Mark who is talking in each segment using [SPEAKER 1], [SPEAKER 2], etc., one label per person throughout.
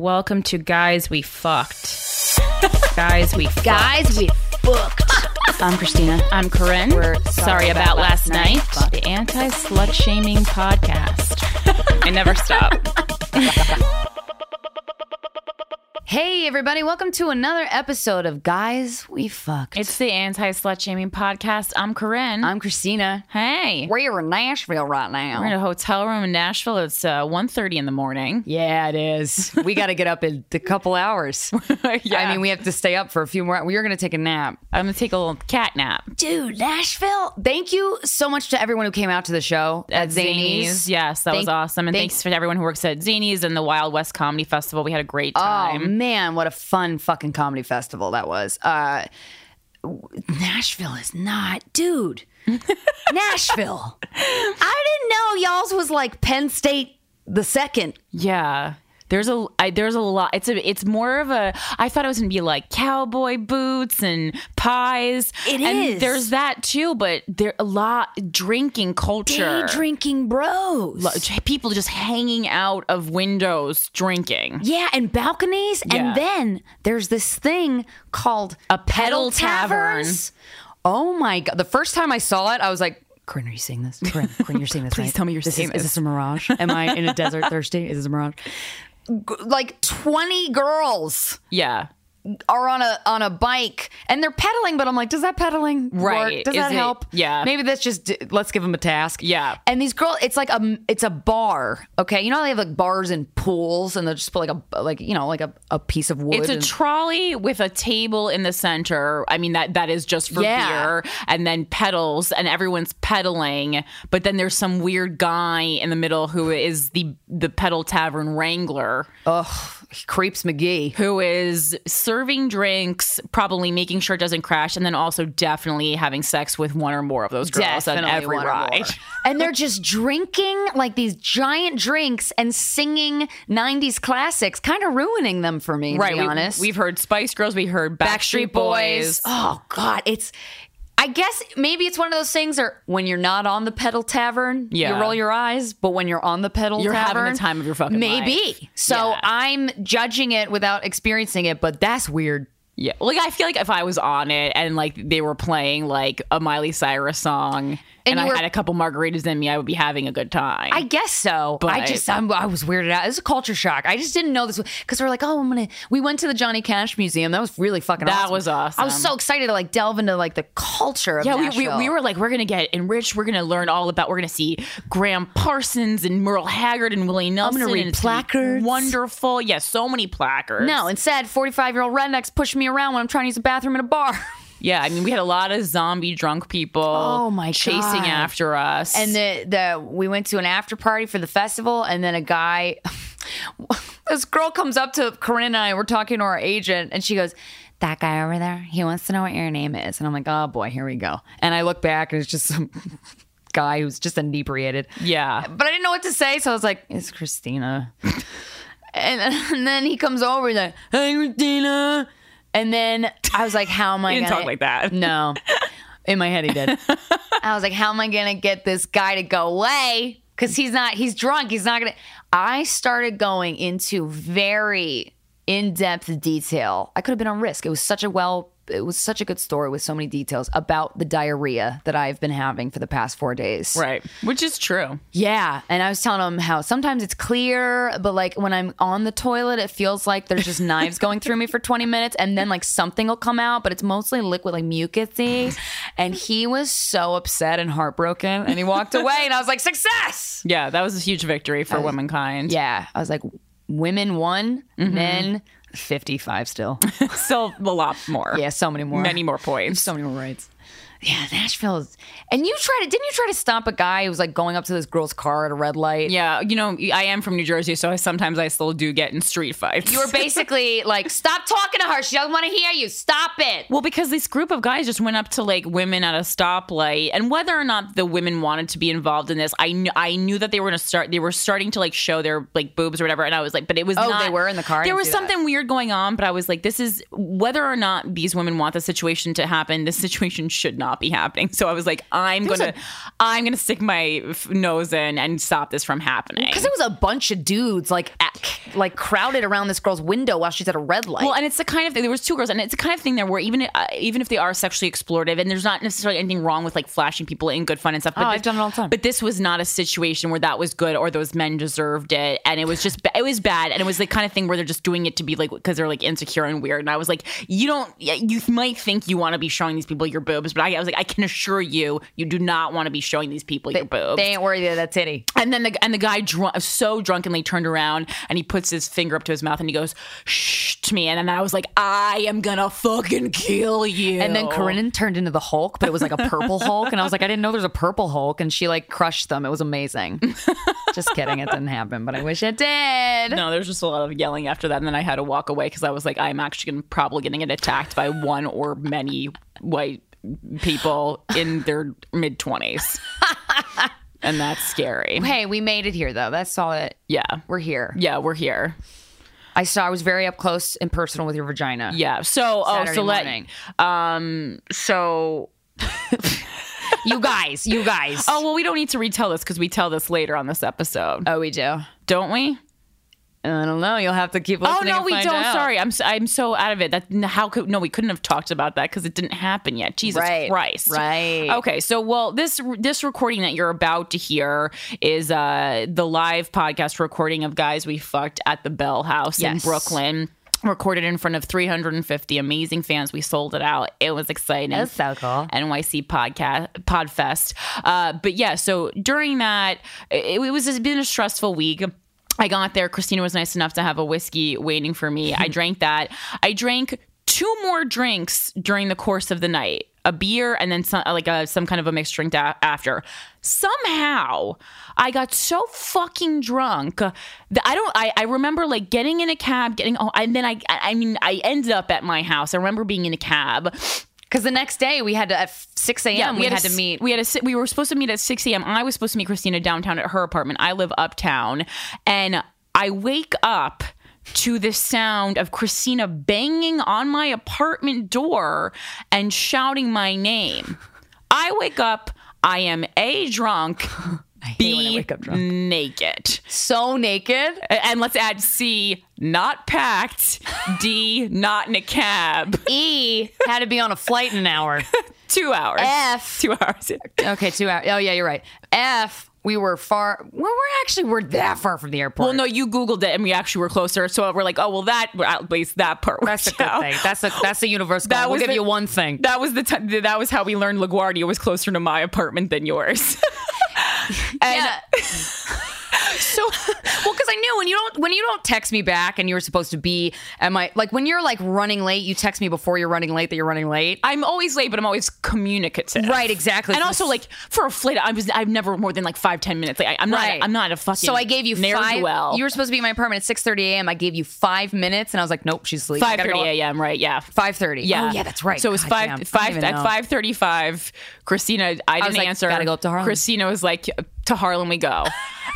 [SPEAKER 1] Welcome to Guys We Fucked. Guys We Fucked.
[SPEAKER 2] Guys, we booked. I'm Christina.
[SPEAKER 1] I'm Corinne.
[SPEAKER 2] We're
[SPEAKER 1] sorry, about, last night.
[SPEAKER 2] Fuck.
[SPEAKER 1] The anti slut shaming podcast. I never stop.
[SPEAKER 2] Hey, everybody, welcome to another episode of Guys We Fucked.
[SPEAKER 1] It's the anti slut shaming podcast. I'm Corinne.
[SPEAKER 2] I'm Christina.
[SPEAKER 1] hey. We're,
[SPEAKER 2] We're in Nashville right
[SPEAKER 1] in
[SPEAKER 2] now.
[SPEAKER 1] a hotel room in Nashville. It's uh, 1.30 in the morning.
[SPEAKER 2] Yeah, it is. we got to get up in a couple hours. I mean, we have to stay up for a few more. We're going to take a nap.
[SPEAKER 1] I'm going to take a little cat nap.
[SPEAKER 2] Dude, Nashville. Thank you so much to everyone who came out to the show at, Zanies.
[SPEAKER 1] Yes, that was
[SPEAKER 2] Thank-
[SPEAKER 1] awesome. And
[SPEAKER 2] thank-
[SPEAKER 1] thanks for everyone who works at Zanies and the Wild West Comedy Festival. We had a great
[SPEAKER 2] Oh
[SPEAKER 1] time.
[SPEAKER 2] man, what a fun fucking comedy festival that was. Uh w- Nashville is not, dude. Nashville. I didn't know y'all's was like Penn State the second.
[SPEAKER 1] Yeah. There's a I, there's a lot. It's a it's more of a. I thought it was gonna be like cowboy boots and pies.
[SPEAKER 2] It
[SPEAKER 1] and
[SPEAKER 2] is.
[SPEAKER 1] There's that too, but there a lot drinking culture.
[SPEAKER 2] Day drinking bros.
[SPEAKER 1] Lo- People just hanging out of windows drinking.
[SPEAKER 2] yeah, and balconies.
[SPEAKER 1] Yeah.
[SPEAKER 2] And then there's this thing called
[SPEAKER 1] A pedal tavern.
[SPEAKER 2] taverns. Oh my god. The first time I saw it, I was like, Corinne, are you seeing this? Corinne, Corinne you're seeing this.
[SPEAKER 1] Please
[SPEAKER 2] right?
[SPEAKER 1] tell me you're
[SPEAKER 2] This
[SPEAKER 1] seeing
[SPEAKER 2] is,
[SPEAKER 1] this.
[SPEAKER 2] Is this a mirage? Am I in a desert thirsty? Is this a mirage? G- Like 20 girls
[SPEAKER 1] Yeah.
[SPEAKER 2] are on a on a bike and they're pedaling, but I'm like, does that pedaling
[SPEAKER 1] Right.
[SPEAKER 2] work? Does
[SPEAKER 1] Is
[SPEAKER 2] that
[SPEAKER 1] it-
[SPEAKER 2] help?
[SPEAKER 1] yeah.
[SPEAKER 2] Maybe that's just let's give them a task.
[SPEAKER 1] Yeah.
[SPEAKER 2] And these girls, it's like a it's a bar. Okay, you know how they have like bars and pools, and they'll just put like a like you know like a, a piece of wood.
[SPEAKER 1] It's a
[SPEAKER 2] and-
[SPEAKER 1] trolley with a table in the center. I mean that that is just for
[SPEAKER 2] Yeah.
[SPEAKER 1] beer, and then pedals, and everyone's pedaling. But then there's some weird guy in the middle who is the the pedal tavern wrangler.
[SPEAKER 2] creeps McGee.
[SPEAKER 1] who is serving drinks, probably making sure it doesn't crash, and then also definitely having sex with one or more of those girls on
[SPEAKER 2] Definitely
[SPEAKER 1] every
[SPEAKER 2] one or more.
[SPEAKER 1] ride.
[SPEAKER 2] and they're just drinking like these giant drinks and singing 90s classics, kind of ruining them for me, to be
[SPEAKER 1] we,
[SPEAKER 2] honest.
[SPEAKER 1] We've heard Spice Girls, we heard Backstreet, Boys.
[SPEAKER 2] Oh God, it's. I guess maybe it's one of those things. Or when you're not on the pedal tavern,
[SPEAKER 1] Yeah.
[SPEAKER 2] you roll your eyes. But when you're on the pedal,
[SPEAKER 1] You're having the
[SPEAKER 2] tavern,
[SPEAKER 1] time of your fucking
[SPEAKER 2] maybe. So
[SPEAKER 1] Yeah.
[SPEAKER 2] I'm judging it without experiencing it, but that's weird.
[SPEAKER 1] Yeah, like I feel like if I was on it and like they were playing like a Miley Cyrus song, and,
[SPEAKER 2] And
[SPEAKER 1] I
[SPEAKER 2] you were-
[SPEAKER 1] had a couple margaritas in me, I would be having a good time.
[SPEAKER 2] I guess so. I
[SPEAKER 1] But-
[SPEAKER 2] just I'm, I was weirded out. It was a culture shock. I just didn't know this because we're like, oh, I'm gonna. We went to the Johnny Cash Museum. That was really fucking.
[SPEAKER 1] That
[SPEAKER 2] awesome.
[SPEAKER 1] was awesome.
[SPEAKER 2] I was so excited to like delve into like the culture of
[SPEAKER 1] Yeah, we, we,
[SPEAKER 2] Nashville.
[SPEAKER 1] we were like, we're gonna get enriched. We're gonna learn all about. We're gonna see Graham Parsons and Merle Haggard and Willie Nelson.
[SPEAKER 2] read
[SPEAKER 1] and it's gonna be
[SPEAKER 2] placards.
[SPEAKER 1] Wonderful. Yeah, so many placards.
[SPEAKER 2] No, instead, 45 year old rednecks push me around when I'm trying to use the bathroom in a bar.
[SPEAKER 1] Yeah, I mean, we had a lot of zombie drunk people.
[SPEAKER 2] Oh, my
[SPEAKER 1] chasing
[SPEAKER 2] God.
[SPEAKER 1] after us.
[SPEAKER 2] and the the we went to an after party for the festival, and then a guy, this girl comes up to Corinne and I. We're talking to our agent, and she goes, "That guy over there, he wants to know what your name is." And I'm like, "Oh boy, here we go." And I look back, and it's just some guy who's just inebriated.
[SPEAKER 1] yeah,
[SPEAKER 2] But I didn't know what to say, so I was like, "It's Christina." and, and then he comes over, he's like, "Hey, Christina." And then I was like, "How am I?"
[SPEAKER 1] He didn't
[SPEAKER 2] gonna-
[SPEAKER 1] talk like that.
[SPEAKER 2] No, in my head he did. I was like, "How am I gonna get this guy to go away?" Because he's not. He's drunk. He's not gonna. I started going into very in-depth detail. I could have been on risk. It was such a well. It was such a good story with so many details about the diarrhea that I've been having for the past four days.
[SPEAKER 1] right, which is true.
[SPEAKER 2] Yeah. And I was telling him how sometimes it's clear, but like when I'm on the toilet, it feels like there's just knives going through me for 20 minutes and then like something will come out, but it's mostly liquid, like mucusy. And he was so upset and heartbroken and he walked away and I was like, success.
[SPEAKER 1] Yeah, that was a huge victory for womankind.
[SPEAKER 2] Yeah. I was like, women won, men 55 still.
[SPEAKER 1] still a lot more.
[SPEAKER 2] Yeah. So many more.
[SPEAKER 1] many more points.
[SPEAKER 2] So many more rights. Yeah, Nashville is. And you tried to, didn't you try to stop a guy who was like going up to this girl's car at a red light?
[SPEAKER 1] yeah, you know, I am from New Jersey, so I, sometimes I still do get in street fights.
[SPEAKER 2] You were basically like, stop talking to her. She doesn't want to hear you. Stop it.
[SPEAKER 1] Well, because this group of guys just went up to like women at a stoplight, and whether or not the women wanted to be involved in this, I knew I knew that they were going to start. They were starting to like show their like boobs or whatever, and I was like, but it was
[SPEAKER 2] Oh,
[SPEAKER 1] not-
[SPEAKER 2] they were in the car? I
[SPEAKER 1] There
[SPEAKER 2] didn't
[SPEAKER 1] was
[SPEAKER 2] see that.
[SPEAKER 1] something weird going on, but I was like, this is whether or not these women want the situation to happen. This situation should not not be happening. So I was like, I'm
[SPEAKER 2] There's
[SPEAKER 1] gonna, i I'm gonna stick my f- nose in and stop this from happening.
[SPEAKER 2] Because it was a bunch of dudes like at, like crowded around this girl's window while she's at a red light.
[SPEAKER 1] Well, and it's the kind of thing. There was two girls, and it's the kind of thing there where even uh, even if they are sexually explorative, and there's not necessarily anything wrong with like flashing people in good fun and stuff. But
[SPEAKER 2] Oh,
[SPEAKER 1] this-
[SPEAKER 2] I've done it all the time.
[SPEAKER 1] But this was not a situation where that was good or those men deserved it, and it was just ba- it was bad, and it was the kind of thing where they're just doing it to be like because they're like insecure and weird. And I was like, you don't, yeah, you might think you want to be showing these people your boobs, but I, I was like, I can assure you, you do not want to be showing these people your boobs.
[SPEAKER 2] they ain't worthy of that titty.
[SPEAKER 1] And then the and the guy drunk, so drunkenly turned around and he puts his finger up to his mouth and he goes shh to me and then I was like I am gonna fucking kill you.
[SPEAKER 2] And then Corinne turned into the Hulk, but it was like a purple Hulk, and I was like, I didn't know there's a purple Hulk, and she like crushed them. It was amazing. Just kidding, it didn't happen, but I wish it did.
[SPEAKER 1] No, there's just a lot of yelling after that, and then I had to walk away because I was like I'm actually gonna, probably getting get attacked by one or many white people in their mid twenties, and that's scary.
[SPEAKER 2] Hey, we made it here though. That's all it.
[SPEAKER 1] Yeah,
[SPEAKER 2] We're here.
[SPEAKER 1] yeah, we're here.
[SPEAKER 2] I saw. I was very up close and personal with your vagina.
[SPEAKER 1] Yeah. So oh,
[SPEAKER 2] Saturday
[SPEAKER 1] so let
[SPEAKER 2] morning.
[SPEAKER 1] so
[SPEAKER 2] you guys, you guys.
[SPEAKER 1] oh well, we don't need to retell this because we tell this later on this episode,
[SPEAKER 2] oh, we do.
[SPEAKER 1] don't we?
[SPEAKER 2] I don't know. You'll have to keep
[SPEAKER 1] Oh
[SPEAKER 2] listening.
[SPEAKER 1] no,
[SPEAKER 2] and
[SPEAKER 1] we
[SPEAKER 2] find
[SPEAKER 1] don't.
[SPEAKER 2] out.
[SPEAKER 1] Sorry, I'm s- I'm so out of it. That n- how could no, we couldn't have talked about that because it didn't happen yet. Jesus
[SPEAKER 2] Right,
[SPEAKER 1] Christ.
[SPEAKER 2] right.
[SPEAKER 1] Okay. So well, this this recording that you're about to hear is uh the live podcast recording of guys we fucked at the Bell House in
[SPEAKER 2] Yes.
[SPEAKER 1] Brooklyn. Recorded in front of 350 amazing fans. We sold it out. It was exciting.
[SPEAKER 2] That's so cool.
[SPEAKER 1] NYC podcast Podfest. Uh, but yeah, so during that, it, it was it's been a stressful week. I got there. Christina was nice enough to have a whiskey waiting for me. I drank that. I drank two more drinks during the course of the night. A beer and then some, like a, some kind of a mixed drink da- after. Somehow, I got so fucking drunk that I don't. I, I remember like getting in a cab, getting oh, and then I. I I mean, I ended up at my house. I remember being in a cab,
[SPEAKER 2] Because the next day we had to at six a.m. we, had,
[SPEAKER 1] a
[SPEAKER 2] to
[SPEAKER 1] s-
[SPEAKER 2] meet.
[SPEAKER 1] We had a, si- we were supposed to meet at six a.m. I was supposed to meet Christina downtown at her apartment. I live uptown, and I wake up to the sound of Christina banging on my apartment door and shouting my name. I wake up. I am a drunk.
[SPEAKER 2] hate when I
[SPEAKER 1] B
[SPEAKER 2] wake up drunk.
[SPEAKER 1] naked.
[SPEAKER 2] so naked.
[SPEAKER 1] A- And let's add C, not packed. D, not in a cab.
[SPEAKER 2] E had to be on a flight in an hour.
[SPEAKER 1] Two hours.
[SPEAKER 2] F.
[SPEAKER 1] Two hours.
[SPEAKER 2] Okay, two hours. Oh yeah, you're right. F. We were far. We were actually we're that far from the airport.
[SPEAKER 1] Well, no, you googled it, and we actually were closer. So we're like, oh well, that at least that part.
[SPEAKER 2] that's a
[SPEAKER 1] worked
[SPEAKER 2] good
[SPEAKER 1] out.
[SPEAKER 2] thing. That's a that's a universal.
[SPEAKER 1] That
[SPEAKER 2] That we'll
[SPEAKER 1] was
[SPEAKER 2] give
[SPEAKER 1] the-
[SPEAKER 2] you one thing.
[SPEAKER 1] That was the t- that was how we learned LaGuardia was closer to my apartment than yours. and
[SPEAKER 2] Yeah. so uh, well because i knew when you don't when you don't text me back and you were supposed to be at my like when you're like running late you text me before you're running late that you're running late
[SPEAKER 1] I'm always late, but I'm always communicative.
[SPEAKER 2] Right, exactly.
[SPEAKER 1] And also, like for a flight, I was I've never more than like five ten minutes. Like I, am
[SPEAKER 2] Right.
[SPEAKER 1] not I'm not a fucking.
[SPEAKER 2] so i gave you five
[SPEAKER 1] well.
[SPEAKER 2] you were supposed to be in my apartment at 6.30 a.m i gave you five minutes and i was like nope she's asleep
[SPEAKER 1] five thirty a.m. Right? Yeah.
[SPEAKER 2] 5.30
[SPEAKER 1] Yeah,
[SPEAKER 2] oh, yeah that's right
[SPEAKER 1] So it was
[SPEAKER 2] God
[SPEAKER 1] five
[SPEAKER 2] damn. I don't
[SPEAKER 1] five
[SPEAKER 2] even
[SPEAKER 1] at
[SPEAKER 2] know.
[SPEAKER 1] five thirty five. Christina, I didn't
[SPEAKER 2] was like,
[SPEAKER 1] answer.
[SPEAKER 2] "Gotta go up to Harlem."
[SPEAKER 1] Christina was like, "To Harlem we go,"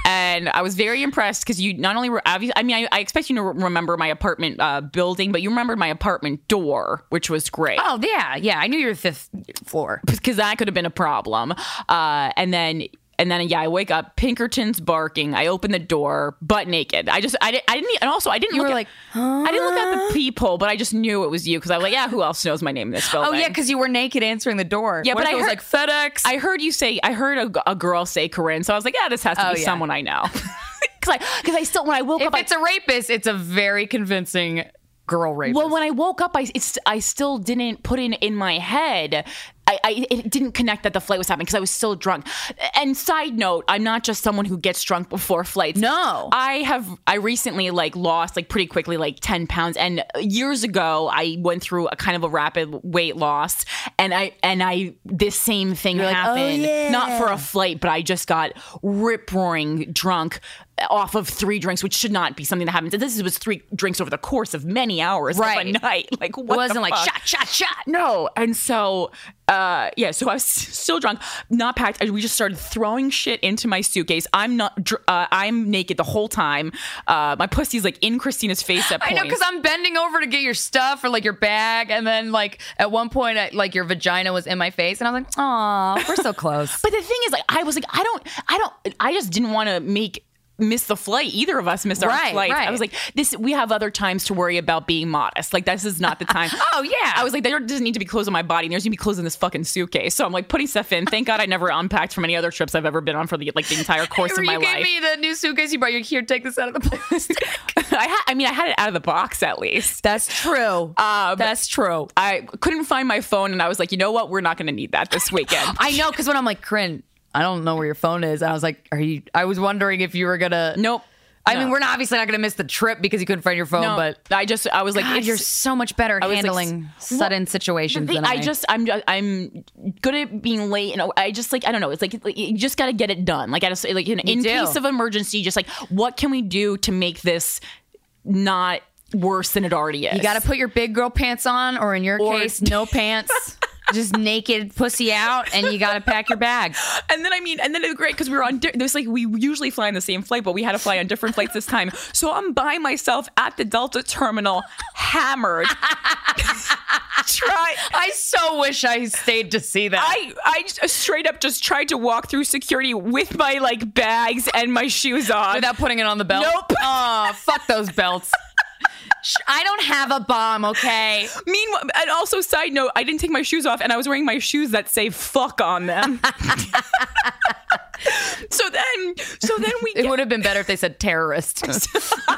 [SPEAKER 1] and I was very impressed because you not only were obvious. I mean, I, I expect you to re- remember my apartment uh, building, but you remembered my apartment door, which was great
[SPEAKER 2] oh yeah yeah i knew you were fifth floor
[SPEAKER 1] because that could have been a problem. Uh, and then. And then yeah, I wake up. Pinkerton's barking. I open the door, butt naked. I just I, di- I didn't e, and also I didn't. You look
[SPEAKER 2] were
[SPEAKER 1] at-
[SPEAKER 2] like,
[SPEAKER 1] I didn't look at the peephole, but I just knew it was you because I was like, yeah, who else knows my name in this building?
[SPEAKER 2] oh yeah because you were naked answering the door
[SPEAKER 1] Yeah,
[SPEAKER 2] What
[SPEAKER 1] but
[SPEAKER 2] if
[SPEAKER 1] I
[SPEAKER 2] it
[SPEAKER 1] heard-
[SPEAKER 2] was like fedex
[SPEAKER 1] I heard you say, I heard a, g- a girl say Corinne, so I was like, yeah, this has to
[SPEAKER 2] Oh,
[SPEAKER 1] be
[SPEAKER 2] yeah.
[SPEAKER 1] someone I know. Because I, because I still, when I woke
[SPEAKER 2] if
[SPEAKER 1] up, I,
[SPEAKER 2] it's a rapist it's a very convincing girl rapist
[SPEAKER 1] well, when I woke up, I, it's, I still didn't put in in my head. I, I it didn't connect that the flight was happening because I was still drunk. And side note, I'm not just someone who gets drunk before flights.
[SPEAKER 2] No.
[SPEAKER 1] I have I recently like lost like pretty quickly like 10 pounds and years ago I went through a kind of a rapid weight loss and I and I this same thing
[SPEAKER 2] like, "Oh,
[SPEAKER 1] happened
[SPEAKER 2] yeah."
[SPEAKER 1] not for a flight but I just got rip roaring drunk off of three drinks, which should not be something that happens. This was three drinks over the course of many hours
[SPEAKER 2] Right.
[SPEAKER 1] of a night. Like what
[SPEAKER 2] It wasn't
[SPEAKER 1] the
[SPEAKER 2] like
[SPEAKER 1] fuck?
[SPEAKER 2] shot, shot, shot.
[SPEAKER 1] No. And so, uh, yeah, so I was still drunk, not packed. I- We just started throwing shit into my suitcase. I'm not, dr- uh, I'm naked the whole time. Uh, my pussy's like in Christina's face at
[SPEAKER 2] I
[SPEAKER 1] points.
[SPEAKER 2] know because I'm bending over to get your stuff or like your bag, and then like at one point, I, like your vagina was in my face, and I was like, "Aw, we're so close."
[SPEAKER 1] But the thing is, like, I was like, I don't, I don't, I just didn't want to make miss the flight. Either of us missed our
[SPEAKER 2] Right,
[SPEAKER 1] flight. I
[SPEAKER 2] right.
[SPEAKER 1] was like, this. We have other times to worry about being modest. Like, this is not the time.
[SPEAKER 2] Oh, yeah.
[SPEAKER 1] I was like, there doesn't need to be clothes on my body. and There's gonna be clothes in this fucking suitcase. So I'm like putting stuff in. Thank God I never unpacked from any other trips I've ever been on for the like the entire course
[SPEAKER 2] Or
[SPEAKER 1] of my
[SPEAKER 2] you gave
[SPEAKER 1] life.
[SPEAKER 2] me the new suitcase you brought. You're here. Take this out of the plastic.
[SPEAKER 1] I had, I mean, I had it out of the box at least. Uh,
[SPEAKER 2] That's true. That's true.
[SPEAKER 1] I couldn't find my phone, and I was like, you know what? We're not gonna need that this weekend.
[SPEAKER 2] I know because when I'm like, "Corinne, I don't know where your phone is," I was like, "Are you?" I was wondering if you were gonna.
[SPEAKER 1] nope.
[SPEAKER 2] I
[SPEAKER 1] No.
[SPEAKER 2] mean, we're not obviously not gonna miss the trip because you couldn't find your phone,
[SPEAKER 1] No,
[SPEAKER 2] but
[SPEAKER 1] I just I was like,
[SPEAKER 2] God,
[SPEAKER 1] it's-
[SPEAKER 2] you're so much better
[SPEAKER 1] was like,
[SPEAKER 2] handling sudden situations
[SPEAKER 1] The-
[SPEAKER 2] than I.
[SPEAKER 1] I just I'm ju- I'm good at being late and I just like I don't know it's like, like, you just got to get it done like I just like in, in
[SPEAKER 2] do.
[SPEAKER 1] case of emergency just like what can we do to make this not worse than it already is
[SPEAKER 2] You got to put your big girl pants on, or in your
[SPEAKER 1] Or-
[SPEAKER 2] case, no pants, just naked pussy out, and you got to pack your bag.
[SPEAKER 1] and then I mean and then it was great because we were on di- there's like we usually fly on the same flight but we had to fly on different flights this time so I'm by myself at the Delta terminal hammered try
[SPEAKER 2] I so wish I stayed to see that.
[SPEAKER 1] I I just- straight up just tried to walk through security with my like bags and my shoes on
[SPEAKER 2] without putting it on the belt.
[SPEAKER 1] Nope.
[SPEAKER 2] Oh, fuck those belts. Sh- I don't have a bomb, okay?
[SPEAKER 1] Meanwhile, and also side note, I didn't take my shoes off, and I was wearing my shoes that say "fuck" on them. so then, so then we,
[SPEAKER 2] It
[SPEAKER 1] get-
[SPEAKER 2] would have been better if they said terrorist.
[SPEAKER 1] so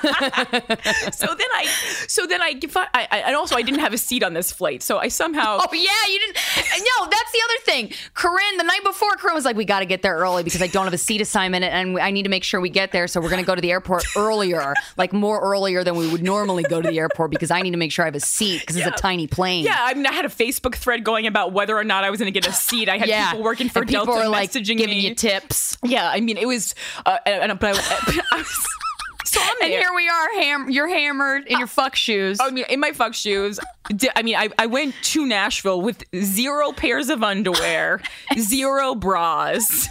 [SPEAKER 1] then I, so then I, I, I, and also I didn't have a seat on this flight, so I somehow.
[SPEAKER 2] Oh yeah, you didn't. No, that's the other thing. Corinne, the night before, Corinne was like, "We got to get there early because I don't have a seat assignment, and I need to make sure we get there. So we're going to go to the airport earlier, like more earlier than we would normally go to the airport because I need to make sure I have a seat because it's a tiny plane."
[SPEAKER 1] Yeah, I mean, I had a Facebook thread going about whether or not I was going to get a seat. I had
[SPEAKER 2] yeah.
[SPEAKER 1] people working for
[SPEAKER 2] and
[SPEAKER 1] Delta
[SPEAKER 2] people are like
[SPEAKER 1] messaging
[SPEAKER 2] giving
[SPEAKER 1] me.
[SPEAKER 2] you tips.
[SPEAKER 1] yeah, I mean, it was, uh, and, but I, I was, so I'm
[SPEAKER 2] And
[SPEAKER 1] there.
[SPEAKER 2] here we are, ham- you're hammered in your fuck shoes.
[SPEAKER 1] I mean, in my fuck shoes. Di- I mean, I, I went to Nashville with zero pairs of underwear, zero bras.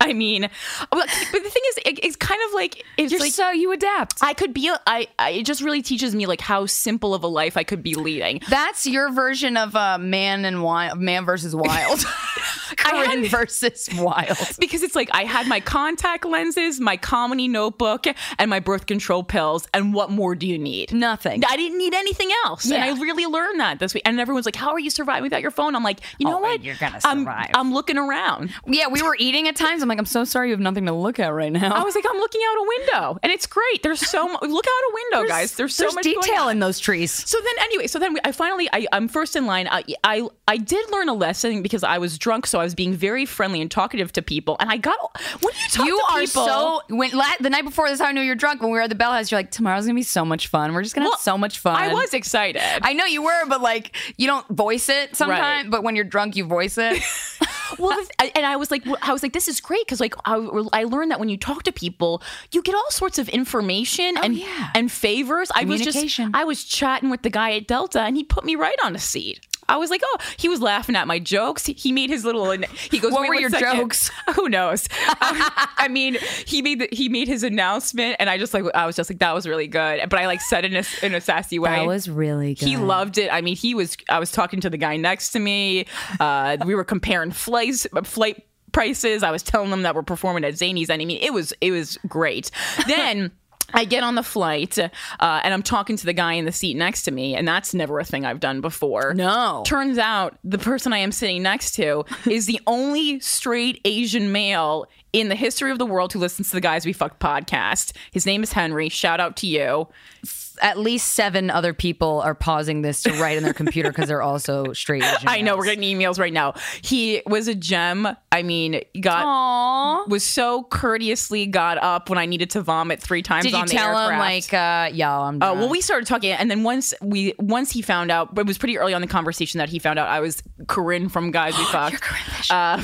[SPEAKER 1] I mean, but but the thing is, it, it's kind of like it's
[SPEAKER 2] You're
[SPEAKER 1] like
[SPEAKER 2] so you adapt.
[SPEAKER 1] I could be. a- I, I it just really teaches me like how simple of a life I could be leading.
[SPEAKER 2] That's your version of uh, man and wild, man versus wild,
[SPEAKER 1] I had-
[SPEAKER 2] Corinne versus wild.
[SPEAKER 1] Because it's like I had my contact lenses, my comedy notebook, and my birth control pills. And what more do you need?
[SPEAKER 2] Nothing.
[SPEAKER 1] I didn't need anything else. And
[SPEAKER 2] Yeah.
[SPEAKER 1] I really learned that this week. And everyone's like, How are you surviving without your phone? I'm like, You know
[SPEAKER 2] Oh,
[SPEAKER 1] what?
[SPEAKER 2] you're gonna
[SPEAKER 1] I'm-
[SPEAKER 2] survive."
[SPEAKER 1] I'm looking around.
[SPEAKER 2] Yeah, we were eating at times. I'm like, I'm so sorry you have nothing to look at right now.
[SPEAKER 1] I was like, I'm looking out a window, and it's great. There's so mu- look out a window, Oh, guys. There's so much going
[SPEAKER 2] detail
[SPEAKER 1] on.
[SPEAKER 2] in those trees.
[SPEAKER 1] So then, anyway, so then we, I finally, I, I'm first in line. I, I, I did learn a lesson because I was drunk, so I was being very friendly and talkative to people. And I got, when you talk
[SPEAKER 2] You
[SPEAKER 1] to
[SPEAKER 2] are
[SPEAKER 1] people,
[SPEAKER 2] so when la- the night before this, how I knew you're drunk. When we were at the Bell House, you're like, tomorrow's gonna be so much fun. We're just gonna
[SPEAKER 1] Well,
[SPEAKER 2] have so much fun.
[SPEAKER 1] I was excited.
[SPEAKER 2] I know you were, but like you don't voice it sometimes. But when you're drunk, you voice it.
[SPEAKER 1] well, the- I- and I was like, I was like, this is great because like I, I learned that when you talk to people, you get all sorts of information and
[SPEAKER 2] Oh, yeah.
[SPEAKER 1] and favors. I was just
[SPEAKER 2] Communication.
[SPEAKER 1] I was chatting with the guy at Delta, and he put me right on a seat. I was like, oh, he was laughing at my jokes. He, he made his little. an- He goes,
[SPEAKER 2] What
[SPEAKER 1] "Wait
[SPEAKER 2] were
[SPEAKER 1] one
[SPEAKER 2] your
[SPEAKER 1] second."
[SPEAKER 2] jokes?
[SPEAKER 1] Who knows? Um, I mean, he made the, he made his announcement, and I just like I was just like that was really good, but I like said it in a, in a sassy way.
[SPEAKER 2] really good.
[SPEAKER 1] He loved it. I mean, he was. I was talking to the guy next to me. Uh, we were comparing flights, flight prices. I was telling them that we're performing at Zany's, and I mean, it was it was great. Then. I get on the flight uh, and I'm talking to the guy in the seat next to me, and that's never a thing I've done before.
[SPEAKER 2] No.
[SPEAKER 1] Turns out the person I am sitting next to is the only straight Asian male in the history of the world who listens to the Guys We Fucked podcast. His name is Henry. Shout out to you.
[SPEAKER 2] At least seven other people are pausing this to write in their computer because they're also straight. Asian
[SPEAKER 1] I know we're getting emails right now. He was a gem. I mean, got
[SPEAKER 2] Aww.
[SPEAKER 1] was so courteously got up when I needed to vomit three times.
[SPEAKER 2] Did
[SPEAKER 1] on
[SPEAKER 2] you
[SPEAKER 1] the
[SPEAKER 2] tell
[SPEAKER 1] aircraft.
[SPEAKER 2] him like, uh, yo, I'm?
[SPEAKER 1] Uh,
[SPEAKER 2] Drunk.
[SPEAKER 1] well, we started talking, and then once we once he found out, but it was pretty early on in the conversation that he found out I was Corinne from Guys We Fucked. Uh,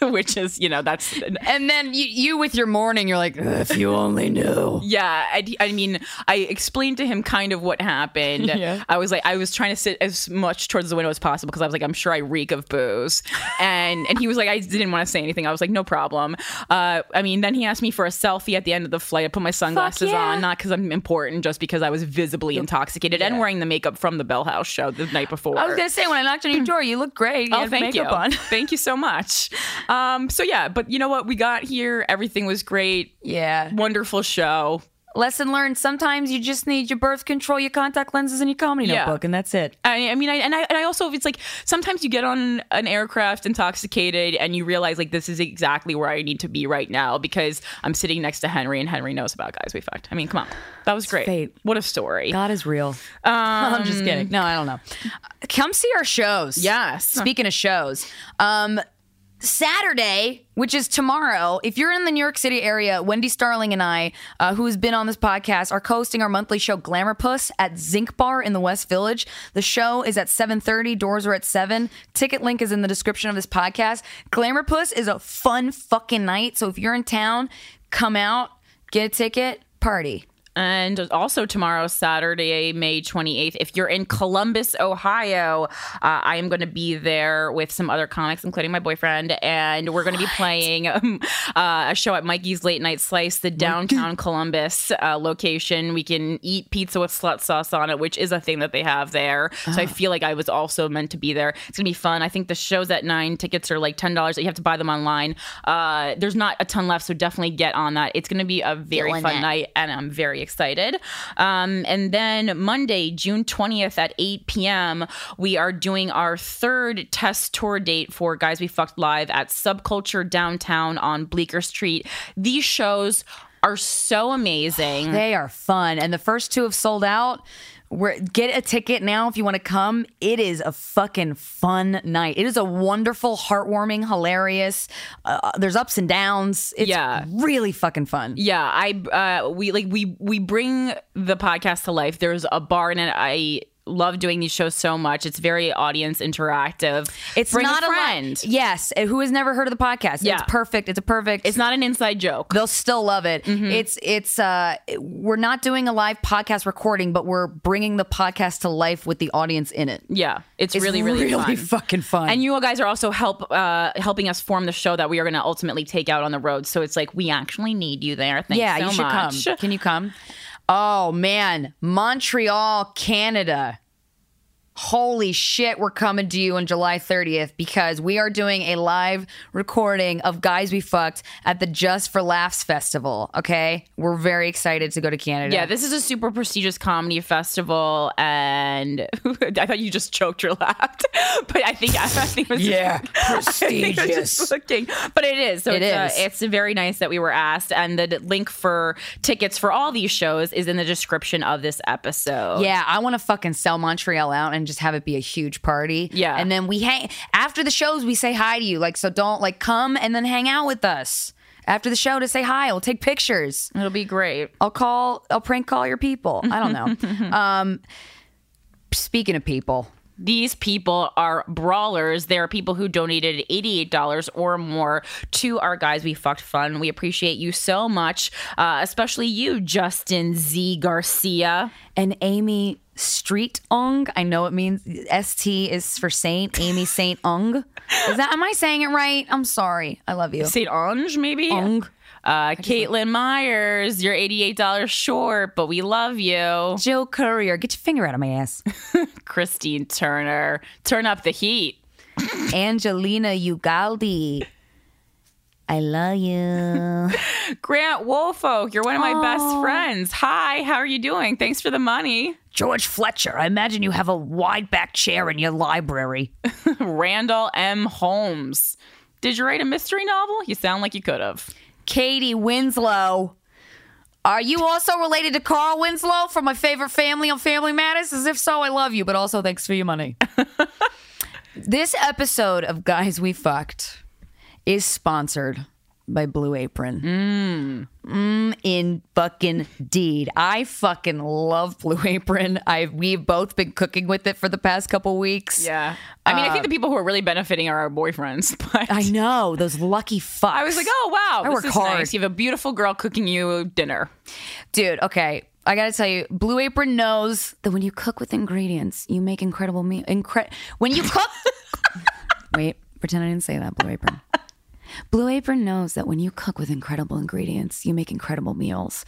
[SPEAKER 1] which is you know that's
[SPEAKER 2] And then you, you with your morning, you're like, "Ugh, if you only knew.
[SPEAKER 1] yeah. I, I mean, I explained to him kind of what happened.
[SPEAKER 2] Yeah.
[SPEAKER 1] I was like, I was trying to sit as much towards the window as possible because I was like, I'm sure I reek of booze, and and he was like, I didn't want to say anything. I was like, no problem. Uh, I mean, then he asked me for a selfie at the end of the flight. I put my sunglasses
[SPEAKER 2] yeah.
[SPEAKER 1] on, not because I'm important, just because I was visibly intoxicated and wearing the makeup from the Bell House show the night before.
[SPEAKER 2] I was gonna say when I knocked on your door, you look great. You
[SPEAKER 1] Oh,
[SPEAKER 2] had
[SPEAKER 1] thank you.
[SPEAKER 2] makeup on.
[SPEAKER 1] thank you so much. Um, so yeah, but you know what? We got here. Everything was great.
[SPEAKER 2] Yeah.
[SPEAKER 1] Wonderful show.
[SPEAKER 2] Lesson learned. Sometimes you just need your birth control, your contact lenses, and your comedy
[SPEAKER 1] Yeah.
[SPEAKER 2] notebook, and that's it.
[SPEAKER 1] I, I mean, I, and I, and I also, it's like sometimes you get on an aircraft intoxicated and you realize like this is exactly where I need to be right now because I'm sitting next to Henry and Henry knows about guys we fucked. I mean, come on, that was great.
[SPEAKER 2] fate.
[SPEAKER 1] What a story. Um,
[SPEAKER 2] God is real. I'm just kidding. No, I don't know. Come see our shows.
[SPEAKER 1] Yes.
[SPEAKER 2] Speaking of shows, um, Saturday, which is tomorrow, if you're in the New York City area, Wendy Starling and I, uh, who has been on this podcast, are co-hosting our monthly show Glamour Puss at Zinc Bar in the West Village. The show is at 7:30. Doors are at seven. Ticket link is in the description of this podcast. Glamour Puss is a fun fucking night. So if you're in town, come out, get a ticket, party.
[SPEAKER 1] And also tomorrow, Saturday, May 28th, if you're in Columbus, Ohio, uh, I am going to be there with some other comics, including my boyfriend. And we're going to be playing um, uh, a show at Mikey's Late Night Slice, the downtown Columbus uh, location. We can eat pizza with slut sauce on it, which is a thing that they have there. So I feel like I was also meant to be there. It's going to be fun. I think the show's at nine. Tickets are like $10. You have to buy them online. Uh, there's not a ton left, so definitely get on that. It's going to be a very
[SPEAKER 2] Feeling
[SPEAKER 1] fun
[SPEAKER 2] it.
[SPEAKER 1] night night, and I'm very excited. Um, and then Monday, June 20th at 8 p.m., we are doing our third test tour date for Guys We Fucked Live at Subculture Downtown on Bleecker Street. These shows are so amazing.
[SPEAKER 2] They are fun, and the first two have sold out. We're, get a ticket now if you want to come. It is a fucking fun night. It is a wonderful, heartwarming, hilarious. Uh, there's ups and downs. It's
[SPEAKER 1] Yeah.
[SPEAKER 2] really fucking fun.
[SPEAKER 1] Yeah, I uh, we like we we bring the podcast to life. There's a bar in it. I love doing these shows so much. It's very audience interactive.
[SPEAKER 2] It's
[SPEAKER 1] Bring
[SPEAKER 2] not
[SPEAKER 1] a
[SPEAKER 2] lot-
[SPEAKER 1] friend.
[SPEAKER 2] yes, and who has never heard of the podcast?
[SPEAKER 1] Yeah.
[SPEAKER 2] It's perfect. It's a perfect.
[SPEAKER 1] It's not Mm-hmm. an inside joke.
[SPEAKER 2] They'll still love it. It's it's uh we're not doing a live podcast recording, but we're bringing the podcast to life with the audience in it.
[SPEAKER 1] Yeah, it's,
[SPEAKER 2] It's
[SPEAKER 1] really really fun.
[SPEAKER 2] fucking fun.
[SPEAKER 1] And you guys are also help uh, helping us form the show that we are going to ultimately take out on the road. So it's like we actually need you there. Thanks
[SPEAKER 2] yeah,
[SPEAKER 1] so
[SPEAKER 2] you should
[SPEAKER 1] much.
[SPEAKER 2] come. Can you come? Oh man, Montreal, Canada. Holy shit, we're coming to you on July 30th because we are doing a live recording of Guys We Fucked at the Just for Laughs Festival. Okay. We're very excited to go to Canada.
[SPEAKER 1] Yeah, this is a super prestigious comedy festival, and I thought you just choked or laughed, but I think I think it was
[SPEAKER 2] Yeah,
[SPEAKER 1] I think I was
[SPEAKER 2] prestigious.
[SPEAKER 1] just looking, but it is. So
[SPEAKER 2] It
[SPEAKER 1] it's,
[SPEAKER 2] is.
[SPEAKER 1] Uh, it's very nice that we were asked, and the d- link for tickets for all these shows is in the description of this episode.
[SPEAKER 2] Yeah, I want to fucking sell Montreal out and just have it be a huge party.
[SPEAKER 1] Yeah.
[SPEAKER 2] And then we hang after the shows, we say hi to you. Like, so don't like come and then hang out with us after the show to say hi. We'll take pictures.
[SPEAKER 1] it'll be great.
[SPEAKER 2] I'll call, I'll prank call your people. I don't know. um, speaking of people,
[SPEAKER 1] These people are brawlers. They are people who donated $88 or more to our Guys We Fucked Fund. We appreciate you so much, uh, especially you, Justin Z. Garcia.
[SPEAKER 2] and Amy Street Ung, I know it means ST is for Saint, Amy Saint Ung. Is that, am I saying it right? I'm sorry. I love you.
[SPEAKER 1] St. Ange, maybe?
[SPEAKER 2] Ung.
[SPEAKER 1] Uh, Caitlin Myers, you're $88 short, but we love you.
[SPEAKER 2] Joe Courier, get your finger out of my ass.
[SPEAKER 1] Christine Turner, turn up the heat.
[SPEAKER 2] Angelina Ugaldi. I love you.
[SPEAKER 1] Grant Wolfolk, you're one of my best friends. Hi, how are you doing? Thanks for the money.
[SPEAKER 2] George Fletcher, I imagine you have a wide back chair in your library.
[SPEAKER 1] Randall M. Holmes. Did you write a mystery novel? You sound like you could have.
[SPEAKER 2] Katie Winslow. Are you also related to Carl Winslow from my favorite family on Family Matters? As if so, I love you, but also thanks for your money. this episode of Guys We Fucked is sponsored by Blue Apron. Mm, in fucking deed. I fucking love Blue Apron. I we've both been cooking with it for the past couple weeks.
[SPEAKER 1] Yeah. I mean, I think the people who are really benefiting are our boyfriends. But
[SPEAKER 2] Uh, I know those lucky fucks.
[SPEAKER 1] I was like, oh wow,
[SPEAKER 2] I
[SPEAKER 1] this
[SPEAKER 2] work
[SPEAKER 1] is
[SPEAKER 2] hard.
[SPEAKER 1] nice. You have a beautiful girl cooking you dinner.
[SPEAKER 2] Dude, okay. I gotta tell you, Blue Apron knows that when you cook with ingredients, you make incredible meal. Incre- when you cook, wait, pretend I didn't say that. Blue Apron. Blue Apron knows that when you cook with incredible ingredients, you make incredible meals.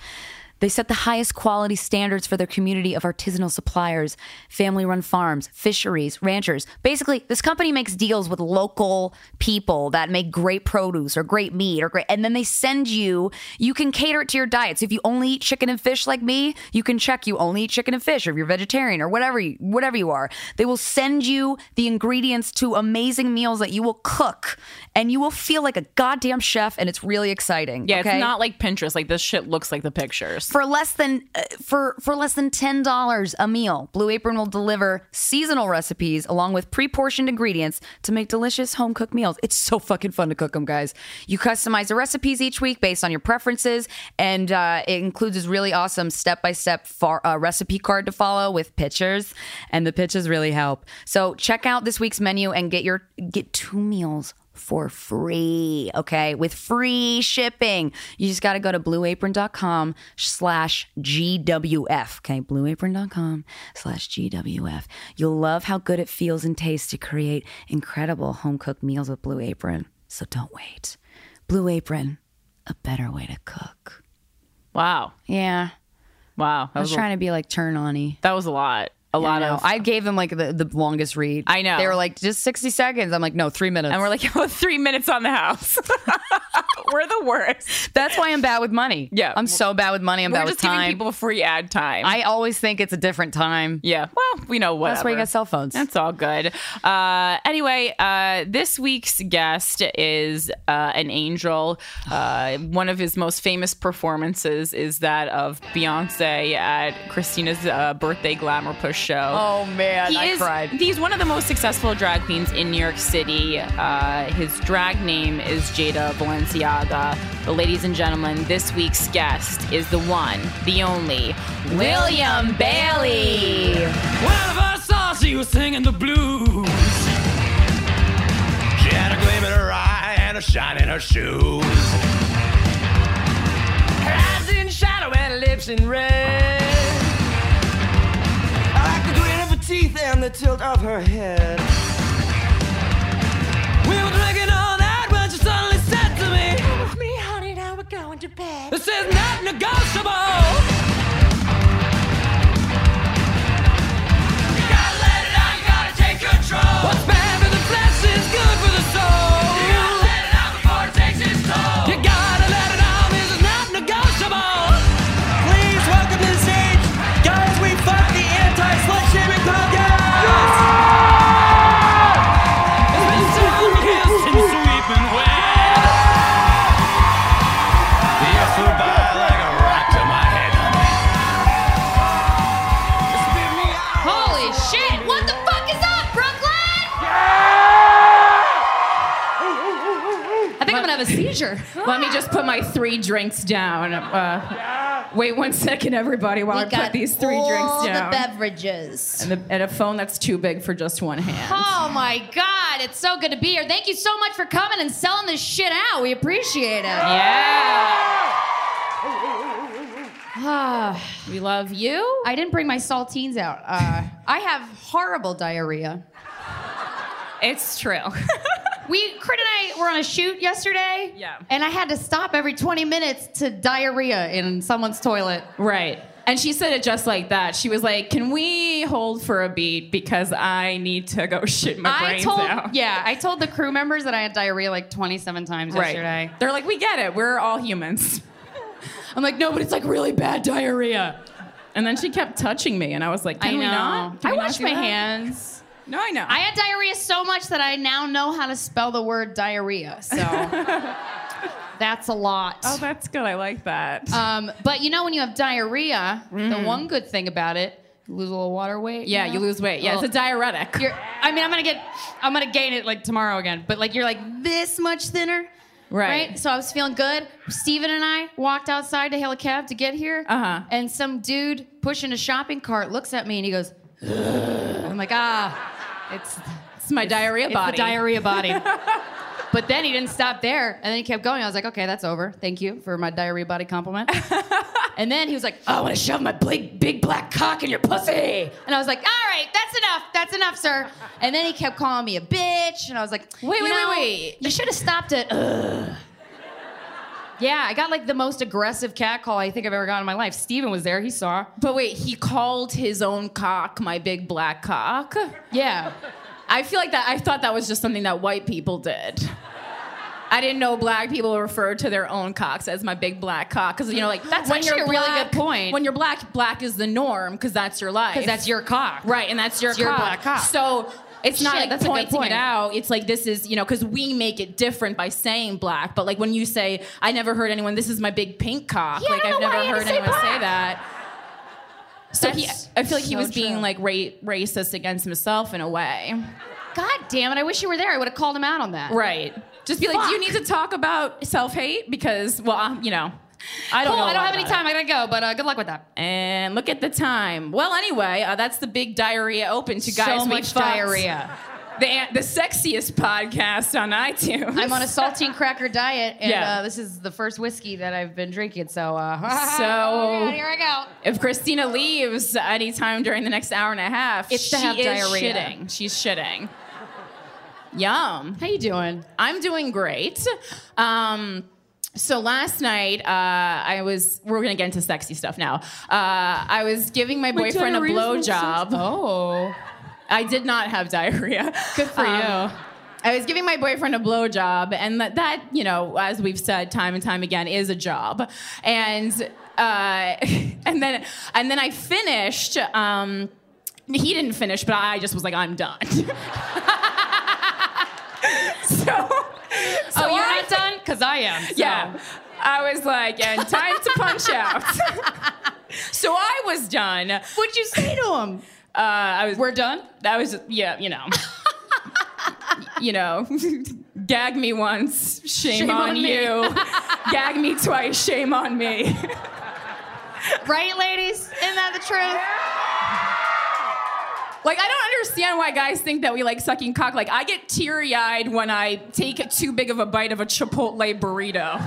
[SPEAKER 2] They set the highest quality standards for their community of artisanal suppliers, family run farms, fisheries, ranchers. Basically, this company makes deals with local people that make great produce or great meat or great, and then they send you, you can cater it to your diet. So if you only eat chicken and fish like me, you can check you only eat chicken and fish or if you're vegetarian or whatever you, whatever you are. They will send you the ingredients to amazing meals that you will cook and you will feel like a goddamn chef and it's really exciting.
[SPEAKER 1] Yeah,
[SPEAKER 2] okay?
[SPEAKER 1] it's not like Pinterest. Like this shit looks like the pictures.
[SPEAKER 2] for less than uh, for for less than ten dollars a meal. Blue Apron will deliver seasonal recipes along with pre-portioned ingredients to make delicious home cooked meals. It's so fucking fun to cook them, guys. You customize the recipes each week based on your preferences, and uh, it includes this really awesome step-by-step far, uh, recipe card to follow with pictures, and the pictures really help. So check out this week's menu and get your get two meals for free okay with free shipping you just got to go to blueapron.com slash gwf okay blueapron.com slash gwf you'll love how good it feels and tastes to create incredible home cooked meals with blue apron so don't wait blue apron a better way to cook
[SPEAKER 1] Wow,
[SPEAKER 2] yeah
[SPEAKER 1] wow, that
[SPEAKER 2] i was
[SPEAKER 1] was, a,
[SPEAKER 2] trying to be like turn on
[SPEAKER 1] that was a lot. A lot of.
[SPEAKER 2] I gave them like the, the longest read.
[SPEAKER 1] I know.
[SPEAKER 2] They were like, just 60 seconds. I'm like, no, three minutes.
[SPEAKER 1] and we're like, oh, three minutes on the house. we're the worst.
[SPEAKER 2] That's why I'm bad with money.
[SPEAKER 1] Yeah.
[SPEAKER 2] I'm so bad with money. I'm
[SPEAKER 1] We're
[SPEAKER 2] bad with
[SPEAKER 1] just
[SPEAKER 2] time.
[SPEAKER 1] giving people free ad time.
[SPEAKER 2] I always think it's a different time.
[SPEAKER 1] yeah. Well, we know what.
[SPEAKER 2] That's why you got cell phones.
[SPEAKER 1] That's all good. Uh, anyway, uh, this week's guest is uh, an angel. Uh, one of his most famous performances is that of Beyonce at Christina's uh, birthday glamour push show.
[SPEAKER 2] oh man,
[SPEAKER 1] He
[SPEAKER 2] I
[SPEAKER 1] is,
[SPEAKER 2] cried.
[SPEAKER 1] He's one of the most successful drag queens in New York City. Uh, his drag name is Jada Balenciaga. But ladies and gentlemen, this week's guest is the one, the only, William Bailey.
[SPEAKER 3] Well, if I saw she was singing the blues, she had a gleam in her eye and a shine in her shoes. Her eyes in shadow and lips in red. I like the grin of her teeth and the tilt of her head. We were drinking all night when she suddenly said to me, Come with me, honey, now we're going to bed. This is not negotiable. What's bad for the flesh is good for the soul. You gotta let it out before it takes its toll. You gotta let it out. This is not negotiable. Please welcome to the stage, guys. We fought the anti-slut shaming podcast. It's been soundcast and sweeping wet. The earth flew by like a rock to my head. Spit me out.
[SPEAKER 2] Holy shit! What the fuck is up, Brooklyn? I think I'm gonna have a seizure.
[SPEAKER 4] Let me just put my three drinks down. Uh, wait one second, everybody, while I put these three drinks down.
[SPEAKER 5] the beverages.
[SPEAKER 4] and, the- and a phone that's too big for just one hand.
[SPEAKER 5] Oh my God, it's so good to be here. Thank you so much for coming and selling this shit out. We appreciate it.
[SPEAKER 1] Yeah.
[SPEAKER 4] We love you.
[SPEAKER 5] I didn't bring my saltines out. Uh, I have horrible diarrhea.
[SPEAKER 4] It's true.
[SPEAKER 5] We, Crit and I were on a shoot yesterday.
[SPEAKER 4] Yeah.
[SPEAKER 5] And I had to stop every 20 minutes to diarrhea in someone's toilet.
[SPEAKER 4] right. And she said it just like that. She was like, "Can we hold for a beat because I need to go shit my
[SPEAKER 5] I
[SPEAKER 4] brains
[SPEAKER 5] told,
[SPEAKER 4] out."
[SPEAKER 5] yeah, I told the crew members that I had diarrhea like 27 times
[SPEAKER 4] Right.
[SPEAKER 5] yesterday.
[SPEAKER 4] They're like, "We get it. We're all humans." I'm like, "No, but it's like really bad diarrhea." And then she kept touching me, and I was like, "Can
[SPEAKER 5] I know.
[SPEAKER 4] we not? Can
[SPEAKER 5] I
[SPEAKER 4] we not
[SPEAKER 5] wash
[SPEAKER 4] do
[SPEAKER 5] my
[SPEAKER 4] that?"
[SPEAKER 5] hands.
[SPEAKER 4] No, I know.
[SPEAKER 5] I had diarrhea so much that I now know how to spell the word diarrhea. So that's a lot.
[SPEAKER 4] Oh, that's good. I like that.
[SPEAKER 5] Um, but you know, when you have diarrhea, the one good thing about it, you lose a little water weight.
[SPEAKER 4] Mm-hmm. yeah,
[SPEAKER 5] know?
[SPEAKER 4] you lose weight. Yeah,
[SPEAKER 5] Well,
[SPEAKER 4] it's a diuretic.
[SPEAKER 5] You're, I mean, I'm gonna get, I'm gonna gain it like tomorrow again. But like, you're like this much thinner.
[SPEAKER 1] Right.
[SPEAKER 5] So I was feeling good. Steven and I walked outside to hail a cab to get here.
[SPEAKER 1] Uh-huh.
[SPEAKER 5] And some dude pushing a shopping cart looks at me and he goes, "Ugh." I'm like, ah, it's
[SPEAKER 1] It's my diarrhea
[SPEAKER 5] it's
[SPEAKER 1] body.
[SPEAKER 5] the diarrhea body. but then he didn't stop there, and then he kept going. I was like, okay, that's over. Thank you for my diarrhea body compliment. and then he was like, "Oh, I want to shove my big, big black cock in your pussy. And I was like, all right, that's enough. That's enough, sir. And then he kept calling me a bitch, and I was like,
[SPEAKER 1] Wait,
[SPEAKER 5] "You
[SPEAKER 1] wait, wait,
[SPEAKER 5] know,
[SPEAKER 1] wait.
[SPEAKER 5] You should have stopped it. Ugh. Yeah, I got like the most aggressive cat call I think I've ever gotten in my life. Steven was there, he saw.
[SPEAKER 1] But wait, he called his own cock my big black cock.
[SPEAKER 5] Yeah.
[SPEAKER 1] I feel like that. I thought that was just something that white people did. I didn't know black people referred to their own cocks as my big black cock because you know, like
[SPEAKER 5] That's actually a really good point.
[SPEAKER 1] When you're black, black is the norm because that's your life.
[SPEAKER 5] Because that's your cock.
[SPEAKER 1] right, and that's your,
[SPEAKER 5] It's your black cock.
[SPEAKER 1] So it's not
[SPEAKER 5] Shit,
[SPEAKER 1] like
[SPEAKER 5] that's a good
[SPEAKER 1] pointing
[SPEAKER 5] point.
[SPEAKER 1] it out. It's like this is you know because we make it different by saying black. But like when you say, I never heard anyone. This is my big pink cock.
[SPEAKER 5] Yeah, I
[SPEAKER 1] like
[SPEAKER 5] don't
[SPEAKER 1] I've
[SPEAKER 5] know
[SPEAKER 1] never
[SPEAKER 5] why you had to
[SPEAKER 1] heard
[SPEAKER 5] say
[SPEAKER 1] anyone say
[SPEAKER 5] black.
[SPEAKER 1] that. So he,
[SPEAKER 5] That's
[SPEAKER 1] I feel like he
[SPEAKER 5] so
[SPEAKER 1] was being
[SPEAKER 5] true.
[SPEAKER 1] like ra- racist against himself in a way.
[SPEAKER 5] God damn it, I wish you were there. I would have called him out on that.
[SPEAKER 1] Right. Just be like, do you need to talk about self hate? Because, well, I'm- you know, I don't
[SPEAKER 5] Cool,
[SPEAKER 1] know.
[SPEAKER 5] I
[SPEAKER 1] a
[SPEAKER 5] don't
[SPEAKER 1] lot
[SPEAKER 5] have any
[SPEAKER 1] about it.
[SPEAKER 5] time. I gotta go, but uh, good luck with that.
[SPEAKER 1] And look at the time. Well, anyway, uh, that's the big diarrhea open to guys.
[SPEAKER 5] so
[SPEAKER 1] We
[SPEAKER 5] much
[SPEAKER 1] Fucked,
[SPEAKER 5] diarrhea.
[SPEAKER 1] The, an- the sexiest podcast on iTunes.
[SPEAKER 5] I'm on a saltine cracker diet, and
[SPEAKER 1] Yeah.
[SPEAKER 5] uh, this is the first whiskey that I've been drinking. So, uh,
[SPEAKER 1] So-
[SPEAKER 5] oh my God, here I go.
[SPEAKER 1] if Christina leaves anytime during the next hour and a half,
[SPEAKER 5] It's
[SPEAKER 1] she
[SPEAKER 5] to have
[SPEAKER 1] is
[SPEAKER 5] diarrhea.
[SPEAKER 1] shitting. She's shitting. Yum.
[SPEAKER 5] How you doing?
[SPEAKER 1] I'm doing great. Um, so last night, uh, I was. We're gonna get into sexy stuff now. Uh, I was giving my boyfriend a blowjob. Oh, I did not have diarrhea. Um,
[SPEAKER 5] Good for you.
[SPEAKER 1] I was giving my boyfriend a blowjob, and that, that, you know, as we've said time and time again, is a job. And uh, and then and then I finished. Um, he didn't finish, but I just was like, I'm done. so. So
[SPEAKER 5] oh, you're
[SPEAKER 1] I-
[SPEAKER 5] not done? Because I am. so.
[SPEAKER 1] yeah. I was like, and time to punch out. so I was done. Uh,
[SPEAKER 5] What'd you say to him?
[SPEAKER 1] I was.
[SPEAKER 5] We're done?
[SPEAKER 1] That was. Yeah. You know. you know. Gag me once, shame,
[SPEAKER 5] Shame
[SPEAKER 1] on,
[SPEAKER 5] on me.
[SPEAKER 1] you. Gag me twice, shame on me.
[SPEAKER 5] Right, ladies? Isn't that the truth?
[SPEAKER 1] Like I don't understand why guys think that we like sucking cock. Like I get teary-eyed when I take too big of a bite of a Chipotle burrito.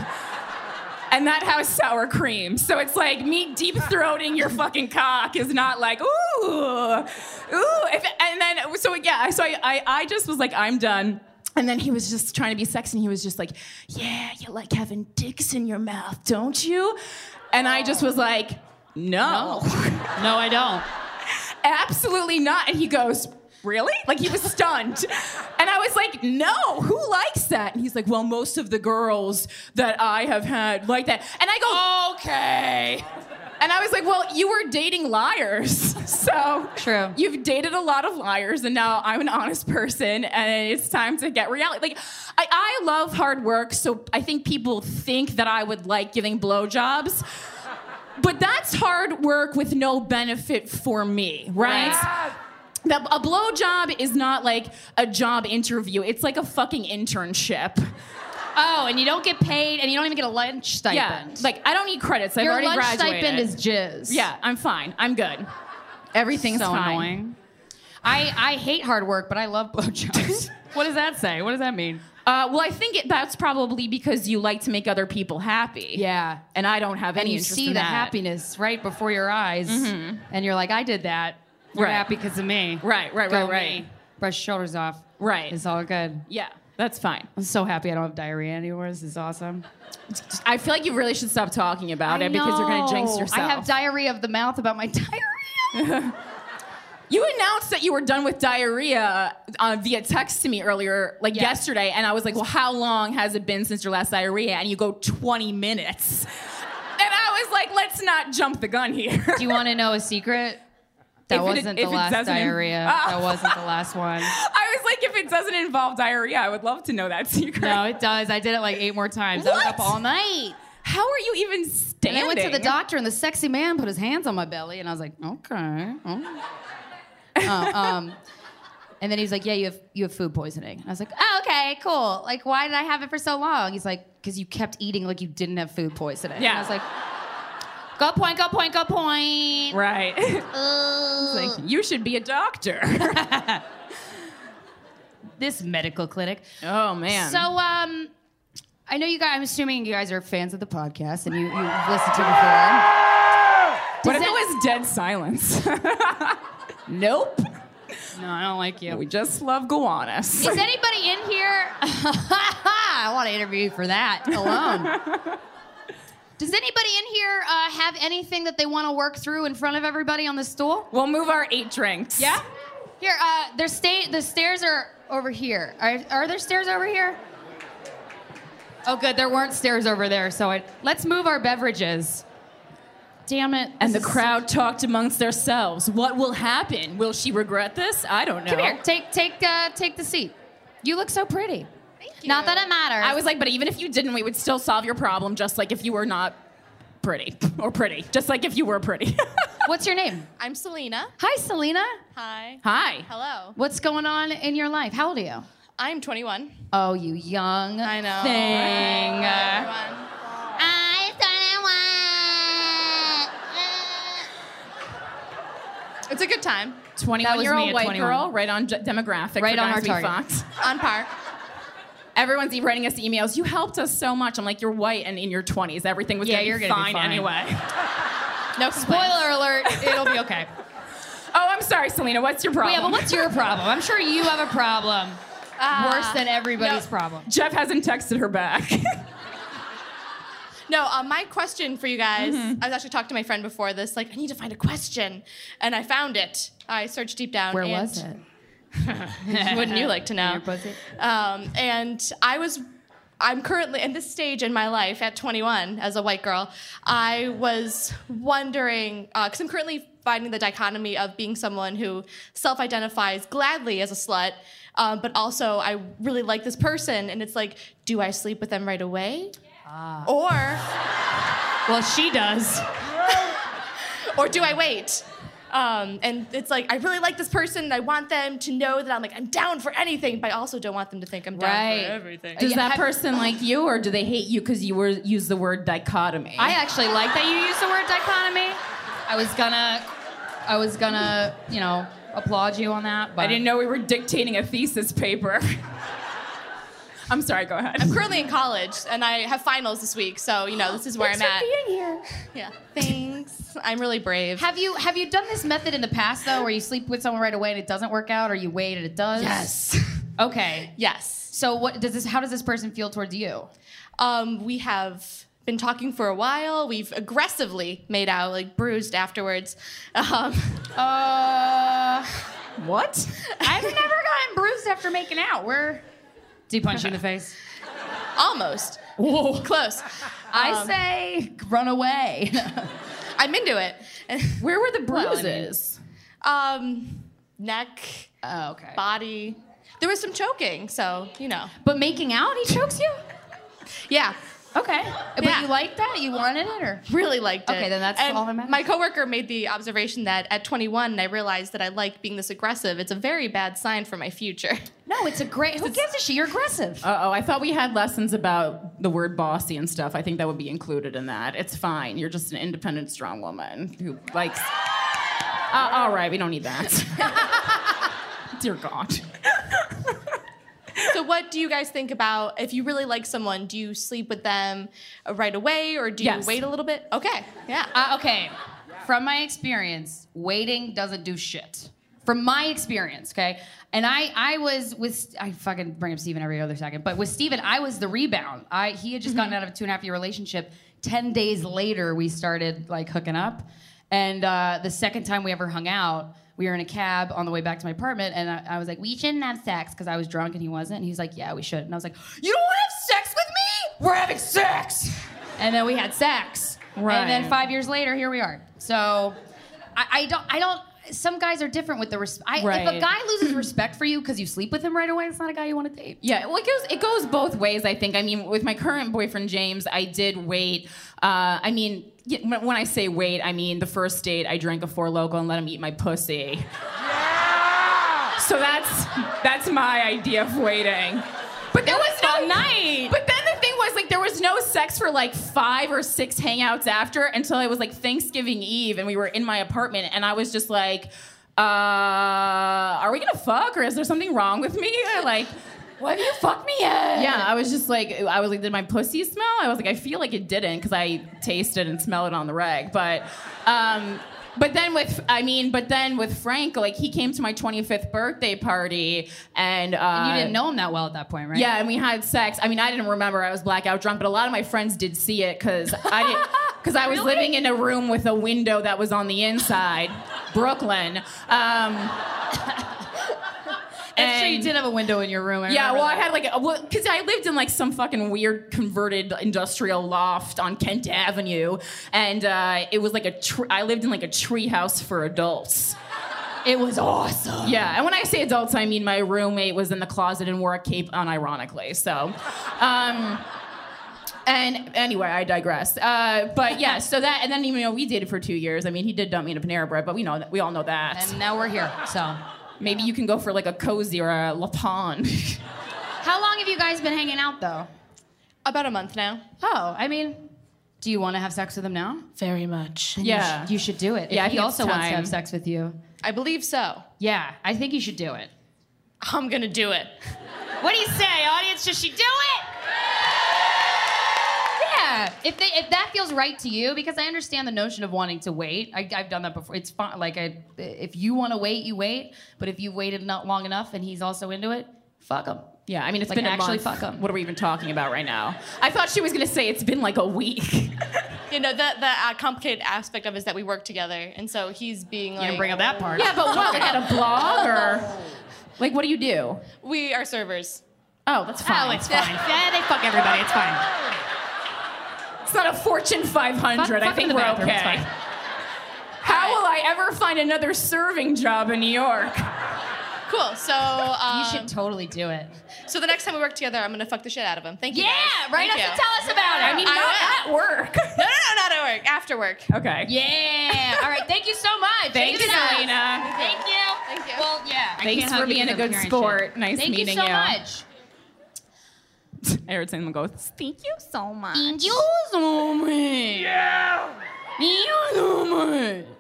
[SPEAKER 1] And that has sour cream. So it's like me deep throating your fucking cock is not like, ooh, ooh. If, and then, so yeah, so I, I, I just was like, I'm done. And then he was just trying to be sexy and he was just like, yeah, you like having dicks in your mouth, don't you? And I just was like, no.
[SPEAKER 5] No, I don't.
[SPEAKER 1] absolutely not. And he goes, Really? Like he was stunned. And I was like, No, who likes that? And he's like, Well, most of the girls that I have had like that. And I go, Okay. And I was like, Well, you were dating liars. So
[SPEAKER 5] True.
[SPEAKER 1] You've dated a lot of liars, and now I'm an honest person, and it's time to get reality. Like, I, I love hard work, so I think people think that I would like giving blowjobs. But that's hard work with no benefit for me, right? That a blowjob is not like a job interview. It's like a fucking internship.
[SPEAKER 5] Oh, and you don't get paid, and you don't even get a lunch
[SPEAKER 1] Yeah,
[SPEAKER 5] stipend.
[SPEAKER 1] like I don't need credits. I've
[SPEAKER 5] your
[SPEAKER 1] already
[SPEAKER 5] lunch
[SPEAKER 1] graduated.
[SPEAKER 5] stipend is jizz.
[SPEAKER 1] yeah, I'm fine. I'm good. Everything's
[SPEAKER 5] so
[SPEAKER 1] fine.
[SPEAKER 5] annoying. I, I hate hard work, but I love blowjobs. what does that say? What does that mean?
[SPEAKER 1] Uh, well, I think it, that's probably because you like to make other people happy.
[SPEAKER 5] Yeah.
[SPEAKER 1] and I don't have
[SPEAKER 5] And
[SPEAKER 1] any
[SPEAKER 5] you
[SPEAKER 1] interest
[SPEAKER 5] see
[SPEAKER 1] in
[SPEAKER 5] the
[SPEAKER 1] that. Mm-hmm.
[SPEAKER 5] happiness right before your eyes, and you're like, I did that. You're
[SPEAKER 1] Right.
[SPEAKER 5] happy because of me.
[SPEAKER 1] Right, right,
[SPEAKER 5] Go
[SPEAKER 1] right, right.
[SPEAKER 5] me. Brush your shoulders off.
[SPEAKER 1] Right.
[SPEAKER 5] It's all good.
[SPEAKER 1] Yeah, that's fine.
[SPEAKER 5] I'm so happy I don't have diarrhea anymore. This is awesome.
[SPEAKER 1] I feel like you really should stop talking about it because you're going to jinx yourself.
[SPEAKER 5] I have diarrhea of the mouth about my diarrhea.
[SPEAKER 1] You announced that you were done with diarrhea uh, via text to me earlier, like
[SPEAKER 5] Yeah.
[SPEAKER 1] yesterday, and I was like, "Well, how long has it been since your last diarrhea?" And you go, "20 minutes." And I was like, "Let's not jump the gun here."
[SPEAKER 5] Do you want to know a secret? That
[SPEAKER 1] If it-
[SPEAKER 5] wasn't
[SPEAKER 1] if
[SPEAKER 5] the
[SPEAKER 1] it
[SPEAKER 5] last
[SPEAKER 1] doesn't-
[SPEAKER 5] diarrhea.
[SPEAKER 1] Oh.
[SPEAKER 5] That wasn't the last one.
[SPEAKER 1] I was like, "If it doesn't involve diarrhea, I would love to know that secret."
[SPEAKER 5] No, it does. I did it like eight more times. I was
[SPEAKER 1] What?
[SPEAKER 5] up all night.
[SPEAKER 1] How are you even
[SPEAKER 5] And
[SPEAKER 1] standing?
[SPEAKER 5] I went to the doctor, and the sexy man put his hands on my belly, and I was like, okay. oh. Uh, um, and then he was like, yeah, you have you have food poisoning. And I was like, oh, okay. okay, cool. Like, why did I have it for so long? He's like, because you kept eating like you didn't have food poisoning. And
[SPEAKER 1] Yeah.
[SPEAKER 5] I was like, go point, go point, go point.
[SPEAKER 1] Right.
[SPEAKER 5] Ugh.
[SPEAKER 1] It's like, you should be a doctor.
[SPEAKER 5] this medical clinic.
[SPEAKER 6] Oh man.
[SPEAKER 5] So, um, I know you guys. I'm assuming you guys are fans of the podcast and you you have listened to it before.
[SPEAKER 1] what if it
[SPEAKER 5] that-
[SPEAKER 1] was dead silence? nope.
[SPEAKER 5] No, I don't like you.
[SPEAKER 1] We just love Gowanus.
[SPEAKER 5] Is anybody in here? I want to interview you for that alone. Does anybody in here uh, have anything that they want to work through in front of everybody on the stool?
[SPEAKER 1] We'll move our eight drinks.
[SPEAKER 5] Yeah. Here, uh, there's sta- the stairs are over here. Are, are there stairs over here? Oh, good. There weren't stairs over there, so I, let's move our beverages. Damn it.
[SPEAKER 1] And the
[SPEAKER 5] this is-
[SPEAKER 1] crowd talked amongst themselves. What will happen? Will she regret this? I don't know.
[SPEAKER 5] Come here. Take take uh, take the seat. You look so pretty. Thank you. Not that it matters.
[SPEAKER 1] I was like, but even if you didn't, we would still solve your problem just like if you were not pretty or pretty. Just like if you were pretty.
[SPEAKER 5] What's your name?
[SPEAKER 7] I'm Selena.
[SPEAKER 5] Hi, Selena.
[SPEAKER 7] Hi.
[SPEAKER 1] Hi.
[SPEAKER 7] Hello.
[SPEAKER 5] What's going on in your life? How old are you?
[SPEAKER 7] I'm 21.
[SPEAKER 5] Oh, you young
[SPEAKER 7] I know.
[SPEAKER 5] thing.
[SPEAKER 7] It's a good time.
[SPEAKER 1] 21 year
[SPEAKER 5] me
[SPEAKER 1] old
[SPEAKER 5] at
[SPEAKER 1] white
[SPEAKER 5] 21.
[SPEAKER 1] girl, right on d- demographic.
[SPEAKER 5] Right
[SPEAKER 1] for
[SPEAKER 5] on our
[SPEAKER 1] Guys We
[SPEAKER 5] target.
[SPEAKER 1] Fucked.
[SPEAKER 7] On par.
[SPEAKER 1] Everyone's e- writing us emails. You helped us so much. I'm like, you're white and in your 20s. Everything was
[SPEAKER 5] Yeah,
[SPEAKER 1] gonna
[SPEAKER 5] you're
[SPEAKER 1] be
[SPEAKER 5] gonna be
[SPEAKER 1] fine,
[SPEAKER 5] fine.
[SPEAKER 1] anyway.
[SPEAKER 5] No spoiler alert. It'll be okay.
[SPEAKER 1] Oh, I'm sorry, Selena. What's your problem?
[SPEAKER 5] yeah, but what's your problem? I'm sure you have a problem
[SPEAKER 7] Ah.
[SPEAKER 5] worse than everybody's
[SPEAKER 7] no.
[SPEAKER 5] problem.
[SPEAKER 1] Jeff hasn't texted her back.
[SPEAKER 7] No, uh, my question for you guys.
[SPEAKER 5] Mm-hmm.
[SPEAKER 7] I was actually talking to my friend before this. Like, I need to find a question, and I found it. I searched deep down.
[SPEAKER 5] Where
[SPEAKER 7] and
[SPEAKER 5] was it?
[SPEAKER 7] Wouldn't you like to know? Um, and I was, I'm currently in this stage in my life at 21 as a white girl. I was wondering, because I'm currently finding the dichotomy of being someone who self identifies gladly as a slut, um, but also I really like this person. And it's like, do I sleep with them right away? Or.
[SPEAKER 5] Well, she does.
[SPEAKER 7] or do I wait? Um, and it's like I really like this person, and I want them to know that I'm like I'm down for anything, but I also don't want them to think I'm down
[SPEAKER 5] Right.
[SPEAKER 7] for everything.
[SPEAKER 1] Does that person like you, or do they hate you because you were use the word dichotomy?
[SPEAKER 5] I actually like that you used the word dichotomy. I was gonna, I was gonna, you know, applaud you on that, but
[SPEAKER 1] I didn't know we were dictating a thesis paper. I'm sorry. Go ahead.
[SPEAKER 7] I'm currently in college, and I have finals this week, so you know this is where I'm at. Yeah, thanks. I'm really brave.
[SPEAKER 5] Have you have you done this method in the past though, where you sleep with someone right away and it doesn't work out, or you wait and it does?
[SPEAKER 7] yes,
[SPEAKER 5] Okay.
[SPEAKER 7] yes.
[SPEAKER 5] So what does this? How does this person feel towards you?
[SPEAKER 7] Um, we have been talking for a while. We've aggressively made out, like bruised afterwards. Um, oh.
[SPEAKER 5] Uh,
[SPEAKER 1] What?
[SPEAKER 5] I've never gotten bruised after making out. Where? Do you punch you in the face?
[SPEAKER 7] almost. Close.
[SPEAKER 5] I say run away.
[SPEAKER 7] I'm into it.
[SPEAKER 1] Where were the bruises?
[SPEAKER 7] um, neck.
[SPEAKER 5] oh, okay.
[SPEAKER 7] body. There was some choking, so you know.
[SPEAKER 5] But making out, he chokes you.
[SPEAKER 7] Yeah,
[SPEAKER 5] Okay. But
[SPEAKER 7] Yeah.
[SPEAKER 5] you like that? You wanted it, or?
[SPEAKER 7] really liked it.
[SPEAKER 5] Okay, then that's
[SPEAKER 7] And
[SPEAKER 5] all that matters.
[SPEAKER 7] My coworker made the observation that at 21, I realized that I like being this aggressive. It's a very bad sign for my future.
[SPEAKER 5] No, it's a great. Who gives a shit? You're aggressive.
[SPEAKER 1] Uh oh, I thought we had lessons about the word bossy and stuff. I think that would be included in that. It's fine. You're just an independent, strong woman who likes. Uh, all right, we don't need that. Dear God.
[SPEAKER 7] so, what do you guys think about if you really like someone? Do you sleep with them right away, or do
[SPEAKER 1] Yes.
[SPEAKER 7] you wait a little bit? Okay, yeah.
[SPEAKER 5] Uh, okay. From my experience, waiting doesn't do shit. From my experience, okay? And I, I was with, I fucking bring up Steven every other second, but with Steven, I was the rebound. I, he had just gotten out of a two and a half year relationship. 10 days later, we started like hooking up. And uh, the second time we ever hung out, we were in a cab on the way back to my apartment, and I, I was like, "We shouldn't have sex," because I was drunk and he wasn't. And he was like, "Yeah, we should." And I was like, "You don't want to have sex with me? We're having sex!" And then we had sex.
[SPEAKER 1] Right.
[SPEAKER 5] And then five years later, here we are. So, I, I don't, I don't. Some guys are different with the respect. If a
[SPEAKER 1] Right.
[SPEAKER 5] guy loses respect for you because you sleep with him right away, it's not a guy you want to date.
[SPEAKER 1] Yeah, well, it goes it goes both ways. I think. I mean, with my current boyfriend James, I did wait. Uh, I mean, y- when when I say wait, I mean the first date. I drank a four local and let him eat my pussy. So that's that's my idea of waiting. But But there was no
[SPEAKER 8] fun night.
[SPEAKER 1] But then the thing was like there was no sex for like five or six hangouts after until it was like Thanksgiving Eve and we were in my apartment and I was just like, uh, are we gonna fuck or is there something wrong with me? Like. Why have you fucked me yet? Yeah, I was just like, I was like, did my pussy smell? I was like, I feel like it didn't because I tasted and smell it on the reg. But, um, but then with, I mean, but then with Frank, like he came to my 25th birthday party and, uh,
[SPEAKER 5] you didn't know him that well at that point, right?
[SPEAKER 1] yeah, and we had sex. I mean, I didn't remember. I was blackout drunk, but a lot of my friends did see it because I didn't. Because I was living in a room with a window that was on the inside, Brooklyn. Um,
[SPEAKER 5] I'm sure you
[SPEAKER 1] and-
[SPEAKER 5] did have a window in your room. I
[SPEAKER 1] yeah,
[SPEAKER 5] remember
[SPEAKER 1] well, I
[SPEAKER 5] that.
[SPEAKER 1] had like, because I lived in like some fucking weird converted industrial loft on Kent Avenue, and uh, it was like a. Tr- I lived in like a tree house for adults. It was awesome. Yeah, and when I say adults, I mean my roommate was in the closet and wore a cape, unironically. So, um, and anyway, I digress. Uh, but yeah, so that and then you know we dated for two years. I mean, he did dump me in a Panera Bread, but we know that we all know that.
[SPEAKER 5] And now we're here. So,
[SPEAKER 1] Maybe you can go for like a cozy or a lapon.
[SPEAKER 5] how long have you guys been hanging out though?
[SPEAKER 8] About a month now.
[SPEAKER 5] Oh, I mean, do you want to have sex with him now?
[SPEAKER 9] Very much.
[SPEAKER 5] Then
[SPEAKER 1] Yeah.
[SPEAKER 5] you, sh- you should do it. If
[SPEAKER 1] Yeah, I
[SPEAKER 5] he
[SPEAKER 1] think it's
[SPEAKER 5] also wants to
[SPEAKER 1] time.
[SPEAKER 5] have sex with you.
[SPEAKER 8] I believe so.
[SPEAKER 5] Yeah, I think you should do it.
[SPEAKER 8] I'm gonna do it.
[SPEAKER 5] What do you say, audience? Should she do it? Yeah, if they, if that feels right to you, because I understand the notion of wanting to wait. I, I've done that before. It's fine. Like, I, if you want to wait, you wait. But if you've waited not long enough and he's also into it, fuck him.
[SPEAKER 1] Yeah, I mean, it's
[SPEAKER 5] Like,
[SPEAKER 1] been a
[SPEAKER 5] actually
[SPEAKER 1] month.
[SPEAKER 5] fuck 'em.
[SPEAKER 1] What are we even talking about right now? I thought she was gonna say it's been like a week.
[SPEAKER 8] You know, the the uh, complicated aspect of it is that we work together, and so he's being like,
[SPEAKER 5] that part.
[SPEAKER 1] yeah, but what? Like at a blog or like what do you do?
[SPEAKER 8] we are servers.
[SPEAKER 1] Oh, that's fine.
[SPEAKER 5] Oh, it's fine. Yeah, they fuck everybody. It's fine.
[SPEAKER 1] It's not a Fortune 500.
[SPEAKER 5] Fuck-
[SPEAKER 1] I
[SPEAKER 5] fuck in
[SPEAKER 1] think
[SPEAKER 5] the
[SPEAKER 1] we're
[SPEAKER 5] bathroom, it's
[SPEAKER 1] okay.
[SPEAKER 5] fine.
[SPEAKER 1] How will I ever find another serving job in New York?
[SPEAKER 8] Cool. So um,
[SPEAKER 5] you should totally do it.
[SPEAKER 8] So the next time we work together, I'm gonna fuck the shit out of him. Thank you.
[SPEAKER 5] Yeah,
[SPEAKER 8] guys.
[SPEAKER 5] right
[SPEAKER 8] Thank
[SPEAKER 5] after
[SPEAKER 8] you.
[SPEAKER 5] tell us about it.
[SPEAKER 1] I mean,
[SPEAKER 8] I
[SPEAKER 1] not at work.
[SPEAKER 8] No, no, no, not at work. After work.
[SPEAKER 7] Oh.
[SPEAKER 1] okay.
[SPEAKER 5] Yeah. All right. Thank you so much.
[SPEAKER 1] Thanks,
[SPEAKER 5] Thank you, guys.
[SPEAKER 1] Selena.
[SPEAKER 5] Thank you.
[SPEAKER 8] Thank you.
[SPEAKER 5] Well, yeah. I
[SPEAKER 1] Thanks
[SPEAKER 5] can't
[SPEAKER 1] for
[SPEAKER 5] help you
[SPEAKER 1] being
[SPEAKER 5] because
[SPEAKER 1] a
[SPEAKER 5] of
[SPEAKER 1] good
[SPEAKER 5] parent
[SPEAKER 1] sport.
[SPEAKER 5] shit.
[SPEAKER 1] Nice
[SPEAKER 5] Thank
[SPEAKER 1] meeting
[SPEAKER 5] you. so
[SPEAKER 1] you.
[SPEAKER 5] much.
[SPEAKER 1] I heard someone go. Thank you so much.
[SPEAKER 5] Thank you.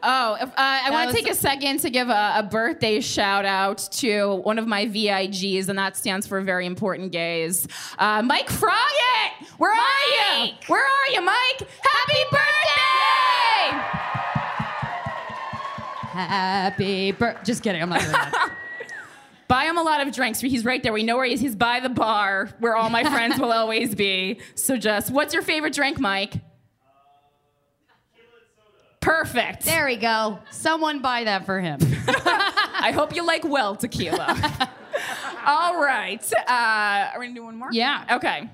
[SPEAKER 1] Oh, if- uh, I want
[SPEAKER 5] was-
[SPEAKER 1] to take a second to give a, a birthday shout out to one of my VIGs, and that stands for Very Important Gays. Uh, Mike Froggett, where are you?
[SPEAKER 5] Mike!
[SPEAKER 1] Where are you, Mike? Happy birthday!
[SPEAKER 5] Happy birthday. Just kidding. I'm not doing that.
[SPEAKER 1] Buy him a lot of drinks. He's right there. We know where he is. He's by the bar where all my friends will always be. So just, what's your favorite drink, Mike? Perfect.
[SPEAKER 5] there we go. Someone buy that for him.
[SPEAKER 1] I hope you like well tequila. All right. Uh, are we going to do one more?
[SPEAKER 5] Yeah.
[SPEAKER 1] Okay.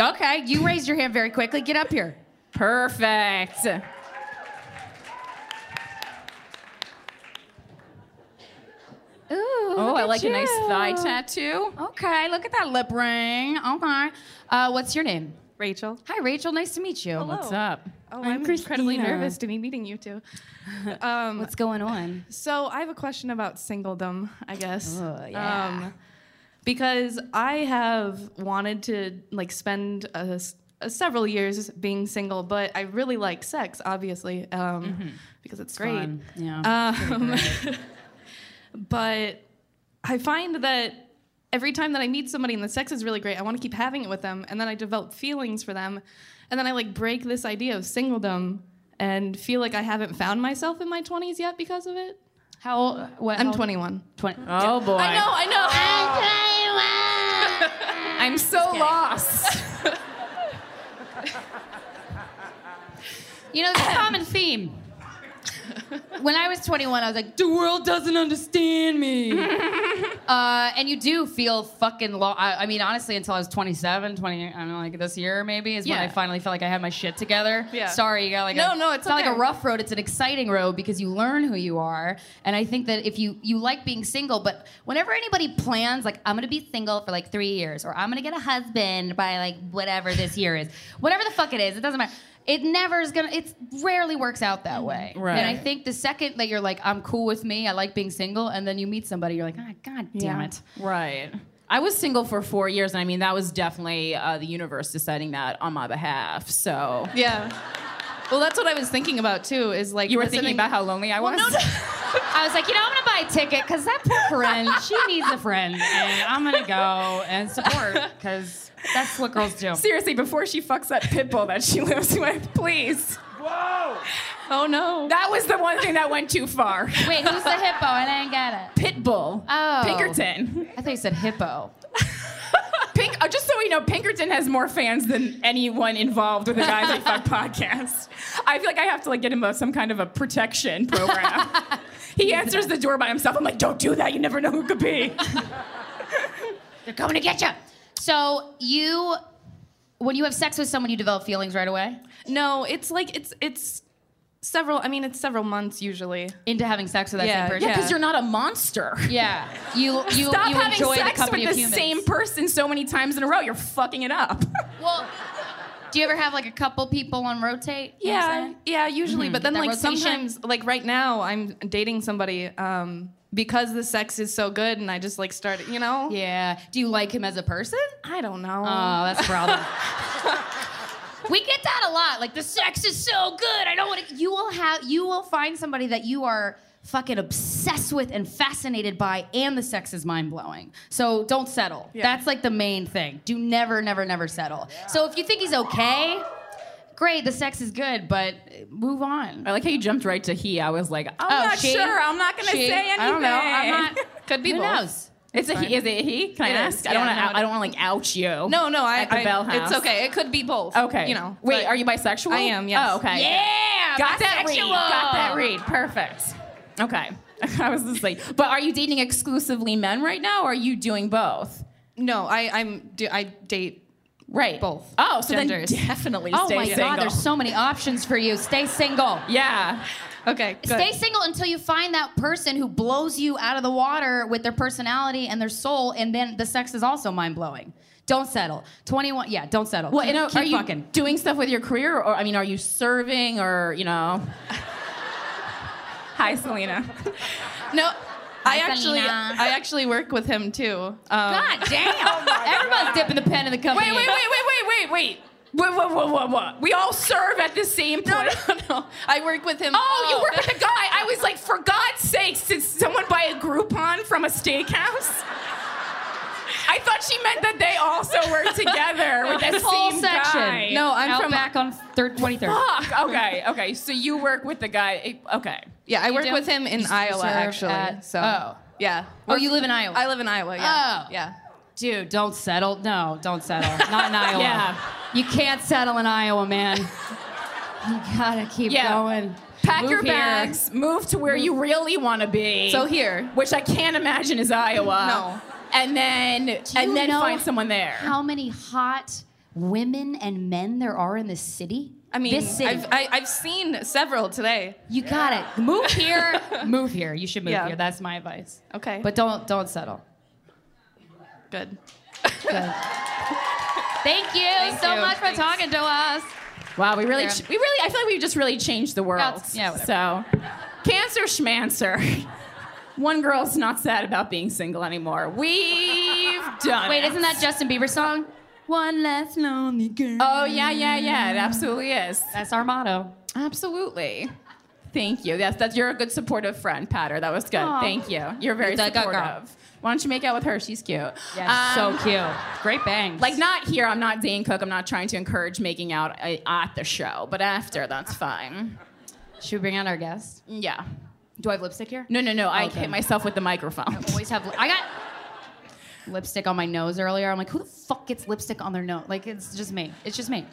[SPEAKER 5] Oh, okay. You raised your hand very quickly. Get up here.
[SPEAKER 1] Perfect.
[SPEAKER 5] Ooh.
[SPEAKER 1] Oh, I like a nice thigh
[SPEAKER 5] tat.
[SPEAKER 1] tattoo.
[SPEAKER 5] Okay. Look at that lip ring. Okay. Uh, what's your name? Rachel. Hi, Rachel. Nice to meet you.
[SPEAKER 1] What's up?
[SPEAKER 7] Oh, I'm, incredibly
[SPEAKER 5] Christina.
[SPEAKER 7] nervous to be meeting you two. Um,
[SPEAKER 5] What's going on?
[SPEAKER 7] so I have a question about singledom, I guess. Um,
[SPEAKER 5] Oh, yeah.
[SPEAKER 7] because I have wanted to like spend a s- a several years being single, but I really like sex, obviously, um, because it's, great.
[SPEAKER 5] Mm-hmm. Fun. Yeah.
[SPEAKER 7] Um, but I find that every time that I meet somebody and the sex is really great, I want to keep having it with them, and then I develop feelings for them, and then I like break this idea of singledom and feel like I haven't found myself in my 20s yet because of it.
[SPEAKER 5] how old? What,
[SPEAKER 7] I'm
[SPEAKER 5] how old-
[SPEAKER 7] 21.
[SPEAKER 5] 20.
[SPEAKER 1] Oh, boy.
[SPEAKER 7] I know, I know.
[SPEAKER 1] I'm so lost.
[SPEAKER 5] You know, there's a common theme. When I was 21, I was like, the world doesn't understand me. uh, and you do feel fucking low. I, I mean, honestly, until I was 27, 20, I don't know, like this year maybe is when I
[SPEAKER 1] Yeah.
[SPEAKER 5] finally felt like I had my shit together.
[SPEAKER 7] Yeah.
[SPEAKER 5] Sorry, you got like
[SPEAKER 7] No,
[SPEAKER 5] a,
[SPEAKER 7] no, it's
[SPEAKER 5] not like
[SPEAKER 7] okay.
[SPEAKER 5] a rough road. It's an exciting road because you learn who you are. And I think that if you you like being single, but whenever anybody plans, like I'm gonna be single for like three years, or I'm gonna get a husband by like whatever this year is, whatever the fuck it is, it doesn't matter. It never is gonna. It rarely works out that way.
[SPEAKER 1] Right.
[SPEAKER 5] And I think the second that you're like, I'm cool with me, I like being single, and then you meet somebody, you're like, ah, god damn
[SPEAKER 7] Yeah.
[SPEAKER 5] it.
[SPEAKER 1] right.
[SPEAKER 10] I was single for four years, and I mean that was definitely uh, the universe deciding that on my behalf. So
[SPEAKER 11] Yeah. Well, that's what I was thinking about too. Is like
[SPEAKER 10] you were
[SPEAKER 11] listening-
[SPEAKER 10] thinking about how lonely I was.
[SPEAKER 5] I was like, you know, I'm gonna buy a ticket because that poor friend, she needs a friend, and I'm gonna go and support because that's what girls do.
[SPEAKER 10] Seriously, before she fucks that pit bull that she lives with, please.
[SPEAKER 11] Oh no.
[SPEAKER 10] That was the one thing that went too far.
[SPEAKER 5] Wait, who's the hippo? And I didn't get it.
[SPEAKER 10] Pit bull.
[SPEAKER 5] Oh.
[SPEAKER 10] Pinkerton.
[SPEAKER 5] I thought you said hippo.
[SPEAKER 10] Pink. Uh, just so we know, Pinkerton has more fans than anyone involved with the Guys Like Fuck podcast. I feel like I have to like get him a, some kind of a protection program. he answers the door by himself. I'm like, don't do that. You never know who it could be.
[SPEAKER 5] They're coming to get you. So you, when you have sex with someone, you develop feelings right away
[SPEAKER 11] No, it's like it's it's several. I mean, it's several months usually.
[SPEAKER 5] into having sex with that
[SPEAKER 11] Yeah,
[SPEAKER 5] same person.
[SPEAKER 11] yeah.
[SPEAKER 10] Because you're not a monster.
[SPEAKER 5] Yeah. You you
[SPEAKER 10] Stop
[SPEAKER 5] you
[SPEAKER 10] having
[SPEAKER 5] enjoy
[SPEAKER 10] sex
[SPEAKER 5] the company
[SPEAKER 10] with
[SPEAKER 5] of
[SPEAKER 10] the
[SPEAKER 5] humans.
[SPEAKER 10] same person so many times in a row. You're fucking it up.
[SPEAKER 5] well, do you ever have like a couple people on rotate? You know what I'm
[SPEAKER 11] Yeah,
[SPEAKER 5] saying?
[SPEAKER 11] yeah, usually. But then,
[SPEAKER 5] That
[SPEAKER 11] like
[SPEAKER 5] rotation.
[SPEAKER 11] sometimes, like right now, I'm dating somebody um, because the sex is so good, and I just like started, you know.
[SPEAKER 5] Yeah. Do you like him as a person?
[SPEAKER 11] I don't know.
[SPEAKER 5] Oh, that's a problem. we get that a lot. Like the sex is so good. I don't want to. You will have. You will find somebody that you are fucking obsessed with and fascinated by, and the sex is mind blowing. So don't settle. That's like the main thing. Do never, never, never settle. So if you think he's okay. Great, the sex is good, but uh, move on.
[SPEAKER 10] I like how you jumped right to he. I was like, I'm
[SPEAKER 5] Oh,
[SPEAKER 10] not
[SPEAKER 5] she?
[SPEAKER 10] sure. I'm not gonna
[SPEAKER 5] She?
[SPEAKER 10] say anything.
[SPEAKER 5] I don't know. I'm not.
[SPEAKER 11] Could be
[SPEAKER 5] Who
[SPEAKER 11] both.
[SPEAKER 5] knows?
[SPEAKER 10] It's a he. Is it a he? Can I
[SPEAKER 11] It
[SPEAKER 10] ask?
[SPEAKER 11] is.
[SPEAKER 10] I
[SPEAKER 11] Yeah,
[SPEAKER 10] don't want
[SPEAKER 11] no,
[SPEAKER 10] to.
[SPEAKER 11] it
[SPEAKER 10] I don't want to like out you.
[SPEAKER 11] No, no, I.
[SPEAKER 10] At the
[SPEAKER 11] I-
[SPEAKER 10] Bell House.
[SPEAKER 11] It's okay. It could be both.
[SPEAKER 10] Okay.
[SPEAKER 11] You know.
[SPEAKER 10] Wait,
[SPEAKER 11] but-
[SPEAKER 10] are you bisexual?
[SPEAKER 11] I am, yes.
[SPEAKER 10] Oh, okay.
[SPEAKER 5] Yeah,
[SPEAKER 10] Got that read.
[SPEAKER 5] bisexual.
[SPEAKER 10] Got that read. Perfect. Okay. I was just like, but are you dating exclusively men right now, or are you doing both?
[SPEAKER 11] No, I. I'm. Do I date?
[SPEAKER 10] Right.
[SPEAKER 11] Both.
[SPEAKER 10] Oh, so
[SPEAKER 11] Genders.
[SPEAKER 10] then definitely
[SPEAKER 5] Oh
[SPEAKER 10] stay
[SPEAKER 5] my
[SPEAKER 10] single.
[SPEAKER 5] God, there's so many options for you. Stay single.
[SPEAKER 10] yeah.
[SPEAKER 11] Okay. Good.
[SPEAKER 5] Stay single until you find that person who blows you out of the water with their personality and their soul, and then the sex is also mind blowing. Don't settle. 21, yeah, don't settle.
[SPEAKER 10] Well,
[SPEAKER 5] keep,
[SPEAKER 10] you know,
[SPEAKER 5] keep
[SPEAKER 10] are you
[SPEAKER 5] fucking.
[SPEAKER 10] doing stuff with your career, or I mean, are you serving, or you know? Hi, Selena.
[SPEAKER 11] No. I
[SPEAKER 5] Hi,
[SPEAKER 11] actually,
[SPEAKER 5] Selena.
[SPEAKER 11] I actually work with him too. Um,
[SPEAKER 5] God damn. Everybody's dipping the pen in the company.
[SPEAKER 10] Oh Wait, wait, wait, wait, wait, wait, wait. Wait, wait, wait, wait, wait. We all serve at the same
[SPEAKER 11] No,
[SPEAKER 10] place.
[SPEAKER 11] no, no. I work with him.
[SPEAKER 10] Oh, you work with a guy. I was like, for God's sakes, did someone buy a Groupon from a steakhouse? I thought she meant that they also work together with the
[SPEAKER 5] Whole
[SPEAKER 10] same
[SPEAKER 5] section.
[SPEAKER 10] guy.
[SPEAKER 11] No, I'm
[SPEAKER 5] Out
[SPEAKER 11] from
[SPEAKER 5] back on third, 23rd.
[SPEAKER 10] Fuck. Okay, okay. So you work with the guy. Okay.
[SPEAKER 11] Yeah, I work
[SPEAKER 5] do?
[SPEAKER 11] with him in
[SPEAKER 5] You
[SPEAKER 11] Iowa
[SPEAKER 5] serve
[SPEAKER 11] actually.
[SPEAKER 5] at-
[SPEAKER 11] so
[SPEAKER 5] oh.
[SPEAKER 11] yeah.
[SPEAKER 5] Oh, you live in Iowa.
[SPEAKER 11] I live in Iowa.
[SPEAKER 10] Uh,
[SPEAKER 11] Yeah.
[SPEAKER 5] Oh.
[SPEAKER 11] Yeah.
[SPEAKER 5] Dude, don't settle. No, don't settle. Not in Iowa.
[SPEAKER 10] Yeah.
[SPEAKER 5] You can't settle in Iowa, man. You gotta keep
[SPEAKER 10] Yeah.
[SPEAKER 5] going.
[SPEAKER 10] Pack
[SPEAKER 5] Move
[SPEAKER 10] your
[SPEAKER 5] here.
[SPEAKER 10] bags, move to where you really want to be.
[SPEAKER 11] So here.
[SPEAKER 10] which I can't imagine is Iowa.
[SPEAKER 11] No.
[SPEAKER 10] And then and
[SPEAKER 5] you
[SPEAKER 10] then
[SPEAKER 5] know
[SPEAKER 10] find someone there.
[SPEAKER 5] how many hot women and men there are in this city.
[SPEAKER 11] I mean,
[SPEAKER 5] this city.
[SPEAKER 11] I've, I, I've seen several today.
[SPEAKER 5] you got it. Move here. move here. You should move
[SPEAKER 11] Yeah.
[SPEAKER 5] here. That's my advice.
[SPEAKER 11] Okay.
[SPEAKER 5] But don't don't settle.
[SPEAKER 11] good.
[SPEAKER 5] Good. Thank you so
[SPEAKER 11] you.
[SPEAKER 5] much for
[SPEAKER 11] Thanks.
[SPEAKER 5] talking to us.
[SPEAKER 10] Wow, we really,
[SPEAKER 5] Yeah.
[SPEAKER 10] we really, I feel like we just really changed the world.
[SPEAKER 5] That's- yeah,
[SPEAKER 10] So, cancer schmancer. One girl's not sad about being single anymore. We've done.
[SPEAKER 5] Wait,
[SPEAKER 10] it.
[SPEAKER 5] isn't that Justin Bieber song? One less lonely girl.
[SPEAKER 10] Oh yeah, yeah, yeah. It absolutely is.
[SPEAKER 5] That's our motto.
[SPEAKER 10] Absolutely. Thank you. Yes, that's you're a good supportive friend, Patter. That was good.
[SPEAKER 5] Aw.
[SPEAKER 10] Thank you. You're very
[SPEAKER 5] You're the good girl.
[SPEAKER 10] supportive. Why don't you make out with her? She's cute.
[SPEAKER 5] Yeah,
[SPEAKER 10] Um,
[SPEAKER 5] so cute. Great bangs.
[SPEAKER 10] Like not here. I'm not Dane Cook. I'm not trying to encourage making out uh, at the show, but after that's fine.
[SPEAKER 5] should we bring out our guest?
[SPEAKER 10] Yeah.
[SPEAKER 5] Do I have lipstick here?
[SPEAKER 10] No, no, no. I
[SPEAKER 5] Okay.
[SPEAKER 10] hit myself with the microphone.
[SPEAKER 5] always have. I got lipstick on my nose earlier. I'm like, who the fuck gets lipstick on their nose? Like, it's just me. It's just me.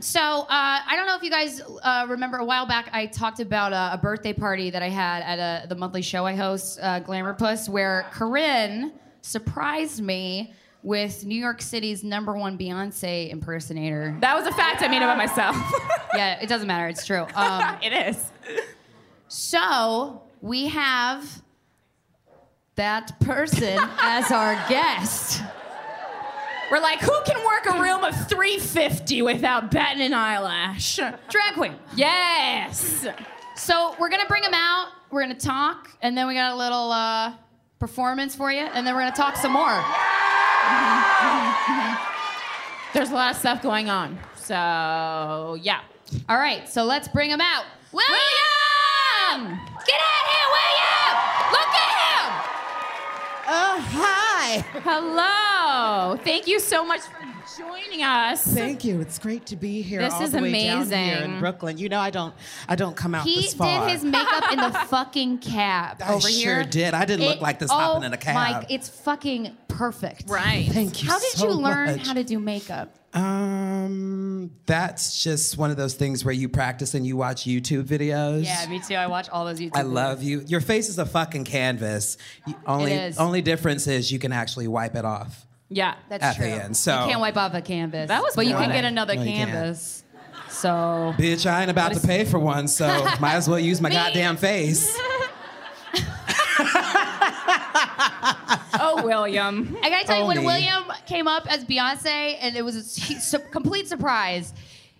[SPEAKER 5] so uh, I don't know if you guys uh, remember a while back. I talked about uh, a, a birthday party that I had at a, the monthly show I host, uh, Glamour Puss, where Corinne surprised me with New York City's number one Beyonce impersonator.
[SPEAKER 10] That was a fact I made about myself.
[SPEAKER 5] yeah, it doesn't matter. It's true. Um,
[SPEAKER 10] it is.
[SPEAKER 5] So we have that person as our guest.
[SPEAKER 10] We're like, who can work a room of 350 without batting an eyelash?
[SPEAKER 5] Drag queen.
[SPEAKER 10] Yes.
[SPEAKER 5] So we're gonna bring him out. We're gonna talk, and then we got a little uh, performance for you, and then we're gonna talk some more.
[SPEAKER 1] There's a lot of stuff going on. So, yeah.
[SPEAKER 5] All right, so let's bring him out. William! Get out here, William! Look at
[SPEAKER 3] Oh, hi.
[SPEAKER 1] Hello. Thank you so much for joining us.
[SPEAKER 3] Thank you. It's great to be here.
[SPEAKER 1] This
[SPEAKER 3] all
[SPEAKER 1] is
[SPEAKER 3] the way down here
[SPEAKER 1] amazing.
[SPEAKER 3] in Brooklyn. You know, I don't, I don't come out
[SPEAKER 5] him! He
[SPEAKER 3] this far.
[SPEAKER 5] did his makeup in the fucking cab
[SPEAKER 3] I
[SPEAKER 5] over here.
[SPEAKER 3] sure did. I didn't look
[SPEAKER 5] It-
[SPEAKER 3] like this
[SPEAKER 5] oh
[SPEAKER 3] hopping in a cab.
[SPEAKER 5] My, it's fucking perfect.
[SPEAKER 1] Right.
[SPEAKER 3] Thank you.
[SPEAKER 5] How did
[SPEAKER 3] so
[SPEAKER 5] you learn
[SPEAKER 3] much.
[SPEAKER 5] how to do makeup?
[SPEAKER 3] Um, that's just one of those things where you practice and you watch YouTube videos.
[SPEAKER 12] Yeah, me too. I watch all those YouTube.
[SPEAKER 3] I love you. Your face is a fucking canvas. You- only
[SPEAKER 12] is.
[SPEAKER 3] only difference is you can actually wipe it off
[SPEAKER 1] Yeah.
[SPEAKER 3] at
[SPEAKER 5] That's
[SPEAKER 3] the
[SPEAKER 5] true.
[SPEAKER 3] end. So
[SPEAKER 12] Can't wipe off a canvas.
[SPEAKER 1] That was
[SPEAKER 12] but you can
[SPEAKER 1] poetic.
[SPEAKER 12] get another
[SPEAKER 3] No, you can't.
[SPEAKER 12] canvas. So
[SPEAKER 3] Bitch, I ain't about to pay for one, so might as well use my goddamn face.
[SPEAKER 10] Oh, William.
[SPEAKER 5] I gotta tell you, when
[SPEAKER 3] Tony.
[SPEAKER 5] William came up as Beyonce, and it was a su- su- complete surprise.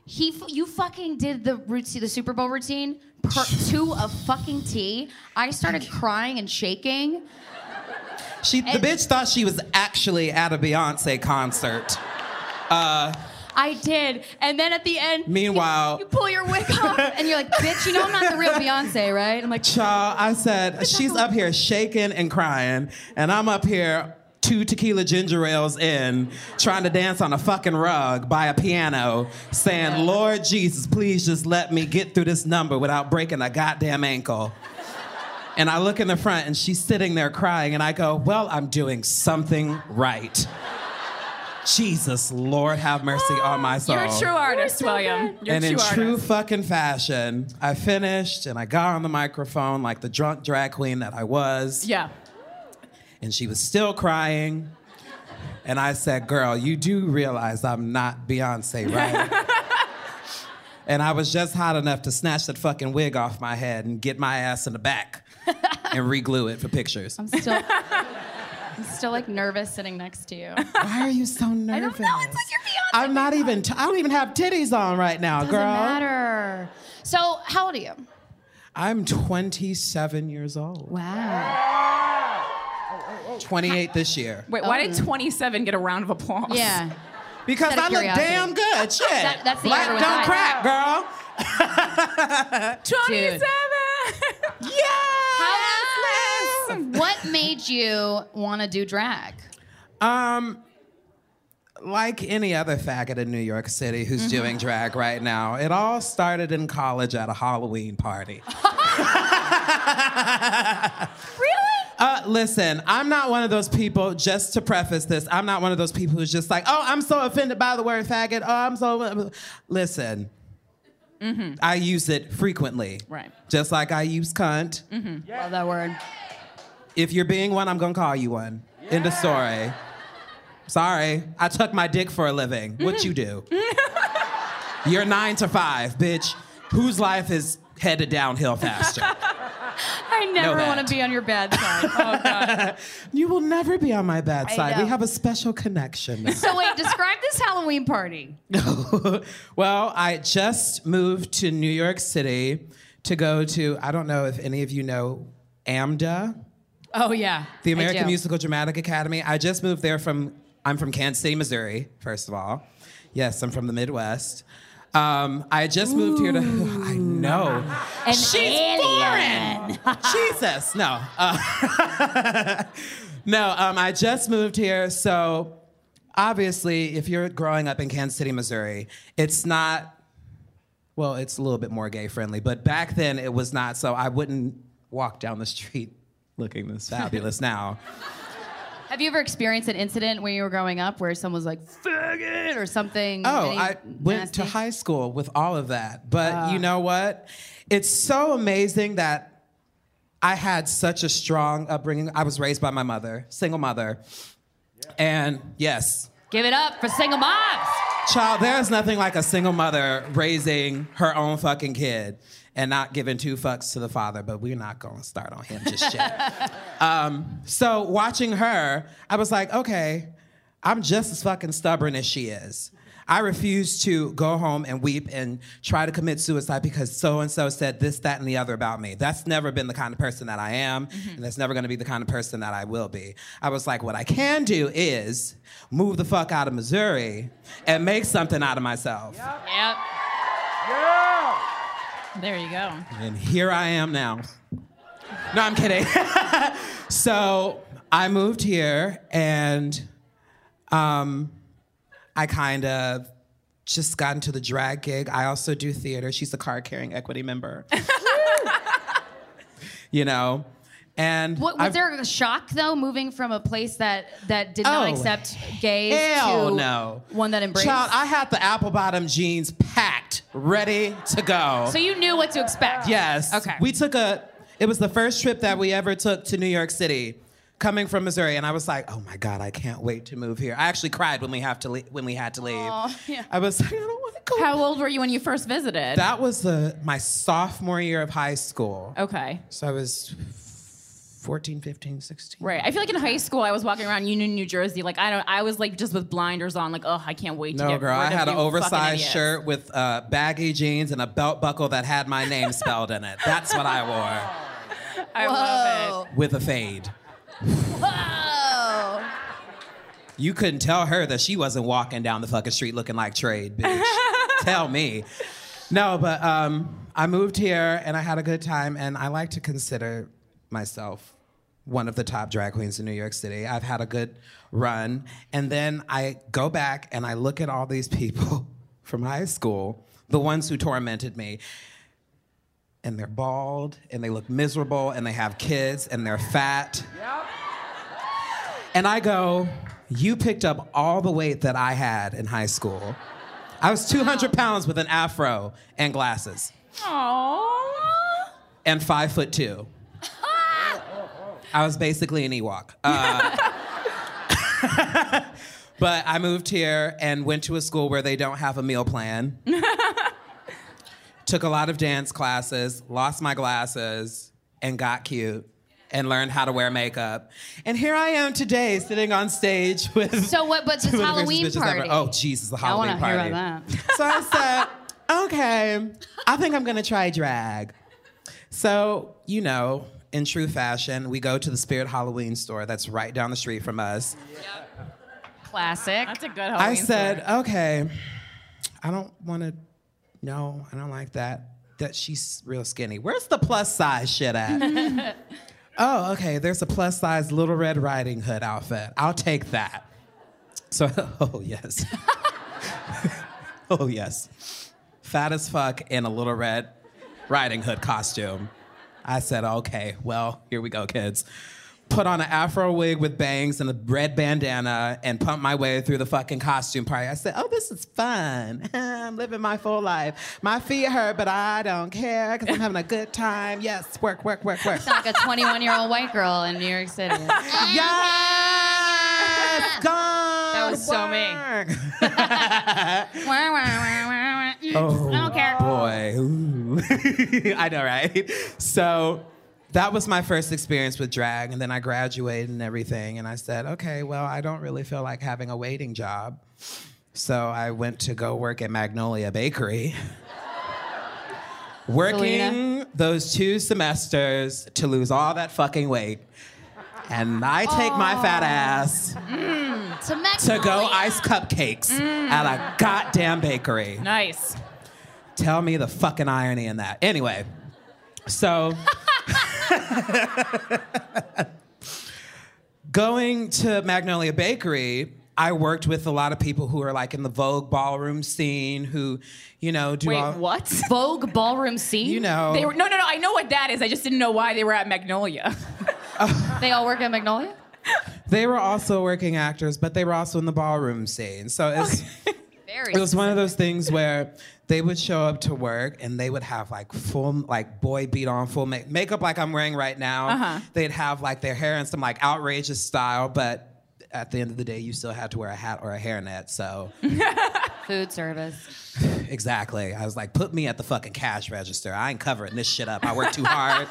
[SPEAKER 5] He, f- you fucking did the routine, the Super Bowl routine per- to a fucking T. I started crying and shaking.
[SPEAKER 3] She, the bitch thought she was actually at a Beyonce concert.
[SPEAKER 5] I did, and then at the end, you-
[SPEAKER 3] Meanwhile-
[SPEAKER 5] you, pull your wig off, and you're like, "Bitch, you know I'm not the real Beyonce, right?" I'm like,
[SPEAKER 3] Child, I said, she's up here shaking and crying, and I'm up here two tequila ginger ales in, trying to dance on a fucking rug by a piano, saying, Lord Jesus, please just let me get through this number without breaking a goddamn ankle. And I look in the front and she's sitting there crying, and I go, Well, I'm doing something right. Jesus, Lord, have mercy on my soul.
[SPEAKER 10] You're a true artist, William. You're
[SPEAKER 3] and
[SPEAKER 10] a
[SPEAKER 3] in
[SPEAKER 10] true
[SPEAKER 3] true
[SPEAKER 10] artist.
[SPEAKER 3] fucking fashion, I finished and I got on the microphone like the drunk drag queen that I was.
[SPEAKER 10] Yeah.
[SPEAKER 3] And she was still crying. And I said, Girl, you do realize I'm not Beyonce, right? and I was just hot enough to snatch that fucking wig off my head and get my ass in the back and re glue it for pictures.
[SPEAKER 12] I'm still, I'm still like nervous sitting next to you.
[SPEAKER 3] Why are you so nervous? I
[SPEAKER 5] "No, it's like you're Beyonce."
[SPEAKER 3] I'm not even, t- I don't even have titties on right now,
[SPEAKER 5] Doesn't
[SPEAKER 3] girl.
[SPEAKER 5] matter. So, how old are you?
[SPEAKER 3] I'm 27 years old.
[SPEAKER 5] Wow.
[SPEAKER 3] 28 this year.
[SPEAKER 10] Wait, why did 27 get a round of applause?
[SPEAKER 5] Yeah.
[SPEAKER 3] Because
[SPEAKER 5] Out of
[SPEAKER 3] I look
[SPEAKER 5] curiosity.
[SPEAKER 3] damn good. Shit.
[SPEAKER 5] That- that's the
[SPEAKER 3] Black
[SPEAKER 5] year
[SPEAKER 3] don't
[SPEAKER 5] when I-
[SPEAKER 3] crack, girl.
[SPEAKER 10] 27!
[SPEAKER 3] Yeah.
[SPEAKER 5] What made you want to do drag?
[SPEAKER 3] Um, like any other faggot in New York City who's
[SPEAKER 5] Mm-hmm.
[SPEAKER 3] doing drag right now, it all started in college at a Halloween party. Uh, listen, I'm not one of those people, just to preface this, I'm not one of those people who's just like, oh, I'm so offended by the word faggot. Oh, I'm so. Listen,
[SPEAKER 5] Mm-hmm.
[SPEAKER 3] I use it frequently.
[SPEAKER 1] Right.
[SPEAKER 3] Just like I use cunt.
[SPEAKER 12] Love that word.
[SPEAKER 3] If you're being one, I'm gonna call you one. End of story. Sorry, I tuck my dick for a living. What you do? you're nine to five, bitch. Whose life is headed downhill faster?
[SPEAKER 12] I never
[SPEAKER 3] that.
[SPEAKER 12] want to be on your bad side.
[SPEAKER 3] you will never be on my bad side.
[SPEAKER 5] know.
[SPEAKER 3] We have a special connection.
[SPEAKER 5] So, wait, describe this Halloween party.
[SPEAKER 3] well, I just moved to New York City to go to, I don't know if any of you know AMDA,
[SPEAKER 12] oh yeah.
[SPEAKER 3] the
[SPEAKER 12] I
[SPEAKER 3] American
[SPEAKER 12] do.
[SPEAKER 3] Musical Dramatic Academy. I just moved there from, I'm from Kansas City, Missouri, first of all. Yes, I'm from the Midwest. Um, I just moved here to, I know.
[SPEAKER 5] An
[SPEAKER 3] foreign. Jesus, no. Uh, no, um, I just moved here, so obviously, if you're growing up in Kansas City, Missouri, it's not. Well, it's a little bit more gay friendly, but back then it was not. So I wouldn't walk down the street looking this fabulous now.
[SPEAKER 12] Have you ever experienced an incident when you were growing up where someone was like "faggot" or something?
[SPEAKER 3] Oh,
[SPEAKER 12] any
[SPEAKER 3] I went to
[SPEAKER 12] nasty?
[SPEAKER 3] high school with all of that. But
[SPEAKER 12] Ah.
[SPEAKER 3] you know what? It's so amazing that I had such a strong upbringing. I was raised by my mother, single mother. And yes,
[SPEAKER 12] Give it up for single moms.
[SPEAKER 3] child, there's nothing like a single mother raising her own fucking kid and not giving two fucks to the father, but we're not gonna start on him just yet. um, so watching her, I was like, okay, I'm just as fucking stubborn as she is. I refuse to go home and weep and try to commit suicide because so and so said this, that, and the other about me. That's never been the kind of person that I am, and that's never going to be the kind of person that I will be. I was like, what I can do is move the fuck out of Missouri and make something out of myself.
[SPEAKER 1] Yep. There you go.
[SPEAKER 3] And here I am now. No, I'm kidding. so I moved here and um, I kind of just got into the drag gig. I also do theater. She's a card carrying equity member. you know? And
[SPEAKER 5] What, was
[SPEAKER 3] I've-
[SPEAKER 5] there a shock though, moving from a place that that did not
[SPEAKER 3] Oh,
[SPEAKER 5] accept gays
[SPEAKER 3] Hell
[SPEAKER 5] to
[SPEAKER 3] no.
[SPEAKER 5] one that embraced?
[SPEAKER 3] Child, I had the apple bottom jeans packed, ready to go.
[SPEAKER 5] so you knew what to expect.
[SPEAKER 3] Yes.
[SPEAKER 5] Okay.
[SPEAKER 3] We took a. It was the first trip that we ever took to New York City, coming from Missouri, and I was like, "Oh my God, I can't wait to move here." I actually cried when we have to leave, when we had to leave. I was like, "I don't want to go."
[SPEAKER 1] How old were you when you first visited?
[SPEAKER 3] That was the my sophomore year of high school.
[SPEAKER 1] okay.
[SPEAKER 3] So I was 14, 15, 16.
[SPEAKER 1] Right. I feel like in high school I was walking around Union, New Jersey, like I don't I was like just with blinders on, like, oh, I can't wait to
[SPEAKER 3] No,
[SPEAKER 1] get
[SPEAKER 3] girl,
[SPEAKER 1] rid
[SPEAKER 3] I
[SPEAKER 1] of
[SPEAKER 3] had
[SPEAKER 1] you
[SPEAKER 3] an
[SPEAKER 1] fucking
[SPEAKER 3] oversized
[SPEAKER 1] idiots.
[SPEAKER 3] shirt with uh, baggy jeans and a belt buckle that had my name spelled in it. That's what I
[SPEAKER 1] I love
[SPEAKER 3] wore with a fade.
[SPEAKER 5] Oh.
[SPEAKER 2] Whoa.
[SPEAKER 3] You couldn't tell her that she wasn't walking down the fucking street looking like trade, bitch. tell me. No, but um, I moved here and I had a good time, and I like to consider myself one of the top drag queens in New York City. I've had a good run. And then I go back and I look at all these people from high school, the ones who tormented me. And they're bald and they look miserable and they have kids and they're fat. And I go, You picked up all the weight that I had in high school. I was 200 pounds with an afro and glasses and five foot two. I was basically an Ewok. Uh, but I moved here and went to a school where they don't have a meal plan. Took a lot of dance classes, lost my glasses, and got cute. And learned how to wear makeup. And here I am today sitting on stage with.
[SPEAKER 5] So what- but this
[SPEAKER 3] two of the fiercest
[SPEAKER 5] Halloween
[SPEAKER 3] bitches ever.
[SPEAKER 5] party.
[SPEAKER 3] Oh, Jesus, the
[SPEAKER 5] I
[SPEAKER 3] Halloween
[SPEAKER 5] want to hear
[SPEAKER 3] party.
[SPEAKER 5] about that.
[SPEAKER 3] So I said, okay, I think I'm gonna try drag. So, you know, in true fashion, we go to the Spirit Halloween store that's right down the street from us.
[SPEAKER 5] Classic.
[SPEAKER 1] That's a good Halloween
[SPEAKER 3] I said, okay, I don't wanna, no, I don't like that. That she's real skinny. Where's the plus size shit at? oh, okay, there's a plus size Little Red Riding Hood outfit. I'll take that. So, oh, yes. oh, yes fat as fuck in a little red riding hood costume. I said, okay, well, here we go, kids. Put on an afro wig with bangs and a red bandana and pump my way through the fucking costume party. I said, oh, this is fun. I'm living my full life. My feet hurt, but I don't care because I'm having a good time. Yes, work, work, work, work.
[SPEAKER 5] Like a 21 year old white girl in New York City.
[SPEAKER 3] yes, gone. That
[SPEAKER 5] was so me.
[SPEAKER 3] me.
[SPEAKER 5] I
[SPEAKER 3] Oh,
[SPEAKER 5] don't care.
[SPEAKER 3] boy. Ooh. I know, right? So that was my first experience with drag. And then I graduated and everything. And I said, okay, well, I don't really feel like having a waiting job. So I went to go work at Magnolia Bakery. Working those two semesters to lose all that fucking weight. And I take my fat ass
[SPEAKER 5] To Mexico.
[SPEAKER 3] to go ice cupcakes
[SPEAKER 5] Mm.
[SPEAKER 3] at a goddamn bakery.
[SPEAKER 1] Nice.
[SPEAKER 3] Tell me the fucking irony in that. Anyway, so going to Magnolia Bakery, I worked with a lot of people who are like in the Vogue ballroom scene who, you know, do
[SPEAKER 1] Wait,
[SPEAKER 3] all,
[SPEAKER 1] what?
[SPEAKER 5] Vogue ballroom scene.
[SPEAKER 3] you know,
[SPEAKER 1] They were no no no, I know what that is. I just didn't know why they were at Magnolia.
[SPEAKER 5] They all work at Magnolia.
[SPEAKER 3] they were also working actors, but they were also in the ballroom scene. So it's
[SPEAKER 5] Very.
[SPEAKER 3] It was one of those things where they would show up to work and they would have like full, like boy beat on, full make- makeup like I'm wearing right now.
[SPEAKER 5] Uh-huh.
[SPEAKER 3] They'd have like their hair in some like outrageous style, but at the end of the day, you still had to wear a hat or a hairnet. So,
[SPEAKER 5] Food service.
[SPEAKER 3] exactly. I was like, put me at the fucking cash register. I ain't covering this shit up. I worked too hard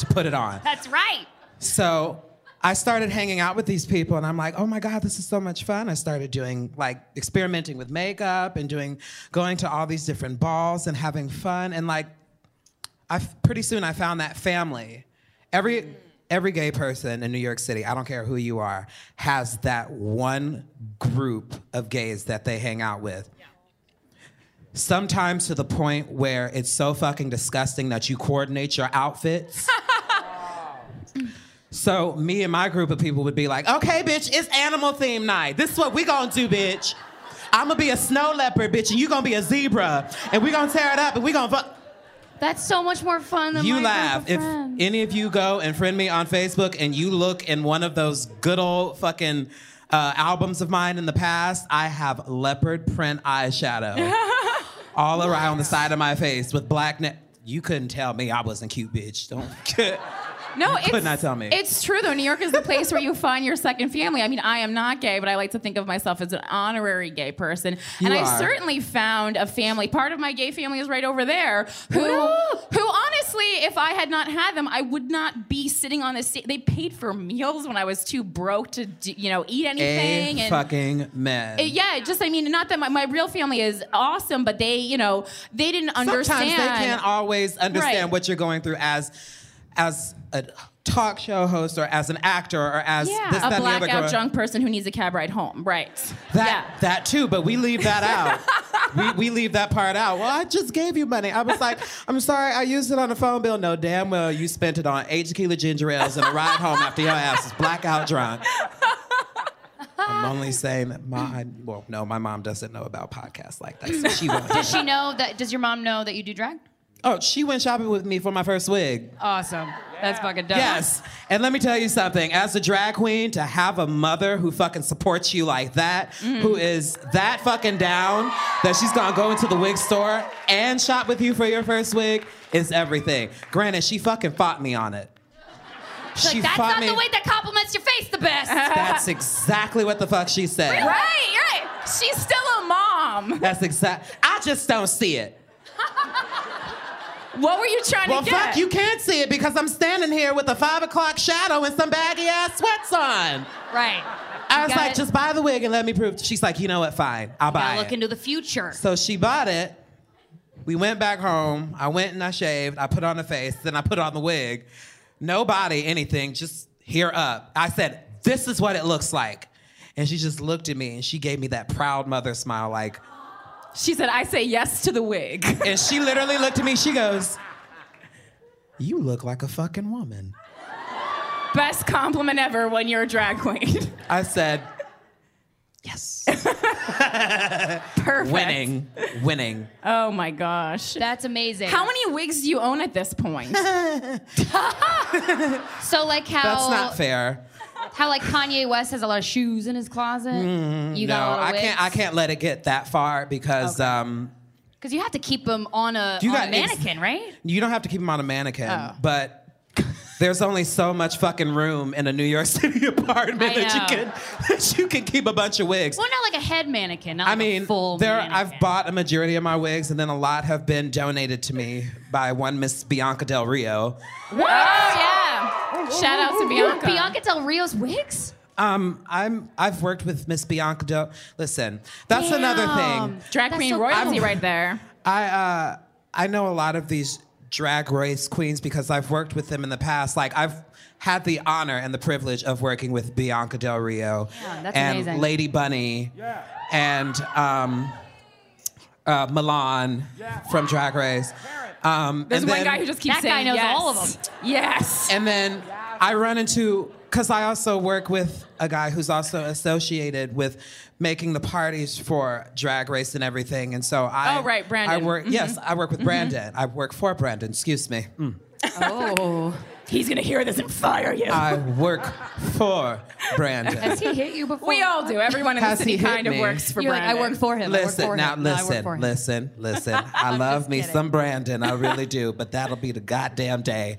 [SPEAKER 3] to put it on.
[SPEAKER 5] That's right.
[SPEAKER 3] So I started hanging out with these people and I'm like, oh my God, this is so much fun. I started doing like experimenting with makeup and doing going to all these different balls and having fun. And like I f- pretty soon I found that family. Every every gay person in New York City, I don't care who you are, has that one group of gays that they hang out with. Sometimes to the point where it's so fucking disgusting that you coordinate your outfits. So me and my group of people would be like, okay, bitch, it's animal theme night. This is what we gonna do, bitch. I'm gonna be a snow leopard, bitch, and you gonna be a zebra, and we gonna tear it up, and we gonna fuck.
[SPEAKER 5] That's so much more fun than
[SPEAKER 3] You
[SPEAKER 5] my
[SPEAKER 3] laugh.
[SPEAKER 5] Group
[SPEAKER 3] If
[SPEAKER 5] of friends.
[SPEAKER 3] any of you go and friend me on Facebook and you look in one of those good old fucking uh, albums of mine in the past, I have leopard print eyeshadow all around the side of my face with black ne You couldn't tell me I wasn't cute, bitch. Don't.
[SPEAKER 10] No,
[SPEAKER 3] You
[SPEAKER 10] it's,
[SPEAKER 3] could not tell me.
[SPEAKER 10] It's true though. New York is the place where you find your second family. I mean, I am not gay, but I like to think of myself as an honorary gay person,
[SPEAKER 13] You
[SPEAKER 10] and
[SPEAKER 13] are.
[SPEAKER 10] I certainly found a family. Part of my gay family is right over there. Who, who honestly, if I had not had them, I would not be sitting on this. sta- They paid for meals when I was too broke to, do, you know, eat anything.
[SPEAKER 3] a
[SPEAKER 10] and-
[SPEAKER 3] fucking mess.
[SPEAKER 10] Uh, yeah, just I mean, not that my, my real family is awesome, but they, you know, they didn't understand.
[SPEAKER 3] Sometimes they can't always understand
[SPEAKER 10] Right.
[SPEAKER 3] what you're going through as as a talk show host or as an actor or as this, that,
[SPEAKER 10] a
[SPEAKER 3] and the other girl.
[SPEAKER 10] blackout drunk person who needs a cab ride home, right?
[SPEAKER 3] That that too, but we leave that out. we, we leave that part out. Well, I just gave you money. I was like, I'm sorry, I used it on a phone bill. No, damn well you spent it on eight tequila ginger ales and a ride home after your ass is blackout drunk. I'm only saying that my well, no, my mom doesn't know about podcasts like that, so she won't.
[SPEAKER 5] does she know that? Does your mom know that you do drag?
[SPEAKER 3] Oh, she went shopping with me for my first wig.
[SPEAKER 5] Awesome. That's fucking dope.
[SPEAKER 3] Yes. And let me tell you something. As a drag queen, to have a mother who fucking supports you like that,
[SPEAKER 5] Mm.
[SPEAKER 3] who is that fucking down that she's gonna go into the wig store and shop with you for your first wig is everything. Granted, she fucking fought me on it.
[SPEAKER 5] She's like, that's not the way that compliments your face the best.
[SPEAKER 3] That's exactly what the fuck she said.
[SPEAKER 10] Right, right. She's still a mom.
[SPEAKER 3] That's exact. I just don't see it.
[SPEAKER 10] What were you trying
[SPEAKER 3] Well,
[SPEAKER 10] to get?
[SPEAKER 3] fuck, you can't see it because I'm standing here with a five o'clock shadow and some baggy ass sweats on.
[SPEAKER 5] right.
[SPEAKER 3] I
[SPEAKER 5] You
[SPEAKER 3] was
[SPEAKER 5] got
[SPEAKER 3] like,
[SPEAKER 5] it.
[SPEAKER 3] just buy the wig and let me prove. She's like, you know what? Fine, I'll buy
[SPEAKER 5] Gotta
[SPEAKER 3] it.
[SPEAKER 5] look into the future.
[SPEAKER 3] So she bought it. We went back home. I went and I shaved. I put on the face. Then I put on the wig. No body, anything. Just hair up. I said, "This is what it looks like." And she just looked at me and she gave me that proud mother smile, like.
[SPEAKER 10] She said, "I say yes to the wig."
[SPEAKER 3] And she literally looked at me. She goes, "You look like a fucking woman."
[SPEAKER 10] Best compliment ever when you're a drag queen.
[SPEAKER 3] I said,
[SPEAKER 10] Perfect.
[SPEAKER 3] "Winning, winning."
[SPEAKER 10] Oh my gosh.
[SPEAKER 5] That's amazing.
[SPEAKER 10] How many wigs do you own at this point?
[SPEAKER 5] so like how
[SPEAKER 3] That's
[SPEAKER 10] Oh.
[SPEAKER 3] not fair.
[SPEAKER 5] how like Kanye West has a lot of shoes in his closet. you
[SPEAKER 3] Mm-hmm. no,
[SPEAKER 5] got a lot of
[SPEAKER 3] I can't. I can't let it get that far because um,
[SPEAKER 5] Because you have to keep them on a,
[SPEAKER 3] You
[SPEAKER 5] on a
[SPEAKER 3] got ex-
[SPEAKER 5] mannequin, right?
[SPEAKER 3] you don't have to keep them on a mannequin,
[SPEAKER 5] Oh.
[SPEAKER 3] but. There's only so much fucking room in a New York City apartment
[SPEAKER 5] I
[SPEAKER 3] that you
[SPEAKER 5] know.
[SPEAKER 3] can that you can keep a bunch of wigs.
[SPEAKER 5] Well, not like a head mannequin. Not
[SPEAKER 3] I
[SPEAKER 5] like
[SPEAKER 3] mean,
[SPEAKER 5] a full
[SPEAKER 3] there
[SPEAKER 5] mannequin.
[SPEAKER 3] I've bought a majority of my wigs, and then a lot have been donated to me by one Miss Bianca Del Rio.
[SPEAKER 10] What? Oh yeah. Shout out to
[SPEAKER 5] You have
[SPEAKER 10] Bianca.
[SPEAKER 5] Bianca Del Rio's wigs.
[SPEAKER 3] Um, I'm I've worked with Miss Bianca Del. Listen, that's another thing.
[SPEAKER 10] Drag queen
[SPEAKER 5] so
[SPEAKER 10] royalty
[SPEAKER 5] cool.
[SPEAKER 10] right there.
[SPEAKER 3] I uh, I know a lot of these drag race queens because I've worked with them in the past. Like I've had the honor and the privilege of working with Bianca Del Rio
[SPEAKER 5] Yeah, that's
[SPEAKER 3] and
[SPEAKER 5] amazing.
[SPEAKER 3] Lady Bunny and um, uh, Milan from Drag Race. Um,
[SPEAKER 10] There's
[SPEAKER 3] and
[SPEAKER 10] one
[SPEAKER 3] then-
[SPEAKER 10] guy who just keeps
[SPEAKER 5] That
[SPEAKER 10] saying
[SPEAKER 5] guy knows
[SPEAKER 10] yes.
[SPEAKER 5] all of them.
[SPEAKER 10] Yes.
[SPEAKER 3] and then I run into because I also work with a guy who's also associated with making the parties for Drag Race and everything, and so I
[SPEAKER 10] Oh, right, Brandon. Mm-hmm.
[SPEAKER 3] I work yes I work with Brandon I work for Brandon excuse me Mm.
[SPEAKER 10] Oh, He's gonna hear this and fire you.
[SPEAKER 3] I work for Brandon.
[SPEAKER 5] Has he hit you before?
[SPEAKER 10] we all do. Everyone in the
[SPEAKER 3] Has he
[SPEAKER 10] city
[SPEAKER 3] hit
[SPEAKER 10] kind of
[SPEAKER 3] me?
[SPEAKER 10] works for
[SPEAKER 5] You're like, I
[SPEAKER 10] Brandon.
[SPEAKER 5] work for him. I work for
[SPEAKER 3] Listen, now
[SPEAKER 5] him. no, I work
[SPEAKER 3] listen,
[SPEAKER 5] for him.
[SPEAKER 3] listen, listen. I love me some Brandon, I really do, but that'll be the goddamn day.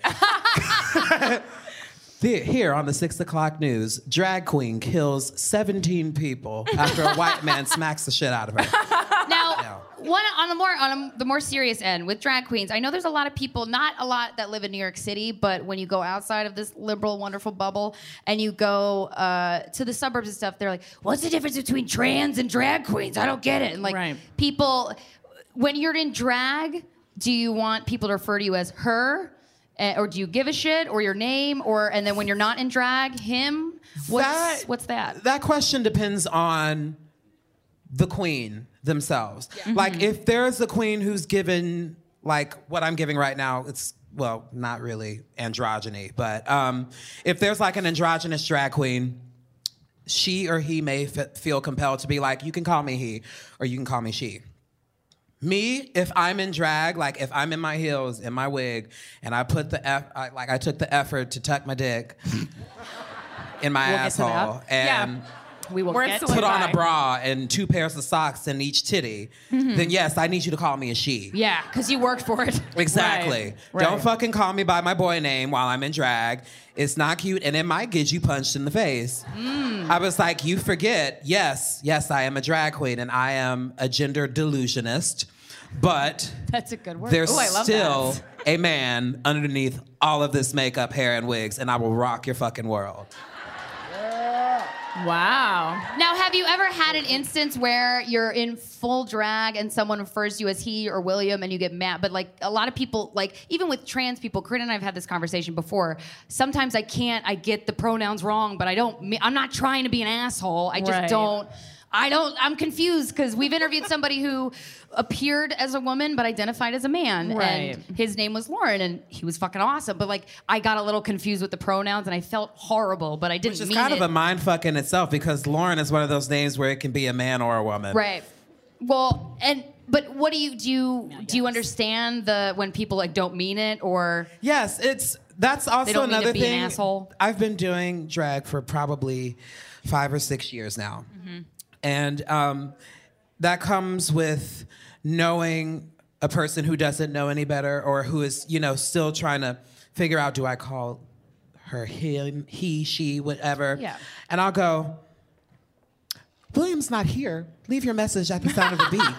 [SPEAKER 3] The- Here on the six o'clock news, drag queen kills 17 people after a white man smacks the shit out of her.
[SPEAKER 5] Now,
[SPEAKER 3] No.
[SPEAKER 5] one on the more on a, the more serious end with drag queens. I know there's a lot of people, not a lot that live in New York City, but when you go outside of this liberal, wonderful bubble and you go uh, to the suburbs and stuff, they're like, "What's the difference between trans and drag queens? I don't get it." And like people, when you're in drag, do you want people to refer to you as her? Eh, or do you give a shit or your name or and then when you're not in drag him what's
[SPEAKER 3] That-
[SPEAKER 5] what's that
[SPEAKER 3] That question depends on the queen themselves.
[SPEAKER 13] Mm-hmm.
[SPEAKER 3] Like if there's a queen who's given like what I'm giving right now, it's well, not really androgyny, but um, if there's like an androgynous drag queen, she or he may f- feel compelled to be like, you can call me he or you can call me she. Me, if I'm in drag, like if I'm in my heels and my wig, and I put the eff- I, like I took the effort to tuck my dick in my
[SPEAKER 13] We'll get to
[SPEAKER 3] asshole
[SPEAKER 13] that. Yeah.
[SPEAKER 3] and
[SPEAKER 5] we will
[SPEAKER 10] We're
[SPEAKER 5] get
[SPEAKER 10] still
[SPEAKER 3] put on
[SPEAKER 10] Bye.
[SPEAKER 3] a bra and two pairs of socks in each titty, then yes, I need you to call me a she.
[SPEAKER 5] Mm-hmm. yeah because you worked for it
[SPEAKER 3] Exactly. Don't fucking call me by my boy name while I'm in drag. It's not cute and it might get you punched in the face.
[SPEAKER 5] Mm.
[SPEAKER 3] I was like, you forget, yes, yes, I am a drag queen and I am a gender delusionist, but
[SPEAKER 5] that's a good word
[SPEAKER 3] there's
[SPEAKER 5] Ooh, I love
[SPEAKER 3] still a man underneath all of this makeup, hair, and wigs, and I will rock your fucking world.
[SPEAKER 1] Wow.
[SPEAKER 5] Now, have you ever had an instance where you're in full drag and someone refers to you as he or William and you get mad? But like a lot of people, like even with trans people, Corinne and I have had this conversation before. Sometimes I can't, I get the pronouns wrong, but I don't, me- I'm not trying to be an asshole. I just
[SPEAKER 1] Right.
[SPEAKER 5] don't. I don't. I'm confused because we've interviewed somebody who appeared as a woman but identified as a man,
[SPEAKER 1] Right.
[SPEAKER 5] and his name was Lauren, and he was fucking awesome. But like, I got a little confused with the pronouns, and I felt horrible, but I didn't.
[SPEAKER 3] Which is
[SPEAKER 5] mean
[SPEAKER 3] kind of
[SPEAKER 5] it.
[SPEAKER 3] a mind fuck in itself because Lauren is one of those names where it can be a man or a woman.
[SPEAKER 5] Right. Well, and but what do you do? You, do you understand the when people like don't mean it or
[SPEAKER 3] Yes, it's that's also
[SPEAKER 5] don't mean to
[SPEAKER 3] another
[SPEAKER 5] be an
[SPEAKER 3] thing.
[SPEAKER 5] asshole.
[SPEAKER 3] I've been doing drag for probably five or six years now,
[SPEAKER 5] Mm-hmm.
[SPEAKER 3] and um, that comes with knowing a person who doesn't know any better or who is you know still trying to figure out do I call her him he she whatever
[SPEAKER 5] Yeah.
[SPEAKER 3] and I'll go. William's not here. Leave your message at the sound of the beat.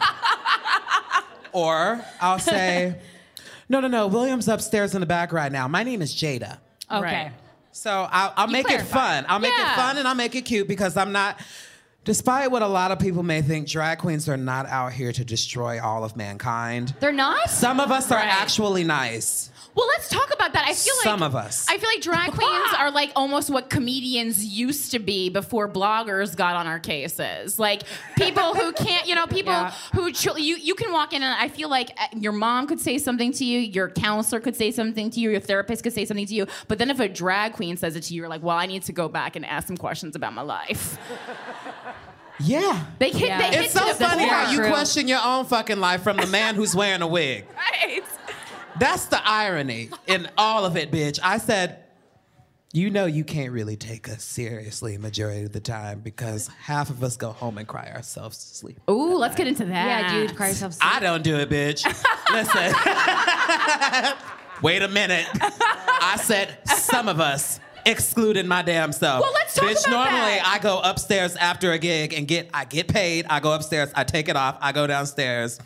[SPEAKER 3] or I'll say, no, no, no. William's upstairs in the back right now. My name is Jada.
[SPEAKER 5] okay?
[SPEAKER 3] So I'll, I'll make it
[SPEAKER 5] clarified.
[SPEAKER 3] fun. I'll make
[SPEAKER 5] Yeah.
[SPEAKER 3] it fun and I'll make it cute because I'm not. Despite what a lot of people may think, drag queens are not out here to destroy all of mankind.
[SPEAKER 5] They're not.
[SPEAKER 3] Some of us are actually nice.
[SPEAKER 10] Well, let's talk about that. I feel like
[SPEAKER 3] Some of us.
[SPEAKER 10] I feel like drag queens are like almost what comedians used to be before bloggers got on our cases. Like people who can't, you know, people who ch- you you can walk in and I feel like uh, your mom could say something to you, your counselor could say something to you, your therapist could say something to you, but then if a drag queen says it to you, you're like, "Well, I need to go back and ask some questions about my life."
[SPEAKER 3] Yeah.
[SPEAKER 10] They hit they hit
[SPEAKER 3] It's so
[SPEAKER 10] to the
[SPEAKER 3] funny how
[SPEAKER 10] core.
[SPEAKER 3] you question your own fucking life from the man who's wearing a wig.
[SPEAKER 10] Right.
[SPEAKER 3] That's the irony in all of it, bitch. I said, you know, you can't really take us seriously majority of the time because half of us go home and cry ourselves to sleep.
[SPEAKER 10] Ooh, let's get into that.
[SPEAKER 5] Yeah, dude, cry yourself. to sleep.
[SPEAKER 3] I don't do it, bitch. Listen. Wait a minute. I said some of us. Excluding my damn self.
[SPEAKER 10] Well, let's talk
[SPEAKER 3] Bitch,
[SPEAKER 10] about
[SPEAKER 3] normally
[SPEAKER 10] that.
[SPEAKER 3] I go upstairs after a gig and get I get paid. I go upstairs, I take it off, I go downstairs.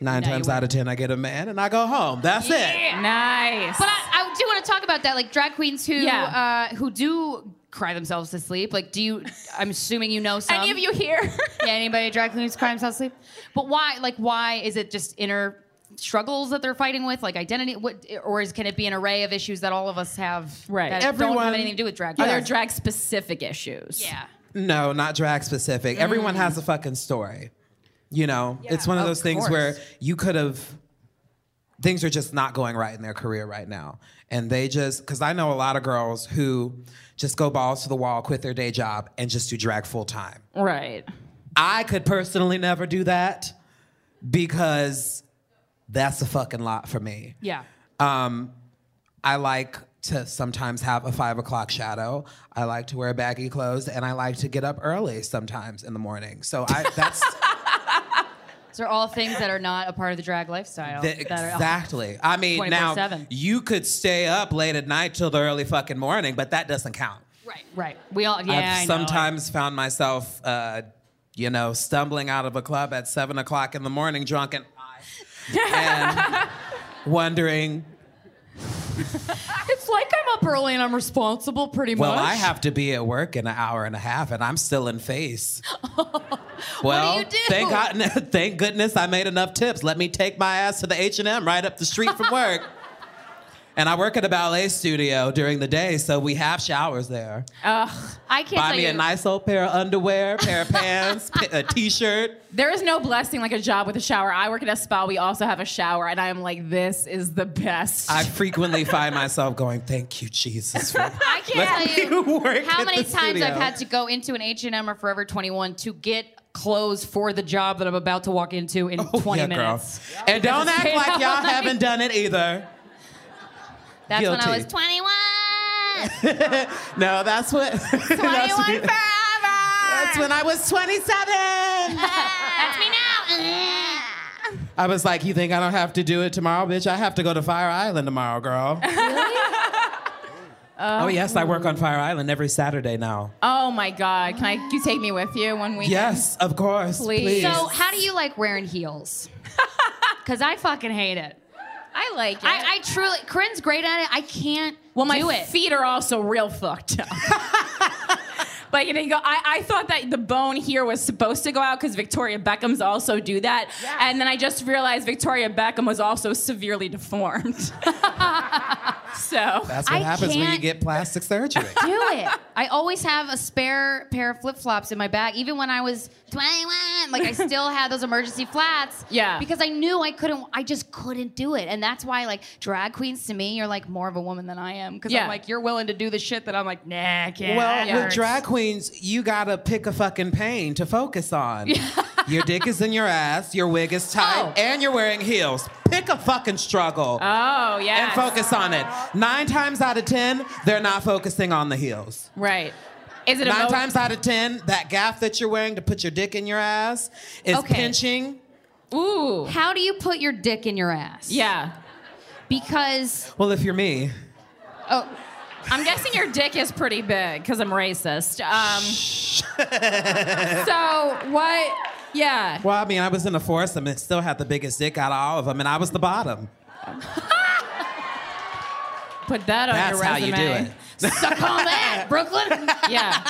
[SPEAKER 3] Nine times out of ten, I get a man and I go home. That's it.
[SPEAKER 10] Nice.
[SPEAKER 5] But I, I do want to talk about that, like drag queens who
[SPEAKER 10] Yeah.
[SPEAKER 5] uh, who do cry themselves to sleep. Like, do you? I'm assuming you know some.
[SPEAKER 10] Any of you here?
[SPEAKER 5] Yeah, anybody drag queens cry themselves to sleep. But why? Like, why is it just inner struggles that they're fighting with, like identity? What or is can it be an array of issues that all of us have?
[SPEAKER 1] Right.
[SPEAKER 5] That don't have
[SPEAKER 3] Everyone-
[SPEAKER 5] anything to do with drag.
[SPEAKER 1] Are
[SPEAKER 5] queens?
[SPEAKER 1] there drag specific issues?
[SPEAKER 5] Yeah.
[SPEAKER 3] No, not drag specific. Everyone has a fucking story. You know, it's one of
[SPEAKER 5] of
[SPEAKER 3] those things
[SPEAKER 5] course.
[SPEAKER 3] where you could have things are just not going right in their career right now. And they just cuz I know a lot of girls who just go balls to the wall, quit their day job and just do drag full time.
[SPEAKER 1] Right.
[SPEAKER 3] I could personally never do that because that's a fucking lot for me.
[SPEAKER 1] Yeah.
[SPEAKER 3] Um, I like to sometimes have a five o'clock shadow. I like to wear baggy clothes, and I like to get up early sometimes in the morning. So I, that's
[SPEAKER 5] These are all things that are not a part of the drag lifestyle.
[SPEAKER 3] the,
[SPEAKER 5] that are-
[SPEAKER 3] exactly. I mean, now
[SPEAKER 5] 24/7.
[SPEAKER 3] you could stay up late at night till the early fucking morning, but that doesn't count.
[SPEAKER 5] right. Right. We all. Yeah. I
[SPEAKER 3] I've
[SPEAKER 5] know.
[SPEAKER 3] sometimes found myself, uh, you know, stumbling out of a club at seven o'clock in the morning, drunk and, and wondering,
[SPEAKER 12] It's like I'm up early and I'm responsible, pretty
[SPEAKER 3] well,
[SPEAKER 12] much.
[SPEAKER 3] I have to be at work in an hour and a half, and I'm still in face. well,
[SPEAKER 12] you do?
[SPEAKER 3] thank God, thank goodness I made enough tips. Let me take my ass to the H and M right up the street from work. And I work at a ballet studio during the day, so we have showers there.
[SPEAKER 5] I can't
[SPEAKER 3] Buy
[SPEAKER 5] tell
[SPEAKER 3] me
[SPEAKER 5] you.
[SPEAKER 3] a nice old pair of underwear, pair of pants, pi- a t-shirt.
[SPEAKER 10] There is no blessing like a job with a shower. I work at a spa. We also have a shower, and I am like, this is the
[SPEAKER 5] Uh,
[SPEAKER 10] best.
[SPEAKER 3] I frequently find myself going, "Thank you, Jesus." For
[SPEAKER 5] I
[SPEAKER 3] Let
[SPEAKER 5] can't tell
[SPEAKER 3] me work
[SPEAKER 5] you how
[SPEAKER 3] at
[SPEAKER 5] many
[SPEAKER 3] the
[SPEAKER 5] times I've
[SPEAKER 3] studio.
[SPEAKER 5] had to go into an H and M or Forever Twenty One to get clothes for the job that I'm about to walk into in 20
[SPEAKER 3] Oh, yeah, girl.
[SPEAKER 5] minutes.
[SPEAKER 3] And don't act
[SPEAKER 5] Stay
[SPEAKER 3] like
[SPEAKER 5] out
[SPEAKER 3] y'all
[SPEAKER 5] all night.
[SPEAKER 3] haven't done it either.
[SPEAKER 5] That's when I
[SPEAKER 3] Guilty.
[SPEAKER 5] was 21.
[SPEAKER 3] No, that's what. 21 that's
[SPEAKER 5] 21
[SPEAKER 3] when-
[SPEAKER 5] forever.
[SPEAKER 3] That's when I was 27.
[SPEAKER 5] That's me now.
[SPEAKER 3] I was like, you think I don't have to do it tomorrow, bitch? I have to go to Fire Island tomorrow, girl. oh yes, I work on Fire Island every Saturday now.
[SPEAKER 10] oh my God. Can I, can you take me with you one week?
[SPEAKER 3] yes, of course. Please.
[SPEAKER 10] Please.
[SPEAKER 5] So, how do you like wearing heels? Because I fucking hate it.
[SPEAKER 10] I like it.
[SPEAKER 5] I, I truly, Corinne's great at it. I can't
[SPEAKER 10] well, my
[SPEAKER 5] do it.
[SPEAKER 10] feet are also real fucked up. Like you know, you go, I, I thought that the bone here was supposed to go out because Victoria Beckham's also do that, and then I just realized Victoria Beckham was also severely deformed. so
[SPEAKER 3] That's what
[SPEAKER 5] I
[SPEAKER 3] happens when you
[SPEAKER 5] can't-
[SPEAKER 3] get plastic surgery.
[SPEAKER 5] do it. I always have a spare pair of flip flops in my bag, even when I was 21. Like I still had those emergency flats.
[SPEAKER 10] Yeah.
[SPEAKER 5] Because I knew I couldn't. I just couldn't do it, and that's why like drag queens to me, you're like more of a woman than I am. Because
[SPEAKER 10] Yeah.
[SPEAKER 5] I'm like you're willing to do the shit that I'm like nah, I can't.
[SPEAKER 3] Well,
[SPEAKER 5] That
[SPEAKER 3] with
[SPEAKER 5] hurts.
[SPEAKER 3] drag queens, you gotta pick a fucking pain to focus on. your dick is in your ass, your wig is tight, and you're wearing heels. Pick a fucking struggle
[SPEAKER 10] oh
[SPEAKER 3] and
[SPEAKER 10] yeah,
[SPEAKER 3] focus on it. Nine times out of ten, they're not focusing on the heels.
[SPEAKER 10] right. Is it a
[SPEAKER 3] Nine
[SPEAKER 10] mo-
[SPEAKER 3] times out of ten, that gaff that you're wearing to put your dick in your ass is
[SPEAKER 5] Okay.
[SPEAKER 3] pinching.
[SPEAKER 10] Ooh
[SPEAKER 5] How do you put your dick in your ass?
[SPEAKER 10] yeah.
[SPEAKER 5] Because
[SPEAKER 3] Well, if you're me,
[SPEAKER 5] oh,
[SPEAKER 10] I'm guessing your dick is pretty big because I'm racist. Um, so what? Yeah.
[SPEAKER 3] well, I mean, I was in a foursome and still had the biggest dick out of all of them, and I was the bottom.
[SPEAKER 10] Put that on
[SPEAKER 3] That's
[SPEAKER 10] your
[SPEAKER 3] how
[SPEAKER 10] resume.
[SPEAKER 3] you do it.
[SPEAKER 5] suck on that, Brooklyn.
[SPEAKER 10] Yeah.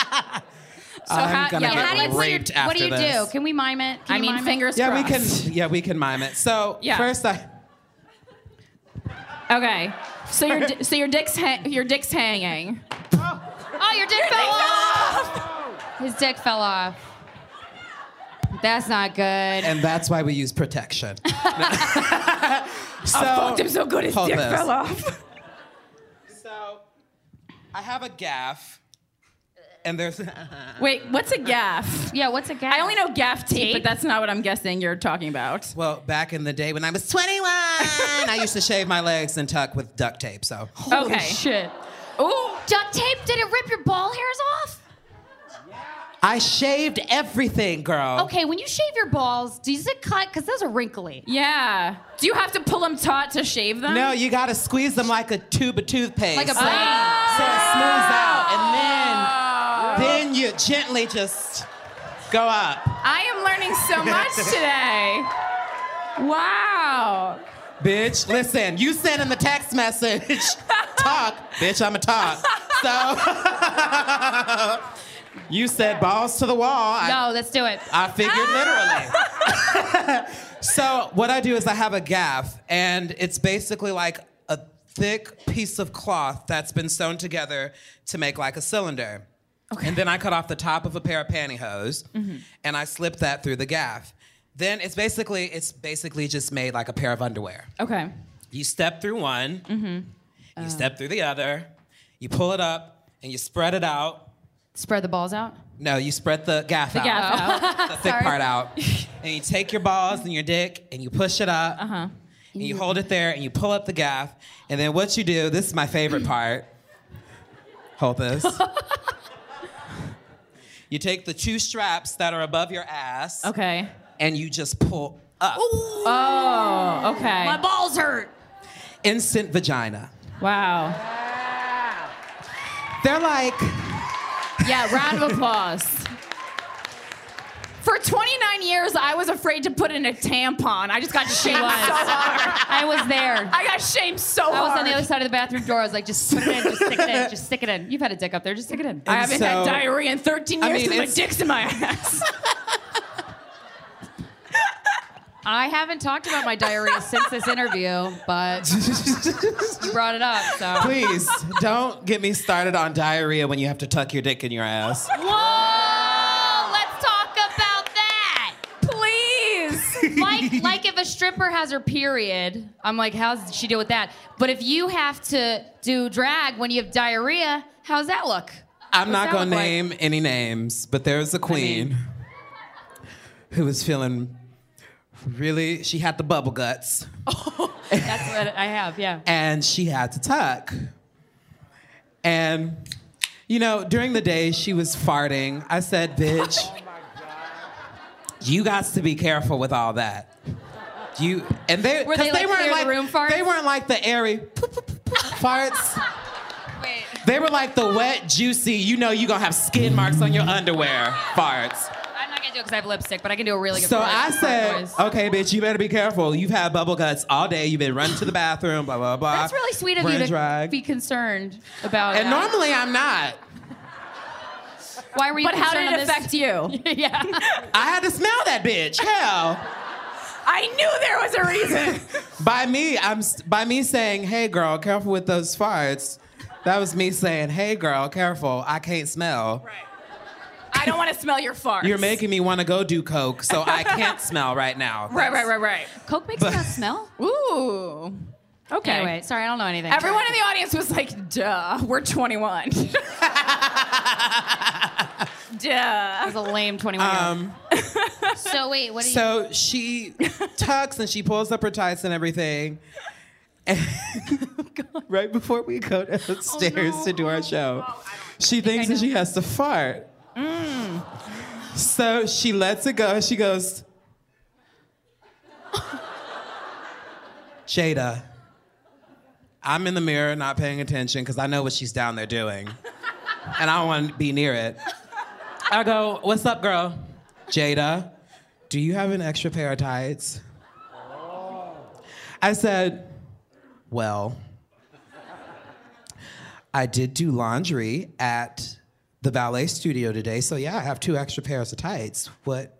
[SPEAKER 3] So I'm gonna
[SPEAKER 5] yeah,
[SPEAKER 3] get
[SPEAKER 5] how do you put your?
[SPEAKER 3] raped
[SPEAKER 5] What
[SPEAKER 3] after
[SPEAKER 5] do you
[SPEAKER 3] this.
[SPEAKER 5] do? Can we mime it? Can
[SPEAKER 10] I
[SPEAKER 5] you
[SPEAKER 10] mean,
[SPEAKER 5] mime it?
[SPEAKER 10] fingers
[SPEAKER 3] Yeah,
[SPEAKER 10] crossed.
[SPEAKER 3] we can. Yeah, we can mime it. So
[SPEAKER 10] Yeah.
[SPEAKER 3] first, I
[SPEAKER 10] Okay. So your di- so your dick's ha- your dick's hanging.
[SPEAKER 5] Oh, your dick fell off. His dick fell off. That's not good.
[SPEAKER 3] and that's why we use protection. so
[SPEAKER 10] so good his
[SPEAKER 3] Hold
[SPEAKER 10] dick
[SPEAKER 3] this.
[SPEAKER 10] fell off.
[SPEAKER 3] So I have a gaff, and there's
[SPEAKER 10] Wait, what's a gaff?
[SPEAKER 5] Yeah, what's a gaff?
[SPEAKER 10] I only know gaff tape, but that's not what I'm guessing you're talking about.
[SPEAKER 3] well, back in the day when I was 21, I used to shave my legs and tuck with duct tape. So
[SPEAKER 10] okay.
[SPEAKER 5] shit.
[SPEAKER 10] Ooh.
[SPEAKER 5] Duct tape? Did it rip your ball hairs off?
[SPEAKER 3] I shaved everything, girl.
[SPEAKER 5] Okay, when you shave your balls, does it cut? Because those are wrinkly.
[SPEAKER 10] Yeah. Do you have to pull them taut to shave them?
[SPEAKER 3] No, you gotta squeeze them like a tube of toothpaste.
[SPEAKER 5] Like a
[SPEAKER 3] so it smooths
[SPEAKER 5] brain.
[SPEAKER 10] Oh.
[SPEAKER 3] out, and then then you gently just go up.
[SPEAKER 10] I am learning so much today. Wow.
[SPEAKER 3] Bitch, listen, you sent in the text message. talk. Bitch, I'm a talk. So you said balls to the wall. I,
[SPEAKER 5] No, let's do it.
[SPEAKER 3] I figured literally. so what I do is I have a gaff, and it's basically like a thick piece of cloth that's been sewn together to make like a cylinder. And then I cut off the top of a pair of pantyhose, and I slip that through the gaff. Then it's basically it's basically just made like a pair of underwear.
[SPEAKER 10] Okay.
[SPEAKER 3] You step through one, you step through the other, you pull it up, and you spread it out.
[SPEAKER 5] Spread the balls out.
[SPEAKER 3] No, you spread the gaff out,
[SPEAKER 10] Gaff out.
[SPEAKER 3] the thick part out. and you take your balls and your dick and you push it up. Uh-huh. And you hold it there and you pull up the gaff. And then what you do, this is my favorite part. Hold this. you take the two straps that are above your ass
[SPEAKER 10] Okay.
[SPEAKER 3] and you just pull up.
[SPEAKER 10] Oh, okay.
[SPEAKER 5] balls hurt.
[SPEAKER 3] Instant vagina.
[SPEAKER 10] Wow.
[SPEAKER 3] They're like
[SPEAKER 10] Yeah, round of applause. For 29 years, I was afraid to put in a tampon. I just got shamed so hard.
[SPEAKER 5] I was there.
[SPEAKER 10] I got shamed so
[SPEAKER 5] I was
[SPEAKER 10] hard.
[SPEAKER 5] on the other side of the bathroom door. I was like, just put it in, just stick it in, just stick it in. You've had a dick up there, just stick it in.
[SPEAKER 10] I haven't had
[SPEAKER 3] so-
[SPEAKER 10] diarrhea in 13
[SPEAKER 3] I
[SPEAKER 10] years
[SPEAKER 3] mean,
[SPEAKER 10] because
[SPEAKER 3] it's-
[SPEAKER 10] my dick's in my ass.
[SPEAKER 5] I haven't talked about my diarrhea since this interview, but you brought it up, so.
[SPEAKER 3] Please don't get me started on diarrhea when you have to tuck your dick in your ass.
[SPEAKER 5] Whoa! Let's talk about that. Please. like, like if a stripper has her period, I'm like, how's she deal with that? But if you have to do drag when you have diarrhea, how's that look?
[SPEAKER 3] I'm
[SPEAKER 5] What's
[SPEAKER 3] not
[SPEAKER 5] that
[SPEAKER 3] gonna
[SPEAKER 5] look like?
[SPEAKER 3] name any names, but there was a queen who was feeling really. She had the bubble guts,
[SPEAKER 5] That's what I have. Yeah.
[SPEAKER 3] and she had to tuck. And you know, during the day she was farting. I said, "Bitch, you got to be careful with all that." You and they
[SPEAKER 5] Were
[SPEAKER 3] 'cause
[SPEAKER 5] they,
[SPEAKER 3] they
[SPEAKER 5] like,
[SPEAKER 3] weren't
[SPEAKER 5] clear the
[SPEAKER 3] like
[SPEAKER 5] room farts?
[SPEAKER 3] they weren't like the airy farts.
[SPEAKER 5] Wait.
[SPEAKER 3] They were like the wet, juicy, you know you gonna have skin marks on your underwear farts.
[SPEAKER 5] I'm not gonna do it because I have lipstick, but I can do a really good.
[SPEAKER 3] So
[SPEAKER 5] voice.
[SPEAKER 3] I said,
[SPEAKER 5] Voice.
[SPEAKER 3] okay, bitch, you better be careful. You've had bubble guts all day. You've been running to the bathroom, blah, blah, blah.
[SPEAKER 5] That's really sweet of
[SPEAKER 3] We're
[SPEAKER 5] you
[SPEAKER 3] in
[SPEAKER 5] to
[SPEAKER 3] drag.
[SPEAKER 5] be concerned about.
[SPEAKER 3] And
[SPEAKER 5] that.
[SPEAKER 3] normally I'm not.
[SPEAKER 5] why were you?
[SPEAKER 10] but how did it
[SPEAKER 5] concerned on
[SPEAKER 10] affect you?
[SPEAKER 5] this? yeah.
[SPEAKER 3] I had to smell that bitch. Hell.
[SPEAKER 10] I knew there was a reason.
[SPEAKER 3] By me, I'm s- by me saying, hey girl, careful with those farts. That was me saying, hey girl, careful. I can't smell.
[SPEAKER 10] I don't want to smell your farts.
[SPEAKER 3] You're making me want to go do coke, so I can't smell right now.
[SPEAKER 10] Right, right, right, right.
[SPEAKER 5] Coke makes
[SPEAKER 3] But-
[SPEAKER 5] you not smell.
[SPEAKER 10] Ooh. Okay.
[SPEAKER 5] Anyway, sorry, I don't know anything.
[SPEAKER 10] Everyone in the audience was like, duh, we're 21. duh.
[SPEAKER 5] It was a lame 21
[SPEAKER 3] Um,
[SPEAKER 5] So wait, what do you?
[SPEAKER 3] So she tucks and she pulls up her tights and everything. And right before we go downstairs
[SPEAKER 5] Oh,
[SPEAKER 3] to do our show, she thinks that she has to fart. So she lets it go and she goes, Jada, I'm in the mirror not paying attention because I know what she's down there doing. And I don't want to be near it. I go, What's up, girl? Jada, do you have an extra pair of tights? I said, Well, I did do laundry at the ballet studio today, so yeah, I have two extra pairs of tights. What?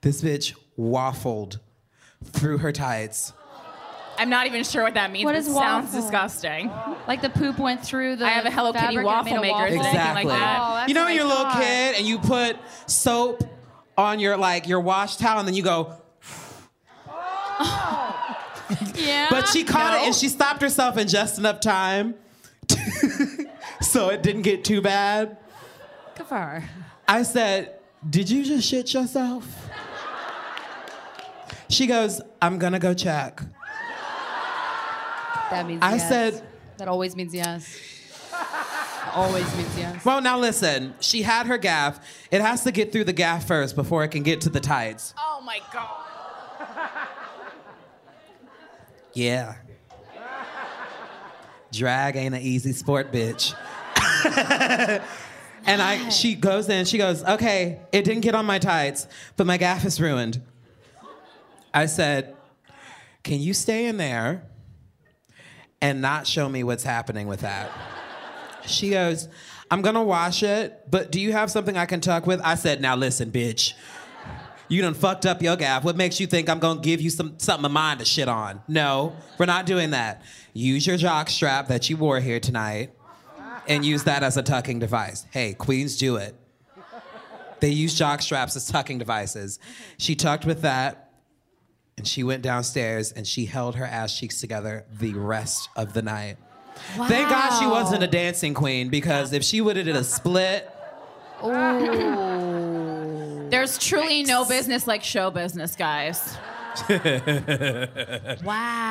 [SPEAKER 3] This bitch waffled through her tights.
[SPEAKER 10] I'm not even sure what that means.
[SPEAKER 5] What
[SPEAKER 10] but
[SPEAKER 5] is
[SPEAKER 10] it sounds
[SPEAKER 5] waffle?
[SPEAKER 10] disgusting.
[SPEAKER 5] like the poop went through the.
[SPEAKER 10] I have a Hello Kitty
[SPEAKER 5] fabric and it
[SPEAKER 10] waffle
[SPEAKER 5] made a
[SPEAKER 10] maker.
[SPEAKER 5] waffle?
[SPEAKER 10] Is there anything like
[SPEAKER 3] Exactly.
[SPEAKER 10] that?
[SPEAKER 5] Oh, that's
[SPEAKER 3] you know
[SPEAKER 5] what
[SPEAKER 3] when
[SPEAKER 5] I
[SPEAKER 3] you're a little
[SPEAKER 5] thought.
[SPEAKER 3] kid and you put soap on your like your wash towel and then you go.
[SPEAKER 5] Yeah.
[SPEAKER 3] But she caught it and she stopped herself in just enough time, so it didn't get too bad.
[SPEAKER 5] Good for her.
[SPEAKER 3] I said, "Did you just shit yourself?" She goes, "I'm gonna go check."
[SPEAKER 5] That means.
[SPEAKER 3] I
[SPEAKER 5] yes.
[SPEAKER 3] said,
[SPEAKER 5] That always means yes. always means yes.
[SPEAKER 3] "Well, now listen. She had her gaff. It has to get through the gaff first before it can get to the tights."
[SPEAKER 10] Oh my God.
[SPEAKER 3] Yeah. Drag ain't an easy sport, bitch. and I she goes in, she goes, okay, it didn't get on my tights, but my gaff is ruined. I said, Can you stay in there and not show me what's happening with that? She goes, I'm gonna wash it, but do you have something I can tuck with? I said, now listen, bitch. You done fucked up your gaff. What makes you think I'm gonna give you some something of mine to shit on? No, we're not doing that. Use your jock strap that you wore here tonight and use that as a tucking device. Hey, queens do it. They use jock straps as tucking devices. She tucked with that and she went downstairs and she held her ass cheeks together the rest of the night. Thank God she wasn't a dancing queen because if she would have did a split,
[SPEAKER 10] There's truly no business like show business, guys.
[SPEAKER 5] Wow.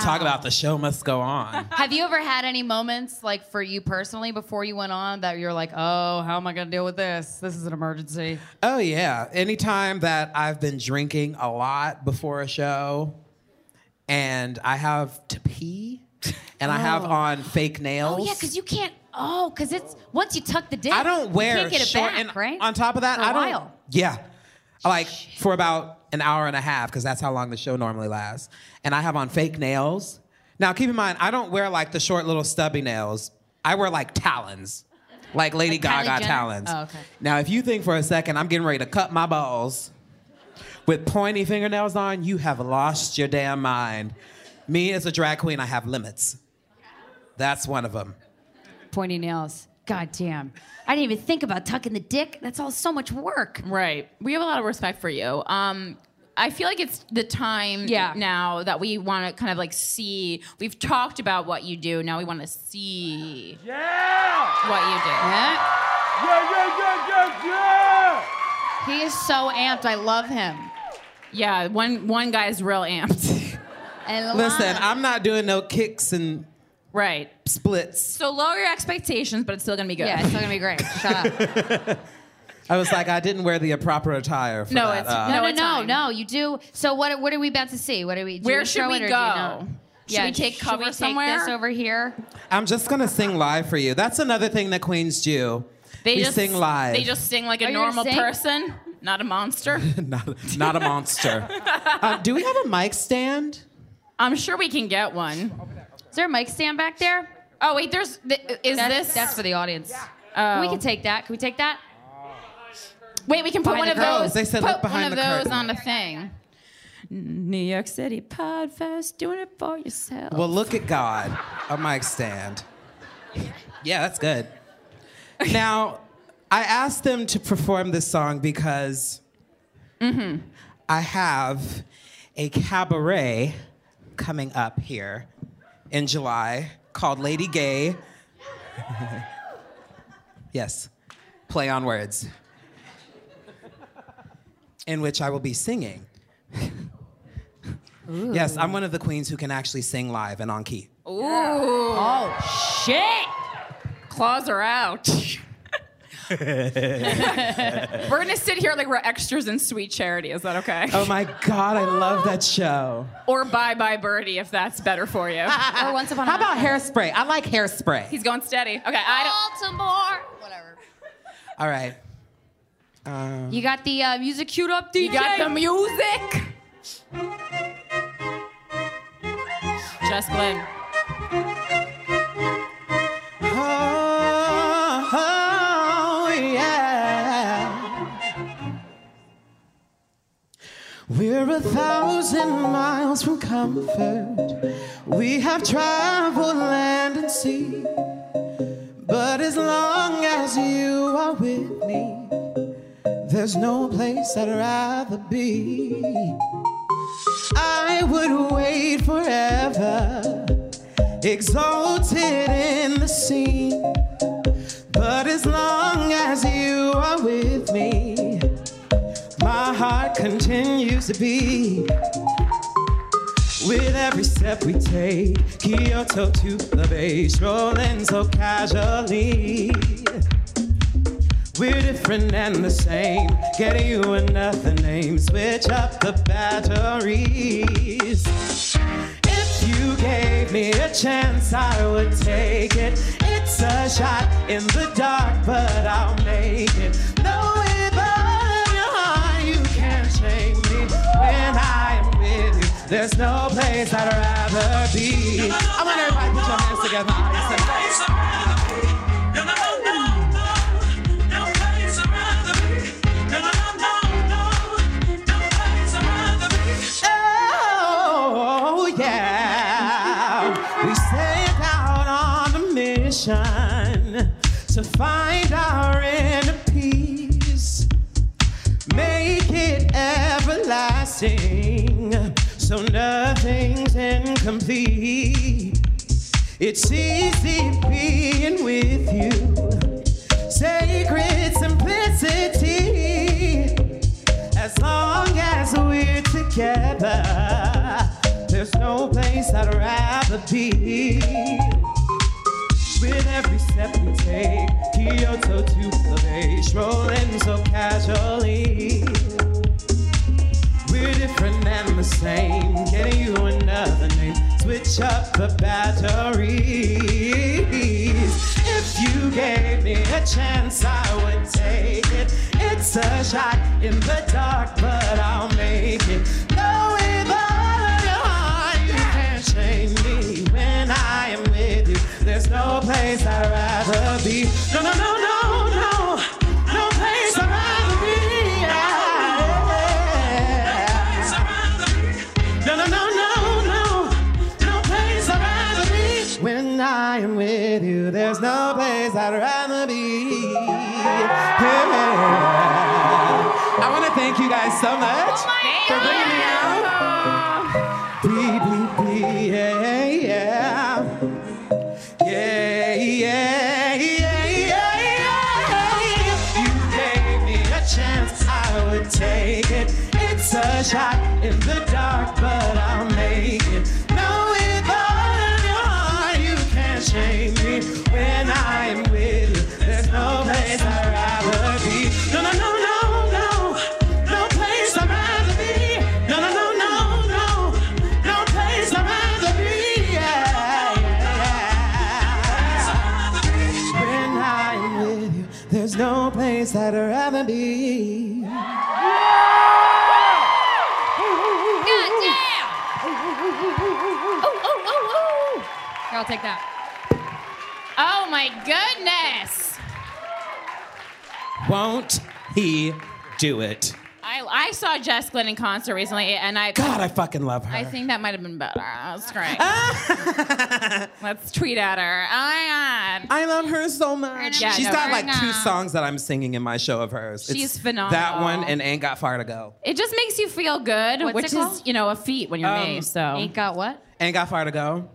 [SPEAKER 3] talk about the show must go on.
[SPEAKER 5] Have you ever had any moments like for you personally before you went on that you're like, oh, how am I gonna deal with this? This is an emergency.
[SPEAKER 3] Oh yeah. Anytime that I've been drinking a lot before a show and I have to pee and I have on fake nails.
[SPEAKER 5] Oh yeah, because you can't Oh, because it's once you tuck the dick,
[SPEAKER 3] I don't wear
[SPEAKER 5] you can't get it
[SPEAKER 3] short.
[SPEAKER 5] back,
[SPEAKER 3] and
[SPEAKER 5] right?
[SPEAKER 3] on top of that,
[SPEAKER 5] For a
[SPEAKER 3] I don't.
[SPEAKER 5] while.
[SPEAKER 3] Yeah, like for about an hour and a half because that's how long the show normally lasts. And I have on fake nails. Now, keep in mind, I don't wear like the short little stubby nails. I wear like talons, like Lady
[SPEAKER 13] Kylie
[SPEAKER 3] Gaga
[SPEAKER 13] Jenner?
[SPEAKER 3] talons.
[SPEAKER 13] Oh, okay.
[SPEAKER 3] Now, if you think for a second I'm getting ready to cut my balls with pointy fingernails on, you have lost your damn mind. Me as a drag queen, I have limits. That's one of them.
[SPEAKER 5] pointy nails. God damn. I didn't even think about tucking the dick. That's all so much work.
[SPEAKER 1] Right. We have a lot of respect for you. Um, I feel like it's the time
[SPEAKER 5] Yeah.
[SPEAKER 1] now that we want to kind of like see. We've talked about what you do. Now we want to see
[SPEAKER 13] Yeah!
[SPEAKER 1] what you do.
[SPEAKER 13] Yeah, yeah, yeah, yeah, yeah!
[SPEAKER 1] He is so amped. I love him. Yeah, one one guy's real amped.
[SPEAKER 5] and
[SPEAKER 3] Listen, I'm not doing no kicks and
[SPEAKER 1] right
[SPEAKER 3] splits.
[SPEAKER 1] So lower your expectations, but it's still gonna be good.
[SPEAKER 3] Yeah, it's still
[SPEAKER 1] gonna be great.
[SPEAKER 3] I was like, I didn't wear the proper attire for
[SPEAKER 5] No,
[SPEAKER 3] that.
[SPEAKER 5] it's-
[SPEAKER 3] uh,
[SPEAKER 5] no, no, no, no. You do. So what? What are we about to see? What are we? Do
[SPEAKER 1] Where
[SPEAKER 5] we
[SPEAKER 1] should
[SPEAKER 5] show
[SPEAKER 1] we
[SPEAKER 5] it or do you
[SPEAKER 1] go?
[SPEAKER 5] not?
[SPEAKER 1] Should we take
[SPEAKER 5] should
[SPEAKER 1] cover
[SPEAKER 5] we take
[SPEAKER 1] somewhere?
[SPEAKER 5] this over here?
[SPEAKER 3] I'm just gonna sing live for you. That's another thing that queens do.
[SPEAKER 1] They
[SPEAKER 3] we
[SPEAKER 1] just
[SPEAKER 3] sing live.
[SPEAKER 1] They just sing like
[SPEAKER 5] Are
[SPEAKER 1] a
[SPEAKER 5] you gonna
[SPEAKER 1] normal
[SPEAKER 5] sing?
[SPEAKER 1] person, not a monster.
[SPEAKER 3] not, not a monster. Uh, do we have a mic stand?
[SPEAKER 1] I'm sure we can get one.
[SPEAKER 5] Is there a mic stand back there?
[SPEAKER 1] Oh wait, there's. Th- is
[SPEAKER 5] That's-
[SPEAKER 1] this?
[SPEAKER 5] that's for
[SPEAKER 1] the audience. Oh.
[SPEAKER 5] We can take that. Can we take that?
[SPEAKER 1] Wait, we can put one
[SPEAKER 5] Behind the
[SPEAKER 1] of
[SPEAKER 5] curtain.
[SPEAKER 1] those.
[SPEAKER 5] They said
[SPEAKER 1] put
[SPEAKER 5] look behind
[SPEAKER 1] one of
[SPEAKER 5] the
[SPEAKER 1] those
[SPEAKER 5] curtain.
[SPEAKER 1] on a thing. New York City Podfest, doing it for yourself.
[SPEAKER 3] Well, look at God, a mic stand. Yeah, that's good. Now, I asked them to perform this song because I have a cabaret coming up here in July called Lady Gay. yes, play on words, in which I will be singing. Yes, I'm one of the queens who can actually sing live and on key.
[SPEAKER 1] Ooh. Oh shit! Claws are out.
[SPEAKER 3] oh
[SPEAKER 1] We're gonna sit here like we're extras in Sweet Charity. Is that okay?
[SPEAKER 3] my God, I love that show.
[SPEAKER 1] Or Bye Bye Birdie, if that's better for you.
[SPEAKER 5] or Once Upon
[SPEAKER 3] How about hairspray? I like hairspray.
[SPEAKER 1] He's going steady. Okay, I
[SPEAKER 5] Baltimore.
[SPEAKER 3] All right. Um,
[SPEAKER 5] You got the uh, music queued up, DJ.
[SPEAKER 1] You got the music. don't. Just Glenn.
[SPEAKER 3] Oh, yeah. We're a thousand miles from comfort. We have traveled land and sea. But as long as you are with me, there's no place I'd rather be. I would wait forever exalted in the scene. But as long as you are with me, my heart continues to beat. With every step we take, Kyoto to the bay, strolling so casually. We're different and the same, get you another name, switch up the batteries. If you gave me a chance, I would take it. It's a shot in the dark, but I'll make it. No way but your heart, you can't shame me. When I am with you, there's no place I'd rather be. I want everybody to put your hands together. Oh, yeah. We set out on a mission to find our inner peace, make it everlasting so nothing's incomplete. It's easy being with you, sacred simplicity. As long as we're together, there's no place I'd rather be. With every step we take, Kyoto to the bay, strolling so casually. We're different and the same, getting you another name. Switch up the batteries. If you
[SPEAKER 13] a chance, I would take it. It's a shot in the dark, but I'll make it. No evil, you can't shame me when I am with you. There's no place I'd rather be. No, no, no, no, no. No place I'd rather be. No, no, no, no, no. No place I'd rather be. When I am with you, there's no place I'd rather be. Yeah.
[SPEAKER 3] I want to thank you guys so much for bringing me out. Be, be, be, yeah, yeah. Yeah, yeah, yeah, yeah,
[SPEAKER 13] yeah. You gave me a chance, I would take it. It's a shot in the dark, but I'll make it. No, if all of your heart, you can't shame me when I am with you. There's no place I'd rather be. No, no, no, no, no. No place I'd rather be. No, no, no, no, no. No place I'd rather be. Yeah, yeah. When I am with you, there's no place I'd rather be.
[SPEAKER 5] Oh, oh, oh, oh. Here, I'll take that. Oh my goodness.
[SPEAKER 3] Won't he do it?
[SPEAKER 1] I, I saw Jess Glynn in concert recently, and I
[SPEAKER 3] God, I fucking love her.
[SPEAKER 1] I think that might have been better. That's great. Let's tweet at her. Oh my god.
[SPEAKER 3] I love her so much.
[SPEAKER 1] Yeah,
[SPEAKER 3] She's
[SPEAKER 1] no,
[SPEAKER 3] got
[SPEAKER 1] right
[SPEAKER 3] like two
[SPEAKER 1] now.
[SPEAKER 3] songs that I'm singing in my show of hers.
[SPEAKER 1] She's
[SPEAKER 3] That
[SPEAKER 1] phenomenal.
[SPEAKER 3] one and Ain't Got Far to Go.
[SPEAKER 1] It just makes you feel good,
[SPEAKER 5] What's
[SPEAKER 1] which is
[SPEAKER 5] it called?
[SPEAKER 1] you know a feat when you're
[SPEAKER 3] Um,
[SPEAKER 1] me. So
[SPEAKER 5] Ain't got what?
[SPEAKER 3] Ain't Got Far to Go.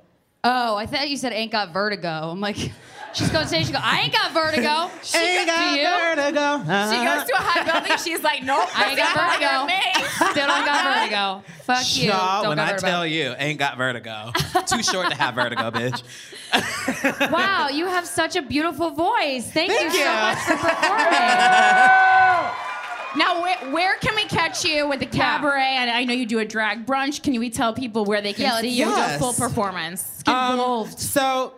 [SPEAKER 5] Oh, I thought you said ain't got vertigo. I'm like, she's gonna say she go. I ain't got vertigo. She
[SPEAKER 3] ain't
[SPEAKER 5] goes,
[SPEAKER 3] got
[SPEAKER 5] do you?
[SPEAKER 3] vertigo. Uh-huh.
[SPEAKER 1] she goes to a high building. She's like, nope.
[SPEAKER 5] I ain't got vertigo. Still don't got vertigo. Fuck you.
[SPEAKER 3] Shaw,
[SPEAKER 5] Don't
[SPEAKER 3] when
[SPEAKER 5] got
[SPEAKER 3] I
[SPEAKER 5] vertigo.
[SPEAKER 3] tell you, ain't got vertigo. Too short to have vertigo, bitch.
[SPEAKER 5] Wow, you have such a beautiful voice. Thank,
[SPEAKER 3] Thank
[SPEAKER 5] you, so
[SPEAKER 3] you.
[SPEAKER 5] much for performing.
[SPEAKER 1] Now, where, where can we catch you with the cabaret? And I know you do a drag brunch. Can we tell people where they can
[SPEAKER 5] Yeah, let's-
[SPEAKER 1] see you do a
[SPEAKER 3] Yes.
[SPEAKER 1] full performance?
[SPEAKER 3] Um, so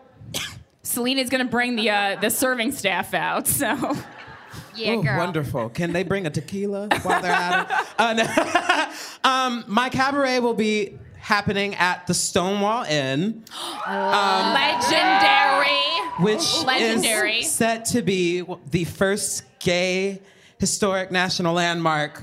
[SPEAKER 1] Selena's gonna bring the uh, the serving staff out. So
[SPEAKER 5] yeah,
[SPEAKER 3] Ooh,
[SPEAKER 5] girl.
[SPEAKER 3] Wonderful. Can they bring a tequila while they're at it? Uh, no. um, my cabaret will be happening at the Stonewall Inn,
[SPEAKER 1] legendary.
[SPEAKER 3] which
[SPEAKER 1] Legendary.
[SPEAKER 3] is set to be the first gay historic national landmark.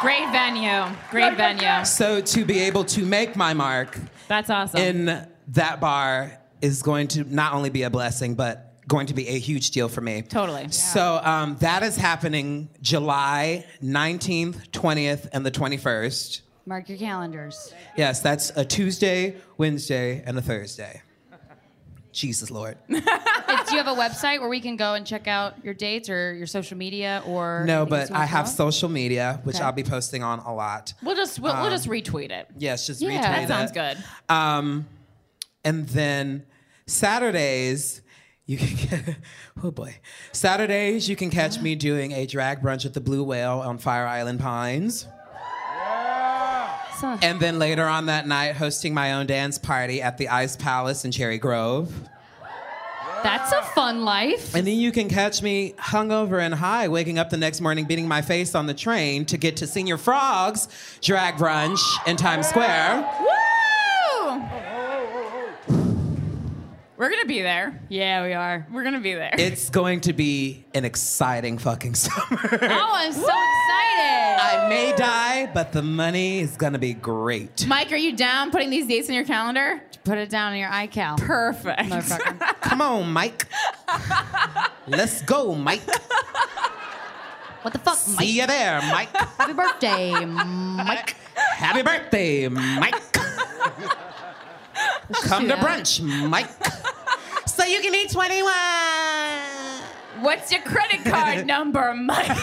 [SPEAKER 1] Great venue. Great venue.
[SPEAKER 3] So to be able to make my mark
[SPEAKER 1] That's awesome.
[SPEAKER 3] in that bar is going to not only be a blessing, but going to be a huge deal for me.
[SPEAKER 1] Totally. Yeah.
[SPEAKER 3] So um, that is happening July 19th, 20th, and the 21st.
[SPEAKER 5] Mark your calendars.
[SPEAKER 3] Yes, that's a Tuesday, Wednesday, and a Thursday. Jesus Lord.
[SPEAKER 5] Uh, Do you have a website where we can go and check out your dates or your social media or?
[SPEAKER 3] No,
[SPEAKER 5] anything else
[SPEAKER 3] but
[SPEAKER 5] you wanna
[SPEAKER 3] I have
[SPEAKER 5] promote?
[SPEAKER 3] social media, which
[SPEAKER 5] Okay.
[SPEAKER 3] I'll be posting on a lot.
[SPEAKER 1] we'll just we'll,
[SPEAKER 10] Um,
[SPEAKER 1] we'll just retweet it.
[SPEAKER 3] Yes, just
[SPEAKER 5] Yeah.
[SPEAKER 3] retweet
[SPEAKER 1] That
[SPEAKER 5] That
[SPEAKER 1] sounds good.
[SPEAKER 3] Um, and then Saturdays, you can get, oh boy. Saturdays, you can catch me doing a drag brunch at the Blue Whale on Fire Island Pines.
[SPEAKER 5] So-
[SPEAKER 3] And then later on that night, hosting my own dance party at the Ice Palace in Cherry Grove.
[SPEAKER 5] That's a fun life.
[SPEAKER 3] And then you can catch me hungover and high, waking up the next morning, beating my face on the train to get to Senior Frogs drag brunch in Times Square.
[SPEAKER 1] Woo! We're gonna be there.
[SPEAKER 5] Yeah, we are.
[SPEAKER 1] We're gonna be there.
[SPEAKER 3] It's going to be an exciting fucking summer.
[SPEAKER 5] Oh, I'm so excited.
[SPEAKER 3] I may die, but the money is gonna be great.
[SPEAKER 1] Mike, are you down putting these dates in your calendar?
[SPEAKER 5] Put it down in your iCal.
[SPEAKER 1] Perfect.
[SPEAKER 5] Motherfucker.
[SPEAKER 3] Come on, Mike. Let's go, Mike.
[SPEAKER 5] What the fuck, Mike?
[SPEAKER 3] See you there, Mike.
[SPEAKER 5] Happy birthday, Mike.
[SPEAKER 3] Happy birthday, Mike. Come to brunch, Mike. So you can eat 21.
[SPEAKER 1] What's your credit card number, Mike?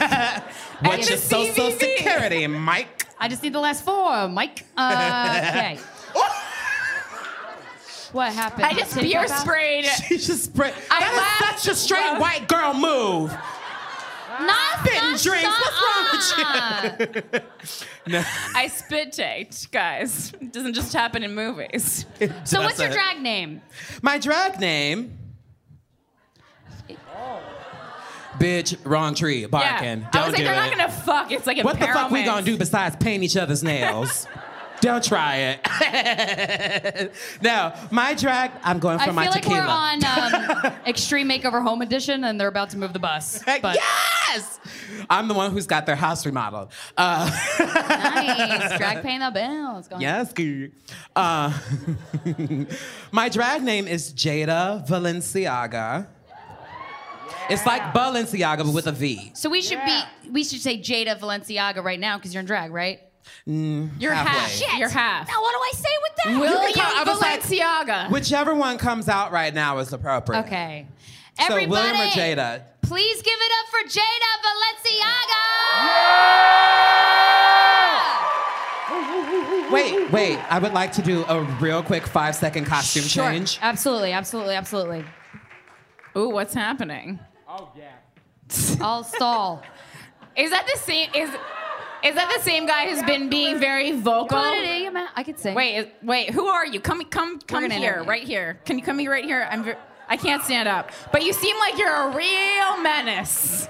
[SPEAKER 3] What's
[SPEAKER 1] the
[SPEAKER 3] your social
[SPEAKER 1] CVV.
[SPEAKER 3] security, Mike?
[SPEAKER 5] I just need the last four, Mike. Uh, okay. what happened?
[SPEAKER 1] I just
[SPEAKER 5] Did it
[SPEAKER 1] beer
[SPEAKER 5] pop out?
[SPEAKER 1] sprayed.
[SPEAKER 3] You just spread.
[SPEAKER 1] I
[SPEAKER 3] That is
[SPEAKER 1] laughed.
[SPEAKER 3] such a straight white girl move.
[SPEAKER 5] Not
[SPEAKER 3] Spitting
[SPEAKER 5] not-
[SPEAKER 3] drinks. What's wrong with you?
[SPEAKER 5] uh-uh.
[SPEAKER 1] I spit taked, guys. It doesn't just happen in movies.
[SPEAKER 5] So what's your
[SPEAKER 3] That's it.
[SPEAKER 5] drag name?
[SPEAKER 3] My drag name Bitch, wrong tree, barking.
[SPEAKER 10] Yeah.
[SPEAKER 3] Don't
[SPEAKER 10] I was like,
[SPEAKER 3] do
[SPEAKER 10] they're
[SPEAKER 3] it.
[SPEAKER 10] not gonna fuck. It's like
[SPEAKER 3] what the fuck we
[SPEAKER 10] empowerment.
[SPEAKER 3] gonna do besides paint each other's nails? Don't try it. no, my drag, I'm going
[SPEAKER 12] I
[SPEAKER 3] for
[SPEAKER 12] feel
[SPEAKER 3] my
[SPEAKER 12] like
[SPEAKER 3] tequila.
[SPEAKER 12] we're on um, Extreme Makeover Home Edition, and they're about to move the bus. But
[SPEAKER 3] yes, I'm the one who's got their house remodeled. Uh,
[SPEAKER 5] nice. Drag paying the bills. Going
[SPEAKER 3] yes, girl. uh, my drag name is Jada Valenciaga. It's like Balenciaga, but with a V.
[SPEAKER 5] So we should be we should say Jada Valenciaga right now because you're in drag, right?
[SPEAKER 3] You're half.
[SPEAKER 5] You're half. Now what do I say with that?
[SPEAKER 3] William I was like-
[SPEAKER 5] Valenciaga.
[SPEAKER 3] Whichever one comes out right now is appropriate.
[SPEAKER 5] Okay.
[SPEAKER 3] So
[SPEAKER 5] Everybody,
[SPEAKER 3] William or Jada?
[SPEAKER 5] please give it up for Jada Valenciaga.
[SPEAKER 3] Wait, wait. I would like to do a real quick five second costume
[SPEAKER 5] Sure.
[SPEAKER 3] change.
[SPEAKER 10] Uh,
[SPEAKER 5] Absolutely, absolutely, absolutely.
[SPEAKER 10] Ooh, what's happening?
[SPEAKER 5] I'll stall.
[SPEAKER 10] Is that the same? Is is that the same guy who's been being very vocal?
[SPEAKER 5] I could say.
[SPEAKER 10] Wait, is- wait. Who are you? Come, come, come
[SPEAKER 5] gonna
[SPEAKER 10] here,
[SPEAKER 5] interview.
[SPEAKER 10] right here. Can you come here, right here? I'm. Ver- I can't stand up. But you seem like you're a real menace.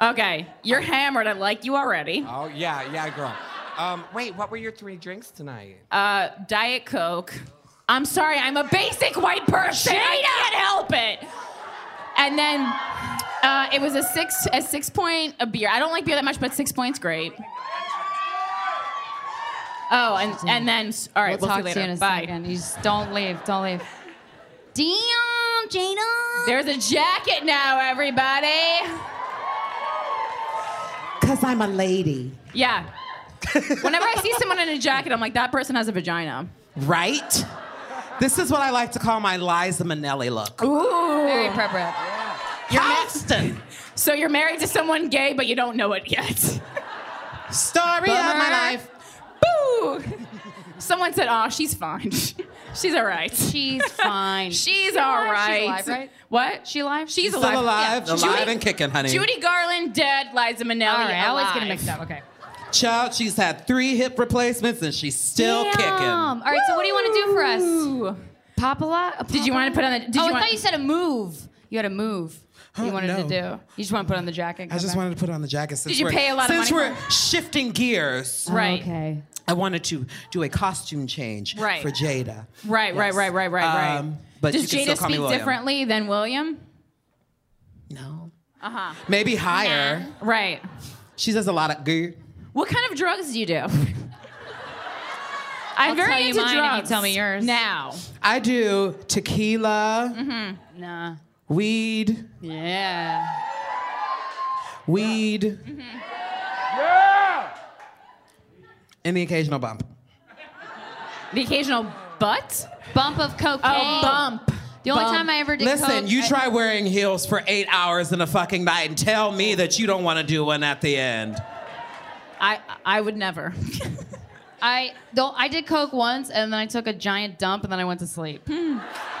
[SPEAKER 10] okay, you're hammered. I like you already.
[SPEAKER 14] Oh yeah, yeah, girl. Um, wait, what were your three drinks tonight?
[SPEAKER 10] Uh, Diet Coke. I'm sorry. I'm a basic white person. I can't help it. And then uh, it was a six, a six point a beer. I don't like beer that much, but six points great. Oh, and and then all right, we'll,
[SPEAKER 5] talk
[SPEAKER 10] see
[SPEAKER 5] to you in
[SPEAKER 10] later.
[SPEAKER 5] a
[SPEAKER 10] Bye.
[SPEAKER 5] second. You just don't leave. Don't leave. Damn, Jada.
[SPEAKER 10] There's a jacket now, everybody.
[SPEAKER 3] Because I'm a lady.
[SPEAKER 10] Yeah. Whenever I see someone in a jacket, I'm like, that person has a vagina.
[SPEAKER 3] Right? This is what I like to call my Liza Minnelli look.
[SPEAKER 10] Ooh.
[SPEAKER 5] Very prepper.
[SPEAKER 3] Charleston!
[SPEAKER 10] So you're married to someone gay, but you don't know it yet.
[SPEAKER 3] Story of my
[SPEAKER 10] Bummer.
[SPEAKER 3] life.
[SPEAKER 10] Boo! Someone said, "Oh, she's fine. she's all right.
[SPEAKER 5] She's fine.
[SPEAKER 10] she's all right.
[SPEAKER 5] alive, right?
[SPEAKER 10] What?
[SPEAKER 5] She alive?
[SPEAKER 10] She's
[SPEAKER 3] Still
[SPEAKER 10] alive.
[SPEAKER 3] alive, alive,
[SPEAKER 10] Yeah. Judy,
[SPEAKER 3] and kicking, honey.
[SPEAKER 10] Judy Garland dead. Liza Minnelli
[SPEAKER 5] all right. I always get it
[SPEAKER 10] alive.
[SPEAKER 5] mixed up. Okay.
[SPEAKER 3] Child, she's had three hip replacements and she's still
[SPEAKER 5] Damn.
[SPEAKER 3] kicking.
[SPEAKER 5] All right. So what do you want to do for us?
[SPEAKER 10] Ooh.
[SPEAKER 5] Pop a lot.
[SPEAKER 10] Did you want to put on the? Did
[SPEAKER 5] oh,
[SPEAKER 10] you
[SPEAKER 5] I
[SPEAKER 10] want?
[SPEAKER 5] thought you said a move. You had a move. that you
[SPEAKER 3] Huh,
[SPEAKER 5] wanted to
[SPEAKER 3] no.
[SPEAKER 5] do. You just want to put on the jacket. and
[SPEAKER 3] I
[SPEAKER 5] come
[SPEAKER 3] just
[SPEAKER 5] back.
[SPEAKER 3] wanted to put on the jacket since
[SPEAKER 10] Did you
[SPEAKER 3] we're,
[SPEAKER 10] pay a lot of
[SPEAKER 3] since
[SPEAKER 10] money
[SPEAKER 3] we're shifting gears.
[SPEAKER 10] right.
[SPEAKER 5] Okay.
[SPEAKER 3] I wanted to do a costume change
[SPEAKER 10] Right.
[SPEAKER 3] for Jada.
[SPEAKER 10] Right, right, right, right, right, right.
[SPEAKER 3] Um, but
[SPEAKER 10] Does
[SPEAKER 3] you can still
[SPEAKER 10] Jada
[SPEAKER 3] call me
[SPEAKER 10] speak
[SPEAKER 3] William.
[SPEAKER 10] differently than William?
[SPEAKER 3] No. Uh-huh. Maybe higher.
[SPEAKER 1] Uh-huh.
[SPEAKER 10] Right.
[SPEAKER 3] She does a lot of goo.
[SPEAKER 10] What kind of drugs do you do? I'm
[SPEAKER 5] I'll
[SPEAKER 10] very
[SPEAKER 5] tell you
[SPEAKER 10] into
[SPEAKER 5] mine and you
[SPEAKER 10] drugs.
[SPEAKER 5] tell me yours.
[SPEAKER 10] now.
[SPEAKER 3] I do tequila,
[SPEAKER 5] Nah.
[SPEAKER 3] weed,
[SPEAKER 5] Yeah.
[SPEAKER 3] weed. Yeah. And the occasional bump.
[SPEAKER 10] The occasional butt.
[SPEAKER 5] Bump of cocaine.
[SPEAKER 10] Oh, bump.
[SPEAKER 5] The only
[SPEAKER 10] Bump.
[SPEAKER 5] time I ever did
[SPEAKER 3] Listen,
[SPEAKER 5] coke-
[SPEAKER 3] you
[SPEAKER 5] I-
[SPEAKER 3] try wearing heels for eight hours in a fucking night and tell me that you don't want to do one at the end.
[SPEAKER 10] I I would never.
[SPEAKER 5] I though I did coke once, and then I took a giant dump, and then I went to sleep.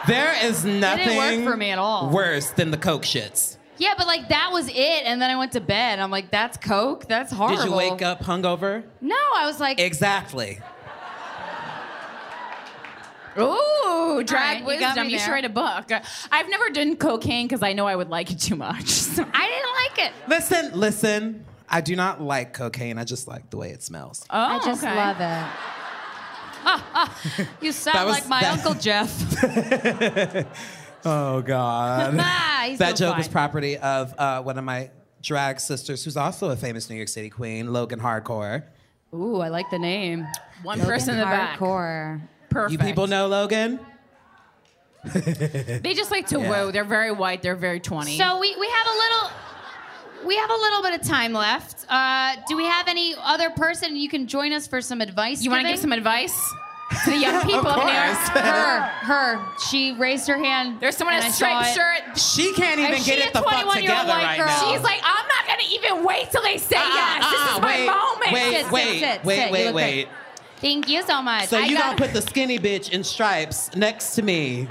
[SPEAKER 3] There is nothing
[SPEAKER 5] work for me at all.
[SPEAKER 3] worse than the coke shits.
[SPEAKER 5] Yeah, but like that was it, and then I went to bed. I'm like, that's coke. That's horrible.
[SPEAKER 3] Did you wake up hungover?
[SPEAKER 5] No, I was like,
[SPEAKER 3] Exactly.
[SPEAKER 10] Ooh,
[SPEAKER 5] right,
[SPEAKER 10] drag
[SPEAKER 5] you got
[SPEAKER 10] wisdom.
[SPEAKER 5] me
[SPEAKER 10] You, should
[SPEAKER 5] there.
[SPEAKER 10] write a book. I've never done cocaine because I know I would like it too much. So-
[SPEAKER 5] I didn't like it.
[SPEAKER 3] Listen, listen. I do not like cocaine. I just like the way it smells.
[SPEAKER 10] oh,
[SPEAKER 5] I just
[SPEAKER 10] okay.
[SPEAKER 5] love it. you sound
[SPEAKER 3] That was-
[SPEAKER 5] like my
[SPEAKER 3] that-
[SPEAKER 5] uncle Jeff.
[SPEAKER 3] Oh God.
[SPEAKER 5] Ah, he's
[SPEAKER 3] that
[SPEAKER 5] doing
[SPEAKER 3] joke was
[SPEAKER 5] fine.
[SPEAKER 3] property of uh, one of my drag sisters, who's also a famous New York City queen, Logan Hardcore.
[SPEAKER 5] Ooh, I like the name.
[SPEAKER 10] One person in the back.
[SPEAKER 5] Hardcore.
[SPEAKER 10] Perfect.
[SPEAKER 3] You people know Logan?
[SPEAKER 10] They just like to
[SPEAKER 3] Yeah.
[SPEAKER 10] woo. They're very white. They're very twenty.
[SPEAKER 5] So we, we have a little we have a little bit of time left. Uh, do we have any other person you can join us for some advice?
[SPEAKER 10] you want to give some advice to the young people
[SPEAKER 3] Of
[SPEAKER 10] up there?
[SPEAKER 3] course.
[SPEAKER 5] her her she raised her hand.
[SPEAKER 10] There's someone in
[SPEAKER 5] and
[SPEAKER 10] a
[SPEAKER 5] I saw
[SPEAKER 10] striped
[SPEAKER 5] it.
[SPEAKER 10] shirt.
[SPEAKER 3] She can't even
[SPEAKER 5] Is
[SPEAKER 3] get
[SPEAKER 5] she
[SPEAKER 3] it
[SPEAKER 5] a
[SPEAKER 3] the fuck
[SPEAKER 5] 21-year-old
[SPEAKER 3] together
[SPEAKER 5] white
[SPEAKER 3] right
[SPEAKER 5] girl?
[SPEAKER 3] now.
[SPEAKER 10] She's like, I'm not gonna even wait till they say
[SPEAKER 3] Uh-uh,
[SPEAKER 10] yes. this is
[SPEAKER 3] uh-uh, wait,
[SPEAKER 10] my moment.
[SPEAKER 3] Wait,
[SPEAKER 5] Sit,
[SPEAKER 3] wait,
[SPEAKER 5] sit, sit.
[SPEAKER 3] wait,
[SPEAKER 5] You
[SPEAKER 3] wait,
[SPEAKER 5] look
[SPEAKER 3] wait.
[SPEAKER 5] great. Thank you so much.
[SPEAKER 3] So
[SPEAKER 5] I
[SPEAKER 3] you
[SPEAKER 5] got-
[SPEAKER 3] gonna put the skinny bitch in stripes next to me?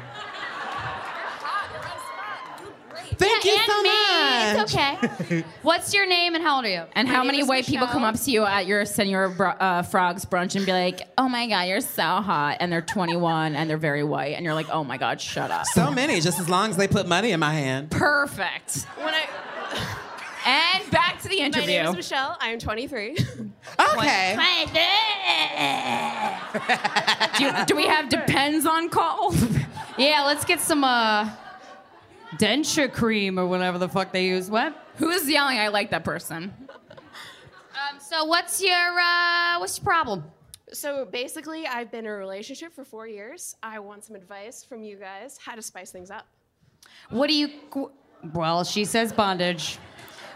[SPEAKER 3] Thank
[SPEAKER 5] yeah,
[SPEAKER 3] you
[SPEAKER 5] and
[SPEAKER 3] so
[SPEAKER 5] me.
[SPEAKER 3] much.
[SPEAKER 5] It's okay. What's your name and how old are you?
[SPEAKER 1] And how many white people come
[SPEAKER 5] up?
[SPEAKER 1] up to you at your Senor Bro- uh, Frogs brunch and be like, oh my God, you're so hot. And they're 21 and they're very white. And you're like, oh my God, shut up.
[SPEAKER 3] So many, just as long as they put money in my hand.
[SPEAKER 1] Perfect.
[SPEAKER 7] When I,
[SPEAKER 1] And back to the
[SPEAKER 7] my name is
[SPEAKER 1] interview.
[SPEAKER 7] Michelle. I am 23.
[SPEAKER 3] Okay.
[SPEAKER 1] Do, do we have depends on call?
[SPEAKER 12] Yeah, let's get some uh, denture cream or whatever the fuck they use. What?
[SPEAKER 1] Who's yelling? I like that person.
[SPEAKER 5] Um, So what's your uh, what's your problem?
[SPEAKER 7] So basically, I've been in a relationship for four years. I want some advice from you guys how to spice things up.
[SPEAKER 5] What do you
[SPEAKER 12] Well, she says bondage.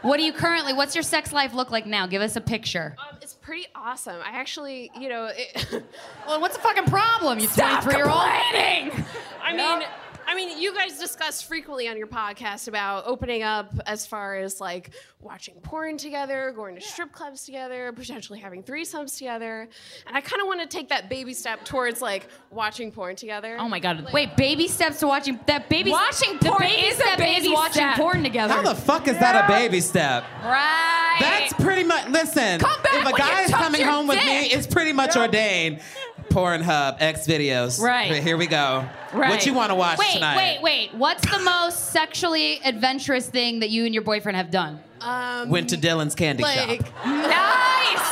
[SPEAKER 5] what do you currently what's your sex life look like now? Give us a picture.
[SPEAKER 7] Um, it's pretty awesome. I actually, you know, it,
[SPEAKER 12] Well, what's the fucking problem? You
[SPEAKER 1] Stop
[SPEAKER 12] 23 year old?
[SPEAKER 1] complaining.
[SPEAKER 7] I mean, I mean, you guys discuss frequently on your podcast about opening up as far as like watching porn together, going to strip clubs together, potentially having threesomes together, and I kind of want to take that baby step towards like watching porn together.
[SPEAKER 1] Oh my God.
[SPEAKER 12] Wait, baby steps to watching that baby.
[SPEAKER 1] Watching
[SPEAKER 12] the
[SPEAKER 1] porn
[SPEAKER 12] baby
[SPEAKER 1] is a
[SPEAKER 12] step
[SPEAKER 1] baby
[SPEAKER 12] is watching
[SPEAKER 1] step.
[SPEAKER 12] porn together.
[SPEAKER 3] How the fuck is that a baby step?
[SPEAKER 1] Right.
[SPEAKER 3] That's pretty much. Listen,
[SPEAKER 1] Come back
[SPEAKER 3] if a
[SPEAKER 1] when
[SPEAKER 3] guy
[SPEAKER 1] you
[SPEAKER 3] is
[SPEAKER 1] touch
[SPEAKER 3] coming
[SPEAKER 1] your
[SPEAKER 3] home with me,
[SPEAKER 1] dick.
[SPEAKER 3] it's pretty much ordained. Pornhub, X videos.
[SPEAKER 1] Right.
[SPEAKER 3] Here we go.
[SPEAKER 1] Right.
[SPEAKER 3] What you want to watch
[SPEAKER 5] Wait,
[SPEAKER 3] tonight?
[SPEAKER 5] wait, wait. What's the most sexually adventurous thing that you and your boyfriend have done?
[SPEAKER 3] Went to Dylan's candy
[SPEAKER 7] like,
[SPEAKER 3] shop.
[SPEAKER 1] Nice.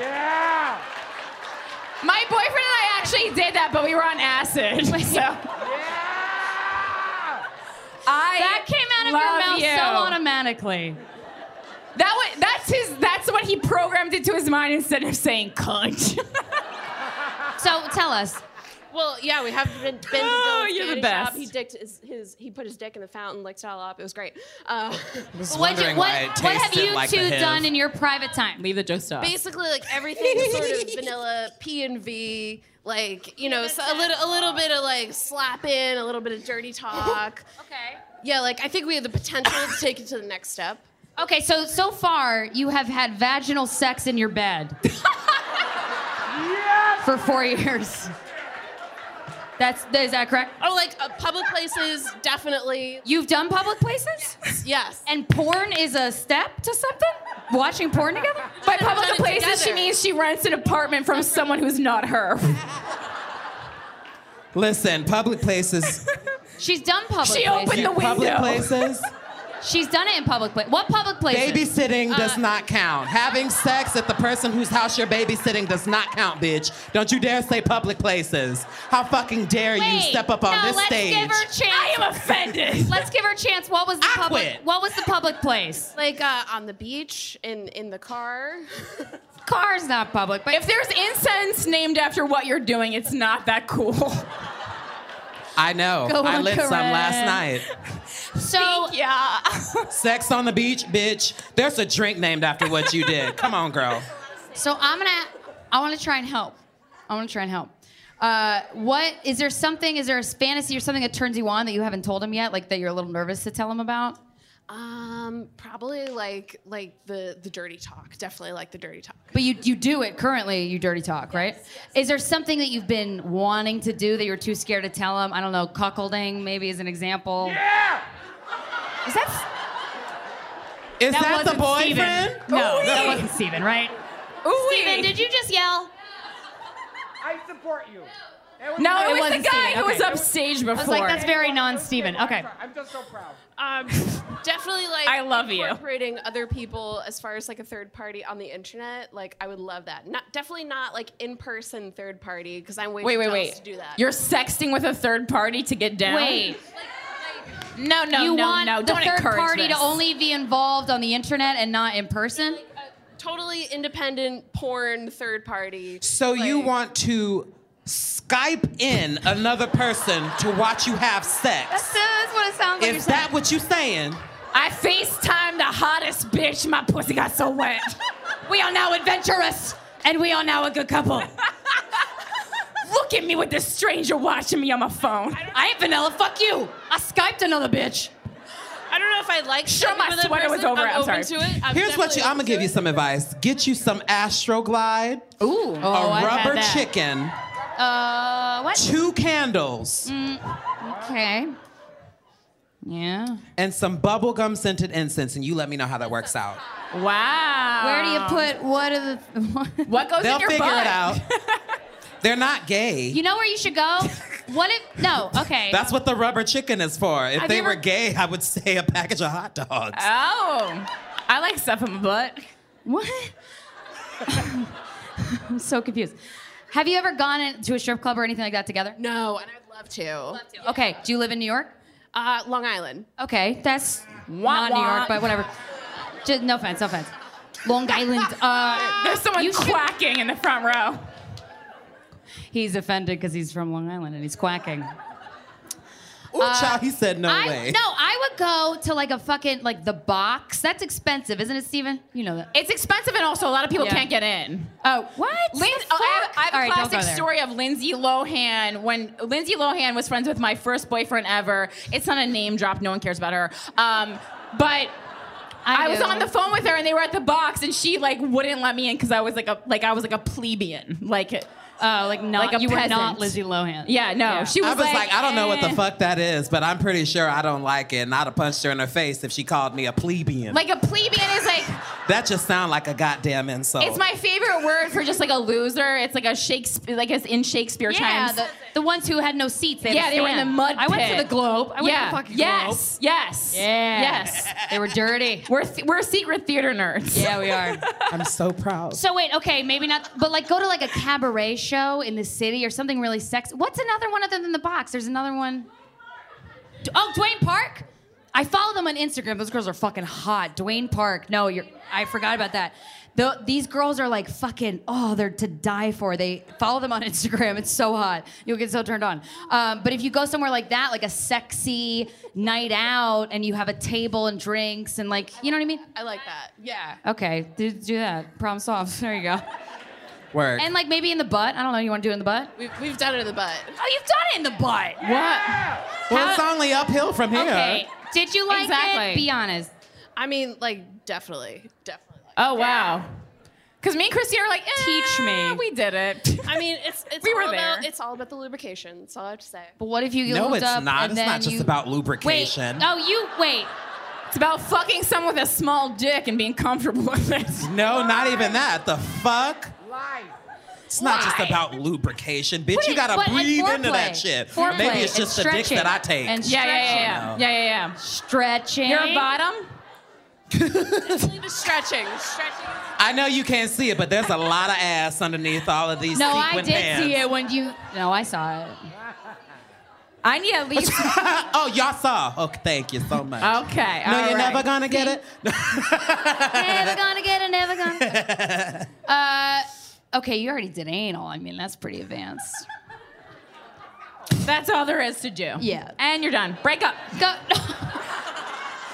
[SPEAKER 14] Yeah.
[SPEAKER 1] My boyfriend and I actually did that, but we were on acid. So
[SPEAKER 14] Yeah.
[SPEAKER 1] I
[SPEAKER 5] That came out of your
[SPEAKER 1] love
[SPEAKER 5] mouth
[SPEAKER 1] you.
[SPEAKER 5] so automatically.
[SPEAKER 1] That wa that's his. That's what he programmed into his mind instead of saying cunt.
[SPEAKER 5] So tell us.
[SPEAKER 7] Well, yeah, we have been, been to
[SPEAKER 1] Oh,
[SPEAKER 7] Dylan's
[SPEAKER 1] you're the
[SPEAKER 7] candy shop.
[SPEAKER 1] best.
[SPEAKER 7] He dicked his, his he put his dick in the fountain, licked it all up. It was great. Uh,
[SPEAKER 3] Was
[SPEAKER 5] What'd you-
[SPEAKER 3] wondering
[SPEAKER 5] what
[SPEAKER 3] why it
[SPEAKER 5] what have
[SPEAKER 3] tasted
[SPEAKER 5] you
[SPEAKER 3] like the
[SPEAKER 5] two
[SPEAKER 3] hiv.
[SPEAKER 5] done in your private time?
[SPEAKER 1] Leave the joke stuff.
[SPEAKER 7] basically like everything sort of vanilla P and V, like you know, so a little a little bit of like slap in, a little bit of dirty talk.
[SPEAKER 5] Okay.
[SPEAKER 7] yeah, like I think we have the potential to take it to the next step.
[SPEAKER 5] Okay, so so far you have had vaginal sex in your bed. For four years. That's is that correct?
[SPEAKER 7] Oh, like uh, public places, definitely.
[SPEAKER 5] You've done public places?
[SPEAKER 7] Yes.
[SPEAKER 5] And porn is a step to something? Watching porn together?
[SPEAKER 1] By
[SPEAKER 7] Should've
[SPEAKER 1] public
[SPEAKER 7] done it
[SPEAKER 1] places, she
[SPEAKER 7] together.
[SPEAKER 1] means she rents an apartment from someone who's not her.
[SPEAKER 3] Listen, public places.
[SPEAKER 5] She's done public
[SPEAKER 1] She
[SPEAKER 5] places.
[SPEAKER 1] opened the
[SPEAKER 3] public
[SPEAKER 1] window.
[SPEAKER 3] places.
[SPEAKER 5] She's done it in public places. What public places? uh,
[SPEAKER 3] Babysitting does not count. Having sex at the person whose house you're babysitting does not count, bitch. Don't you dare say public places. How fucking dare you
[SPEAKER 5] Wait,
[SPEAKER 3] step up on
[SPEAKER 5] no,
[SPEAKER 3] this
[SPEAKER 5] let's
[SPEAKER 3] stage?
[SPEAKER 5] Give her a chance.
[SPEAKER 1] I am offended.
[SPEAKER 5] Let's give her a chance. What was the
[SPEAKER 3] I
[SPEAKER 5] public
[SPEAKER 3] quit.
[SPEAKER 5] What was the public place?
[SPEAKER 7] Like uh, on the beach, in in the car.
[SPEAKER 5] Car's not public, but
[SPEAKER 1] If there's incense named after what you're doing, it's not that cool.
[SPEAKER 3] I know.
[SPEAKER 5] Go
[SPEAKER 3] I
[SPEAKER 5] on,
[SPEAKER 3] lit some
[SPEAKER 5] Corinne.
[SPEAKER 3] last night.
[SPEAKER 5] so
[SPEAKER 1] Yeah.
[SPEAKER 3] Sex on the beach, bitch. There's a drink named after what you did. Come on, girl.
[SPEAKER 5] So I'm gonna, I want to try and help. I want to try and help. Uh, what is there something? Is there a fantasy or something that turns you on that you haven't told him yet? Like that you're a little nervous to tell him about?
[SPEAKER 7] Um, probably like like the the dirty talk. Definitely like the dirty talk.
[SPEAKER 5] But you you do it currently. You dirty talk, right? Is there something that you've been wanting to do that you're too scared to tell him? I don't know. Cuckolding maybe is an example.
[SPEAKER 14] Yeah.
[SPEAKER 5] Is that
[SPEAKER 3] Is
[SPEAKER 5] that
[SPEAKER 3] that, the
[SPEAKER 5] wasn't Steven.
[SPEAKER 3] boyfriend?
[SPEAKER 5] no? That wasn't Steven, right?
[SPEAKER 1] Ooh,
[SPEAKER 5] Steven, did you just yell?
[SPEAKER 14] I support you. That was
[SPEAKER 1] no,
[SPEAKER 2] Oh,
[SPEAKER 14] my-
[SPEAKER 1] it was
[SPEAKER 5] wasn't
[SPEAKER 1] the guy
[SPEAKER 5] Steven,
[SPEAKER 1] who was
[SPEAKER 5] okay.
[SPEAKER 1] upstage before.
[SPEAKER 5] I was like, that's very non-Steven.
[SPEAKER 14] Steven,
[SPEAKER 5] Okay.
[SPEAKER 14] I'm just so proud.
[SPEAKER 7] Um, definitely like
[SPEAKER 1] I love you.
[SPEAKER 7] incorporating other people as far as like a third party on the internet. Like I would love that. Not definitely not like in person third party because I'm way
[SPEAKER 1] wait,
[SPEAKER 7] too
[SPEAKER 1] wait,
[SPEAKER 7] jealous
[SPEAKER 1] wait.
[SPEAKER 7] to do that.
[SPEAKER 1] You're sexting with a third party to get down.
[SPEAKER 5] Wait.
[SPEAKER 1] No, no,
[SPEAKER 5] you
[SPEAKER 1] no,
[SPEAKER 5] want
[SPEAKER 1] no.
[SPEAKER 5] the
[SPEAKER 1] Don't
[SPEAKER 5] third
[SPEAKER 1] encourage
[SPEAKER 5] party
[SPEAKER 1] this.
[SPEAKER 5] to only be involved on the internet and not in person?
[SPEAKER 7] totally independent porn third party.
[SPEAKER 3] So you
[SPEAKER 7] Like-
[SPEAKER 3] want to Skype in another person to watch you have sex?
[SPEAKER 5] that's what it sounds
[SPEAKER 3] Is that what you saying?
[SPEAKER 1] I FaceTime the hottest bitch. My pussy got so wet. we are now adventurous, and we are now a good couple. Look at me with this stranger watching me on my phone.
[SPEAKER 12] I ain't vanilla. Fuck you. I skyped another bitch.
[SPEAKER 7] I don't know if I like.
[SPEAKER 1] Sure,
[SPEAKER 7] sleeping
[SPEAKER 1] my
[SPEAKER 7] with a
[SPEAKER 1] sweater was
[SPEAKER 7] person.
[SPEAKER 1] over. I'm sorry.
[SPEAKER 7] open to it. I'm
[SPEAKER 3] Here's what you.
[SPEAKER 7] definitely
[SPEAKER 3] I'm gonna
[SPEAKER 7] open
[SPEAKER 3] give
[SPEAKER 7] to
[SPEAKER 3] you
[SPEAKER 7] it.
[SPEAKER 3] some advice. Get you some Astroglide,
[SPEAKER 5] Ooh.
[SPEAKER 3] a
[SPEAKER 12] Oh, I've had
[SPEAKER 3] rubber
[SPEAKER 12] that.
[SPEAKER 3] chicken,
[SPEAKER 5] Uh, what?
[SPEAKER 3] two candles,
[SPEAKER 5] Okay. Yeah.
[SPEAKER 3] and some bubblegum scented incense, and you let me know how that works out.
[SPEAKER 10] Wow.
[SPEAKER 5] Where do you put what are the
[SPEAKER 10] what goes
[SPEAKER 3] They'll figure it out. They're not gay.
[SPEAKER 5] You know where you should go? What if no, okay.
[SPEAKER 3] That's what the rubber chicken is for. If
[SPEAKER 10] Have
[SPEAKER 3] they
[SPEAKER 10] you
[SPEAKER 3] were
[SPEAKER 10] ever-
[SPEAKER 3] gay, I would say a package of hot dogs.
[SPEAKER 5] Uh,
[SPEAKER 10] Oh, I like stuff in my butt.
[SPEAKER 5] What? I'm so confused. Have you ever gone in- to a strip club or anything like that together?
[SPEAKER 7] No, and I would love to.
[SPEAKER 5] Okay. Do you live in New York?
[SPEAKER 7] Uh, Long Island.
[SPEAKER 5] Okay, that's not New
[SPEAKER 7] wah.
[SPEAKER 5] York, but whatever. Just, no offense, no offense. Long Island. Uh,
[SPEAKER 10] There's someone
[SPEAKER 5] you should-
[SPEAKER 10] quacking in the front row.
[SPEAKER 5] He's offended because he's from Long Island and he's quacking.
[SPEAKER 3] Ooh, child, he said no
[SPEAKER 5] I,
[SPEAKER 3] way.
[SPEAKER 5] No, I would go to like a fucking like the box. That's expensive, isn't it, Steven? You know that.
[SPEAKER 10] It's expensive, and also a lot of people
[SPEAKER 5] Yeah.
[SPEAKER 10] can't get in.
[SPEAKER 5] Oh, what?
[SPEAKER 10] Lin-
[SPEAKER 5] The
[SPEAKER 10] oh, I have,
[SPEAKER 5] fuck?
[SPEAKER 10] I have a
[SPEAKER 5] All right, don't go
[SPEAKER 10] classic
[SPEAKER 5] there.
[SPEAKER 10] story of Lindsay Lohan. When Lindsay Lohan was friends with my first boyfriend ever, it's not a name drop, no one cares about her. Um, but I, was
[SPEAKER 5] do.
[SPEAKER 10] on the phone with her, and they were at the box, and she like wouldn't let me in because I was like a like I was like a plebeian, like
[SPEAKER 5] Oh, like not
[SPEAKER 10] Like a
[SPEAKER 5] you were
[SPEAKER 10] peasant.
[SPEAKER 5] not Lizzie Lohan.
[SPEAKER 10] yeah, no, she was,
[SPEAKER 3] I was like, I don't know what the
[SPEAKER 10] eh.
[SPEAKER 3] fuck that is, but I'm pretty sure I don't like it, and I'd have punched her in her face if she called me a plebeian.
[SPEAKER 10] Like a plebeian is like
[SPEAKER 3] that just sounds like a goddamn insult.
[SPEAKER 10] it's my favorite word for just like a loser. It's like a Shakespeare, like it's in Shakespeare
[SPEAKER 5] Yeah,
[SPEAKER 10] times.
[SPEAKER 5] the, the ones who had no seats. They had
[SPEAKER 10] yeah,
[SPEAKER 5] to
[SPEAKER 10] they were in the
[SPEAKER 5] stand.
[SPEAKER 10] mud.
[SPEAKER 5] I went to
[SPEAKER 10] pit.
[SPEAKER 5] the Globe. I went
[SPEAKER 10] yeah.
[SPEAKER 5] to the fucking
[SPEAKER 10] yes, yes,
[SPEAKER 5] Globe. Yeah.
[SPEAKER 10] yes.
[SPEAKER 5] They were dirty.
[SPEAKER 10] We're th- we're secret theater nerds.
[SPEAKER 5] yeah, we are.
[SPEAKER 3] I'm so proud.
[SPEAKER 5] So wait, okay, maybe not, but like go to like a cabaret show in the city or something really sexy. What's another one other than the box? There's another one. D- Oh, Dwayne Park. I follow them on Instagram. Those girls are fucking hot. Dwayne Park. No, you're. I forgot about that. Tho- these girls are like fucking. Oh, they're to die for. They follow them on Instagram. It's so hot. You'll get so turned on. Um, but if you go somewhere like that, like a sexy night out, and you have a table and drinks and like, you know what I mean?
[SPEAKER 7] I like that. Yeah.
[SPEAKER 5] Okay, do, do that. Problem solved. There you go.
[SPEAKER 3] Work.
[SPEAKER 5] And like maybe in the butt. I don't know. You want to do it in the butt?
[SPEAKER 7] We've, we've done it in the butt.
[SPEAKER 5] Oh, you've done it in the butt.
[SPEAKER 3] well, it's only uphill from here.
[SPEAKER 5] Okay. Did you like
[SPEAKER 10] Exactly.
[SPEAKER 5] it? Be honest.
[SPEAKER 7] I mean, like, definitely. Definitely. Like
[SPEAKER 10] Oh wow. Because me and Christina are like, eh,
[SPEAKER 5] Teach me.
[SPEAKER 10] We did it.
[SPEAKER 7] I mean, it's it's
[SPEAKER 10] We
[SPEAKER 7] all
[SPEAKER 10] were
[SPEAKER 7] about
[SPEAKER 10] there.
[SPEAKER 7] it's all about the lubrication. That's all I have to say.
[SPEAKER 5] But what if you
[SPEAKER 3] No,
[SPEAKER 5] lubed
[SPEAKER 3] it's
[SPEAKER 5] up
[SPEAKER 3] not.
[SPEAKER 5] and
[SPEAKER 3] It's
[SPEAKER 5] then
[SPEAKER 3] not just
[SPEAKER 5] you-
[SPEAKER 3] about
[SPEAKER 5] Wait.
[SPEAKER 3] lubrication.
[SPEAKER 5] Oh, you wait.
[SPEAKER 10] It's about fucking someone with a small dick and being comfortable with it.
[SPEAKER 3] No, not even that. The fuck? It's not
[SPEAKER 10] Why?
[SPEAKER 3] just about lubrication, bitch. you
[SPEAKER 5] Wait,
[SPEAKER 3] gotta
[SPEAKER 5] but, like,
[SPEAKER 3] breathe into
[SPEAKER 5] foreplay.
[SPEAKER 3] that shit.
[SPEAKER 5] Foreplay
[SPEAKER 3] Maybe it's
[SPEAKER 5] and
[SPEAKER 3] just the dick
[SPEAKER 5] stretching
[SPEAKER 3] that I take.
[SPEAKER 5] and
[SPEAKER 10] Yeah, yeah, yeah, yeah,
[SPEAKER 3] Stretching.
[SPEAKER 10] yeah, yeah, yeah.
[SPEAKER 5] Stretching.
[SPEAKER 10] You're a bottom.
[SPEAKER 7] Leave us stretching. Stretching.
[SPEAKER 3] I know you can't see it, but there's a lot of ass underneath all of these
[SPEAKER 5] No, I
[SPEAKER 3] sequin
[SPEAKER 5] did
[SPEAKER 3] pants.
[SPEAKER 5] see it when you. No, I saw it.
[SPEAKER 10] I need at least. okay,
[SPEAKER 3] oh, y'all saw. Oh, thank you so much.
[SPEAKER 5] Oh,
[SPEAKER 10] all
[SPEAKER 3] no, you're
[SPEAKER 10] right.
[SPEAKER 3] never gonna get it.
[SPEAKER 5] never gonna get it. Never gonna. Uh, okay, you already did anal. I mean, that's pretty advanced.
[SPEAKER 10] That's all there is to do.
[SPEAKER 5] Yeah.
[SPEAKER 10] And you're done. Break up.
[SPEAKER 5] Go.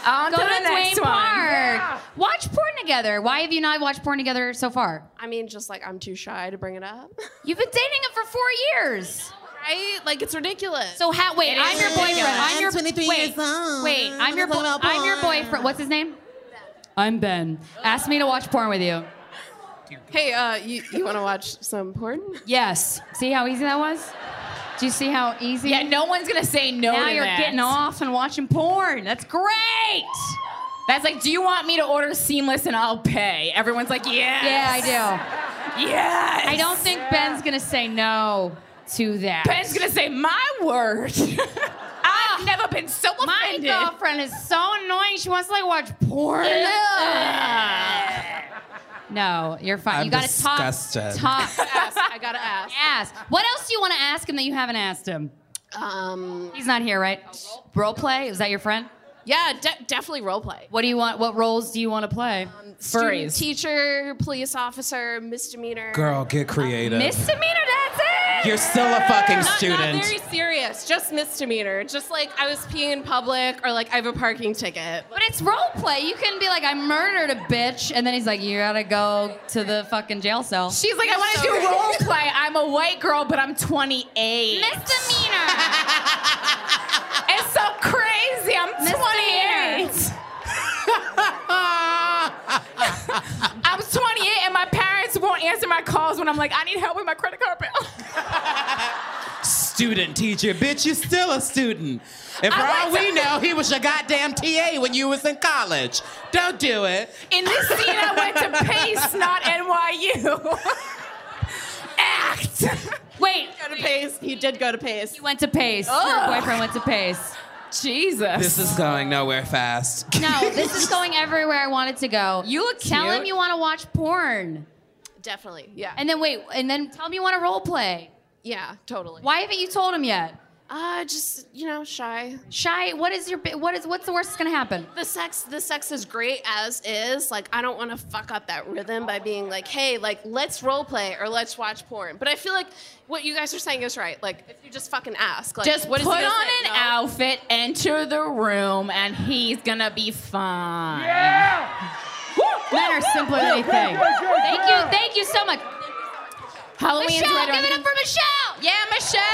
[SPEAKER 10] On
[SPEAKER 5] Go
[SPEAKER 10] to
[SPEAKER 5] to,
[SPEAKER 10] the
[SPEAKER 5] Dwayne
[SPEAKER 10] next one.
[SPEAKER 5] Park. Watch porn together. Why have you not watched porn together so far?
[SPEAKER 7] I mean, just like I'm too shy to bring it up.
[SPEAKER 5] You've been dating him for four years.
[SPEAKER 7] Right? Like it's ridiculous.
[SPEAKER 5] So how? Wait, I'm your boyfriend. I'm your 23 wait, years
[SPEAKER 3] old.
[SPEAKER 5] Wait, I'm your bo- I'm your boyfriend. What's his name? I'm Ben. Ask me to watch porn with you.
[SPEAKER 7] hey, uh, you, you want to watch some porn?
[SPEAKER 5] Yes. See how easy that was? Do you see how easy?
[SPEAKER 10] Yeah, no one's gonna say no
[SPEAKER 5] Now
[SPEAKER 10] to
[SPEAKER 5] you're
[SPEAKER 10] that.
[SPEAKER 5] getting off and watching porn. That's great.
[SPEAKER 10] That's like, do you want me to order seamless and I'll pay? Everyone's like, yes.
[SPEAKER 5] Yeah,
[SPEAKER 10] I do. Yes.
[SPEAKER 5] I do. I don't think Ben's gonna say no to that.
[SPEAKER 10] Ben's gonna say my word. I've never been so
[SPEAKER 5] My
[SPEAKER 10] offended.
[SPEAKER 5] girlfriend is so annoying. She wants to like watch porn. no, you're fine.
[SPEAKER 3] I'm
[SPEAKER 5] you gotta
[SPEAKER 3] disgusted.
[SPEAKER 5] talk. Talk.
[SPEAKER 7] Ask. I gotta ask.
[SPEAKER 5] ask. What else do you want to ask him that you haven't asked him?
[SPEAKER 7] Um,
[SPEAKER 5] He's not here, right? Role play? Is that your friend?
[SPEAKER 7] yeah, de- definitely role play.
[SPEAKER 5] What do you want? What roles do you want to play?
[SPEAKER 7] Student, teacher, police officer, misdemeanor.
[SPEAKER 3] Girl, get creative.
[SPEAKER 5] Misdemeanor, that's it.
[SPEAKER 3] you're still a fucking
[SPEAKER 7] Not,
[SPEAKER 3] student.
[SPEAKER 7] not very serious, just misdemeanor. Just like I was peeing in public, or like I have a parking ticket.
[SPEAKER 5] But it's role play. You can be like, I murdered a bitch, and then he's like, you gotta go to the fucking jail cell.
[SPEAKER 10] She's like, I want to do role play. I'm a white girl, but I'm 28.
[SPEAKER 5] Misdemeanor.
[SPEAKER 10] It's so crazy. I'm 28. I was 28 and my parents won't answer my calls when I'm like, I need help with my credit card bill.
[SPEAKER 3] student teacher. Bitch, you're still a student. And for
[SPEAKER 14] I
[SPEAKER 3] all
[SPEAKER 14] went
[SPEAKER 3] we
[SPEAKER 14] to-
[SPEAKER 3] know, he was your goddamn TA when you was in college. Don't do it.
[SPEAKER 1] In this scene, I went to Pace, not NYU.
[SPEAKER 5] Wait.
[SPEAKER 7] Go to Pace. You did go to Pace. You
[SPEAKER 5] went to Pace.
[SPEAKER 7] Oh.
[SPEAKER 5] Her boyfriend went to Pace.
[SPEAKER 1] Jesus.
[SPEAKER 3] This is going nowhere fast.
[SPEAKER 5] No, this is going everywhere I want it to go. You
[SPEAKER 7] look
[SPEAKER 5] Tell
[SPEAKER 7] cute.
[SPEAKER 5] him you want to watch porn.
[SPEAKER 7] Definitely. Yeah.
[SPEAKER 5] And then wait, and then tell him you want to role play.
[SPEAKER 7] Yeah, totally.
[SPEAKER 5] Why haven't you told him yet?
[SPEAKER 7] Uh, just you know, shy.
[SPEAKER 5] Shy. What is your? bi- What is? What's the worst that's gonna happen?
[SPEAKER 7] The sex, the sex is great as is. Like, I don't want to fuck up that rhythm by being like, "Hey, like, let's role play or let's watch porn." But I feel like what you guys are saying is right. Like, if you just fucking ask, like,
[SPEAKER 1] Just
[SPEAKER 7] what is
[SPEAKER 1] put
[SPEAKER 7] he
[SPEAKER 1] on
[SPEAKER 7] gonna
[SPEAKER 1] an
[SPEAKER 7] say? No.
[SPEAKER 1] outfit, enter the room, and he's gonna be fine.
[SPEAKER 5] Men are simpler than you think. Thank you. Thank you so much.
[SPEAKER 1] Halloween's
[SPEAKER 5] Michelle,
[SPEAKER 1] right around
[SPEAKER 5] give it up
[SPEAKER 1] the-
[SPEAKER 5] for Michelle. Yeah, Michelle.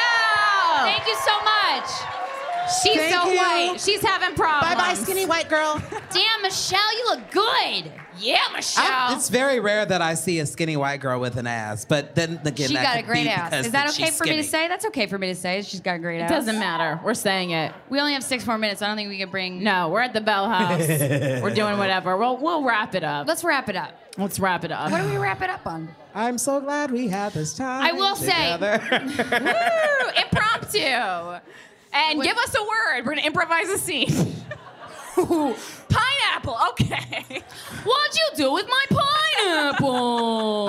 [SPEAKER 5] Thank you so much. She's
[SPEAKER 14] Thank
[SPEAKER 5] so
[SPEAKER 14] you.
[SPEAKER 5] white. She's having problems.
[SPEAKER 14] Bye-bye, skinny
[SPEAKER 3] white girl.
[SPEAKER 5] Damn, Michelle, you look good. Yeah, Michelle.
[SPEAKER 3] I- it's very rare that I see a skinny white girl with an ass, but then again,
[SPEAKER 5] she
[SPEAKER 3] that
[SPEAKER 5] got a
[SPEAKER 3] could
[SPEAKER 5] great
[SPEAKER 3] be
[SPEAKER 5] ass.
[SPEAKER 3] because
[SPEAKER 5] Is that
[SPEAKER 3] she's
[SPEAKER 5] okay for me to
[SPEAKER 3] skinny.
[SPEAKER 5] say? That's okay for me to say. She's got a great
[SPEAKER 1] It
[SPEAKER 5] ass.
[SPEAKER 1] doesn't matter. We're saying it.
[SPEAKER 5] We only have six more minutes. I don't think we can bring.
[SPEAKER 1] No, we're at the Bell House. we're doing whatever. We'll we'll wrap it up.
[SPEAKER 5] Let's wrap it up.
[SPEAKER 1] Let's wrap it up.
[SPEAKER 5] What do we wrap it up on?
[SPEAKER 3] I'm so glad we had this time.
[SPEAKER 5] I will say-
[SPEAKER 1] Woo, impromptu. And give us a word. We're gonna improvise a scene. pineapple. Okay.
[SPEAKER 5] What'd you do with my pineapple?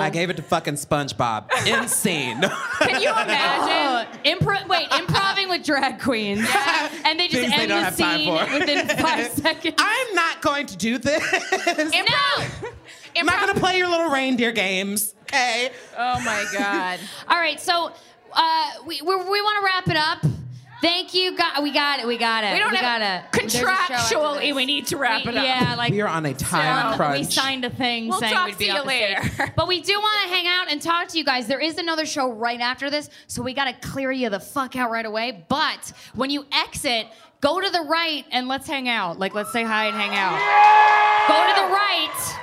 [SPEAKER 3] I gave it to fucking SpongeBob. Insane.
[SPEAKER 5] Can you imagine? Impro- wait, improving with drag queens. And they just
[SPEAKER 3] Things
[SPEAKER 5] end
[SPEAKER 3] they don't
[SPEAKER 5] the
[SPEAKER 3] have time
[SPEAKER 5] scene
[SPEAKER 3] for.
[SPEAKER 5] within five seconds.
[SPEAKER 3] I'm not going to do this.
[SPEAKER 5] no.
[SPEAKER 3] I'm not going to play your little reindeer games. Okay.
[SPEAKER 1] Oh my god.
[SPEAKER 5] All right, so uh, we, we, we want to wrap it up. Thank you. Got, we got it. We got it.
[SPEAKER 1] We don't
[SPEAKER 5] got
[SPEAKER 1] have-
[SPEAKER 5] it.
[SPEAKER 1] contractually, we need to wrap it up.
[SPEAKER 5] Yeah, like
[SPEAKER 3] we are on a time
[SPEAKER 5] Um,
[SPEAKER 3] crunch.
[SPEAKER 5] We signed a thing
[SPEAKER 1] We'll
[SPEAKER 5] saying
[SPEAKER 1] talk
[SPEAKER 5] we'd
[SPEAKER 1] to
[SPEAKER 5] be
[SPEAKER 1] you
[SPEAKER 5] on the Stage. But we do want to hang out and talk to you guys. There is another show right after this, so we got to clear you the fuck out right away. But when you exit, go to the right and let's hang out. Like let's say hi and hang out. Go to the right.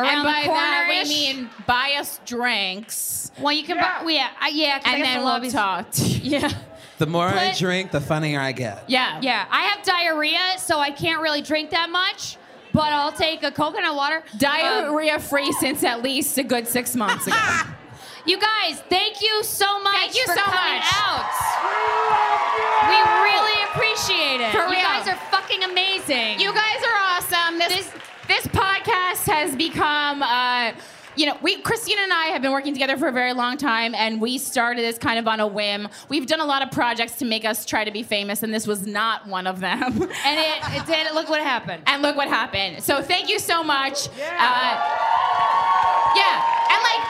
[SPEAKER 5] Around
[SPEAKER 1] and
[SPEAKER 5] the
[SPEAKER 1] by that
[SPEAKER 5] corner-ish.
[SPEAKER 1] we mean buy us drinks.
[SPEAKER 5] Well, you can yeah. buy, yeah, I, yeah. 'cause I
[SPEAKER 1] And
[SPEAKER 5] guess
[SPEAKER 1] then
[SPEAKER 5] the
[SPEAKER 1] we'll
[SPEAKER 5] lobby's-
[SPEAKER 1] talk. Yeah.
[SPEAKER 3] the more I
[SPEAKER 5] Put-
[SPEAKER 3] drink, the funnier I get.
[SPEAKER 1] Yeah.
[SPEAKER 5] Yeah. I have diarrhea, so I can't really drink that much, but I'll take a coconut water. Um,
[SPEAKER 1] Diarrhea free since at least a good six months ago.
[SPEAKER 5] You guys, thank you so much
[SPEAKER 1] Thank you
[SPEAKER 5] for
[SPEAKER 1] so
[SPEAKER 5] coming
[SPEAKER 1] much.
[SPEAKER 5] out. We really appreciate it.
[SPEAKER 1] For
[SPEAKER 5] you
[SPEAKER 1] real.
[SPEAKER 5] guys are fucking amazing.
[SPEAKER 1] You guys are awesome. This this, podcast has become. Uh, you know, we Christina and I have been working together for a very long time, and we started this kind of on a whim. We've done a lot of projects to make us try to be famous, and this was not one of them. And
[SPEAKER 5] it, it did. Look what happened.
[SPEAKER 1] And look what happened. So thank you so much. Yeah. Uh, yeah. And like,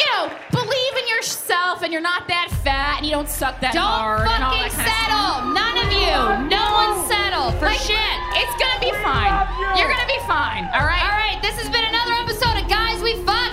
[SPEAKER 1] you know, believe in yourself, and you're not that fat, and you don't suck that
[SPEAKER 5] Don't
[SPEAKER 1] hard. and all that
[SPEAKER 5] fucking
[SPEAKER 1] kind of
[SPEAKER 5] settle.
[SPEAKER 1] stuff.
[SPEAKER 5] None of you. No one settle for
[SPEAKER 1] Like,
[SPEAKER 5] shit.
[SPEAKER 1] It's gonna be fine. You're gonna be fine. All right.
[SPEAKER 5] All right. This has been another episode of Guys We Fuck.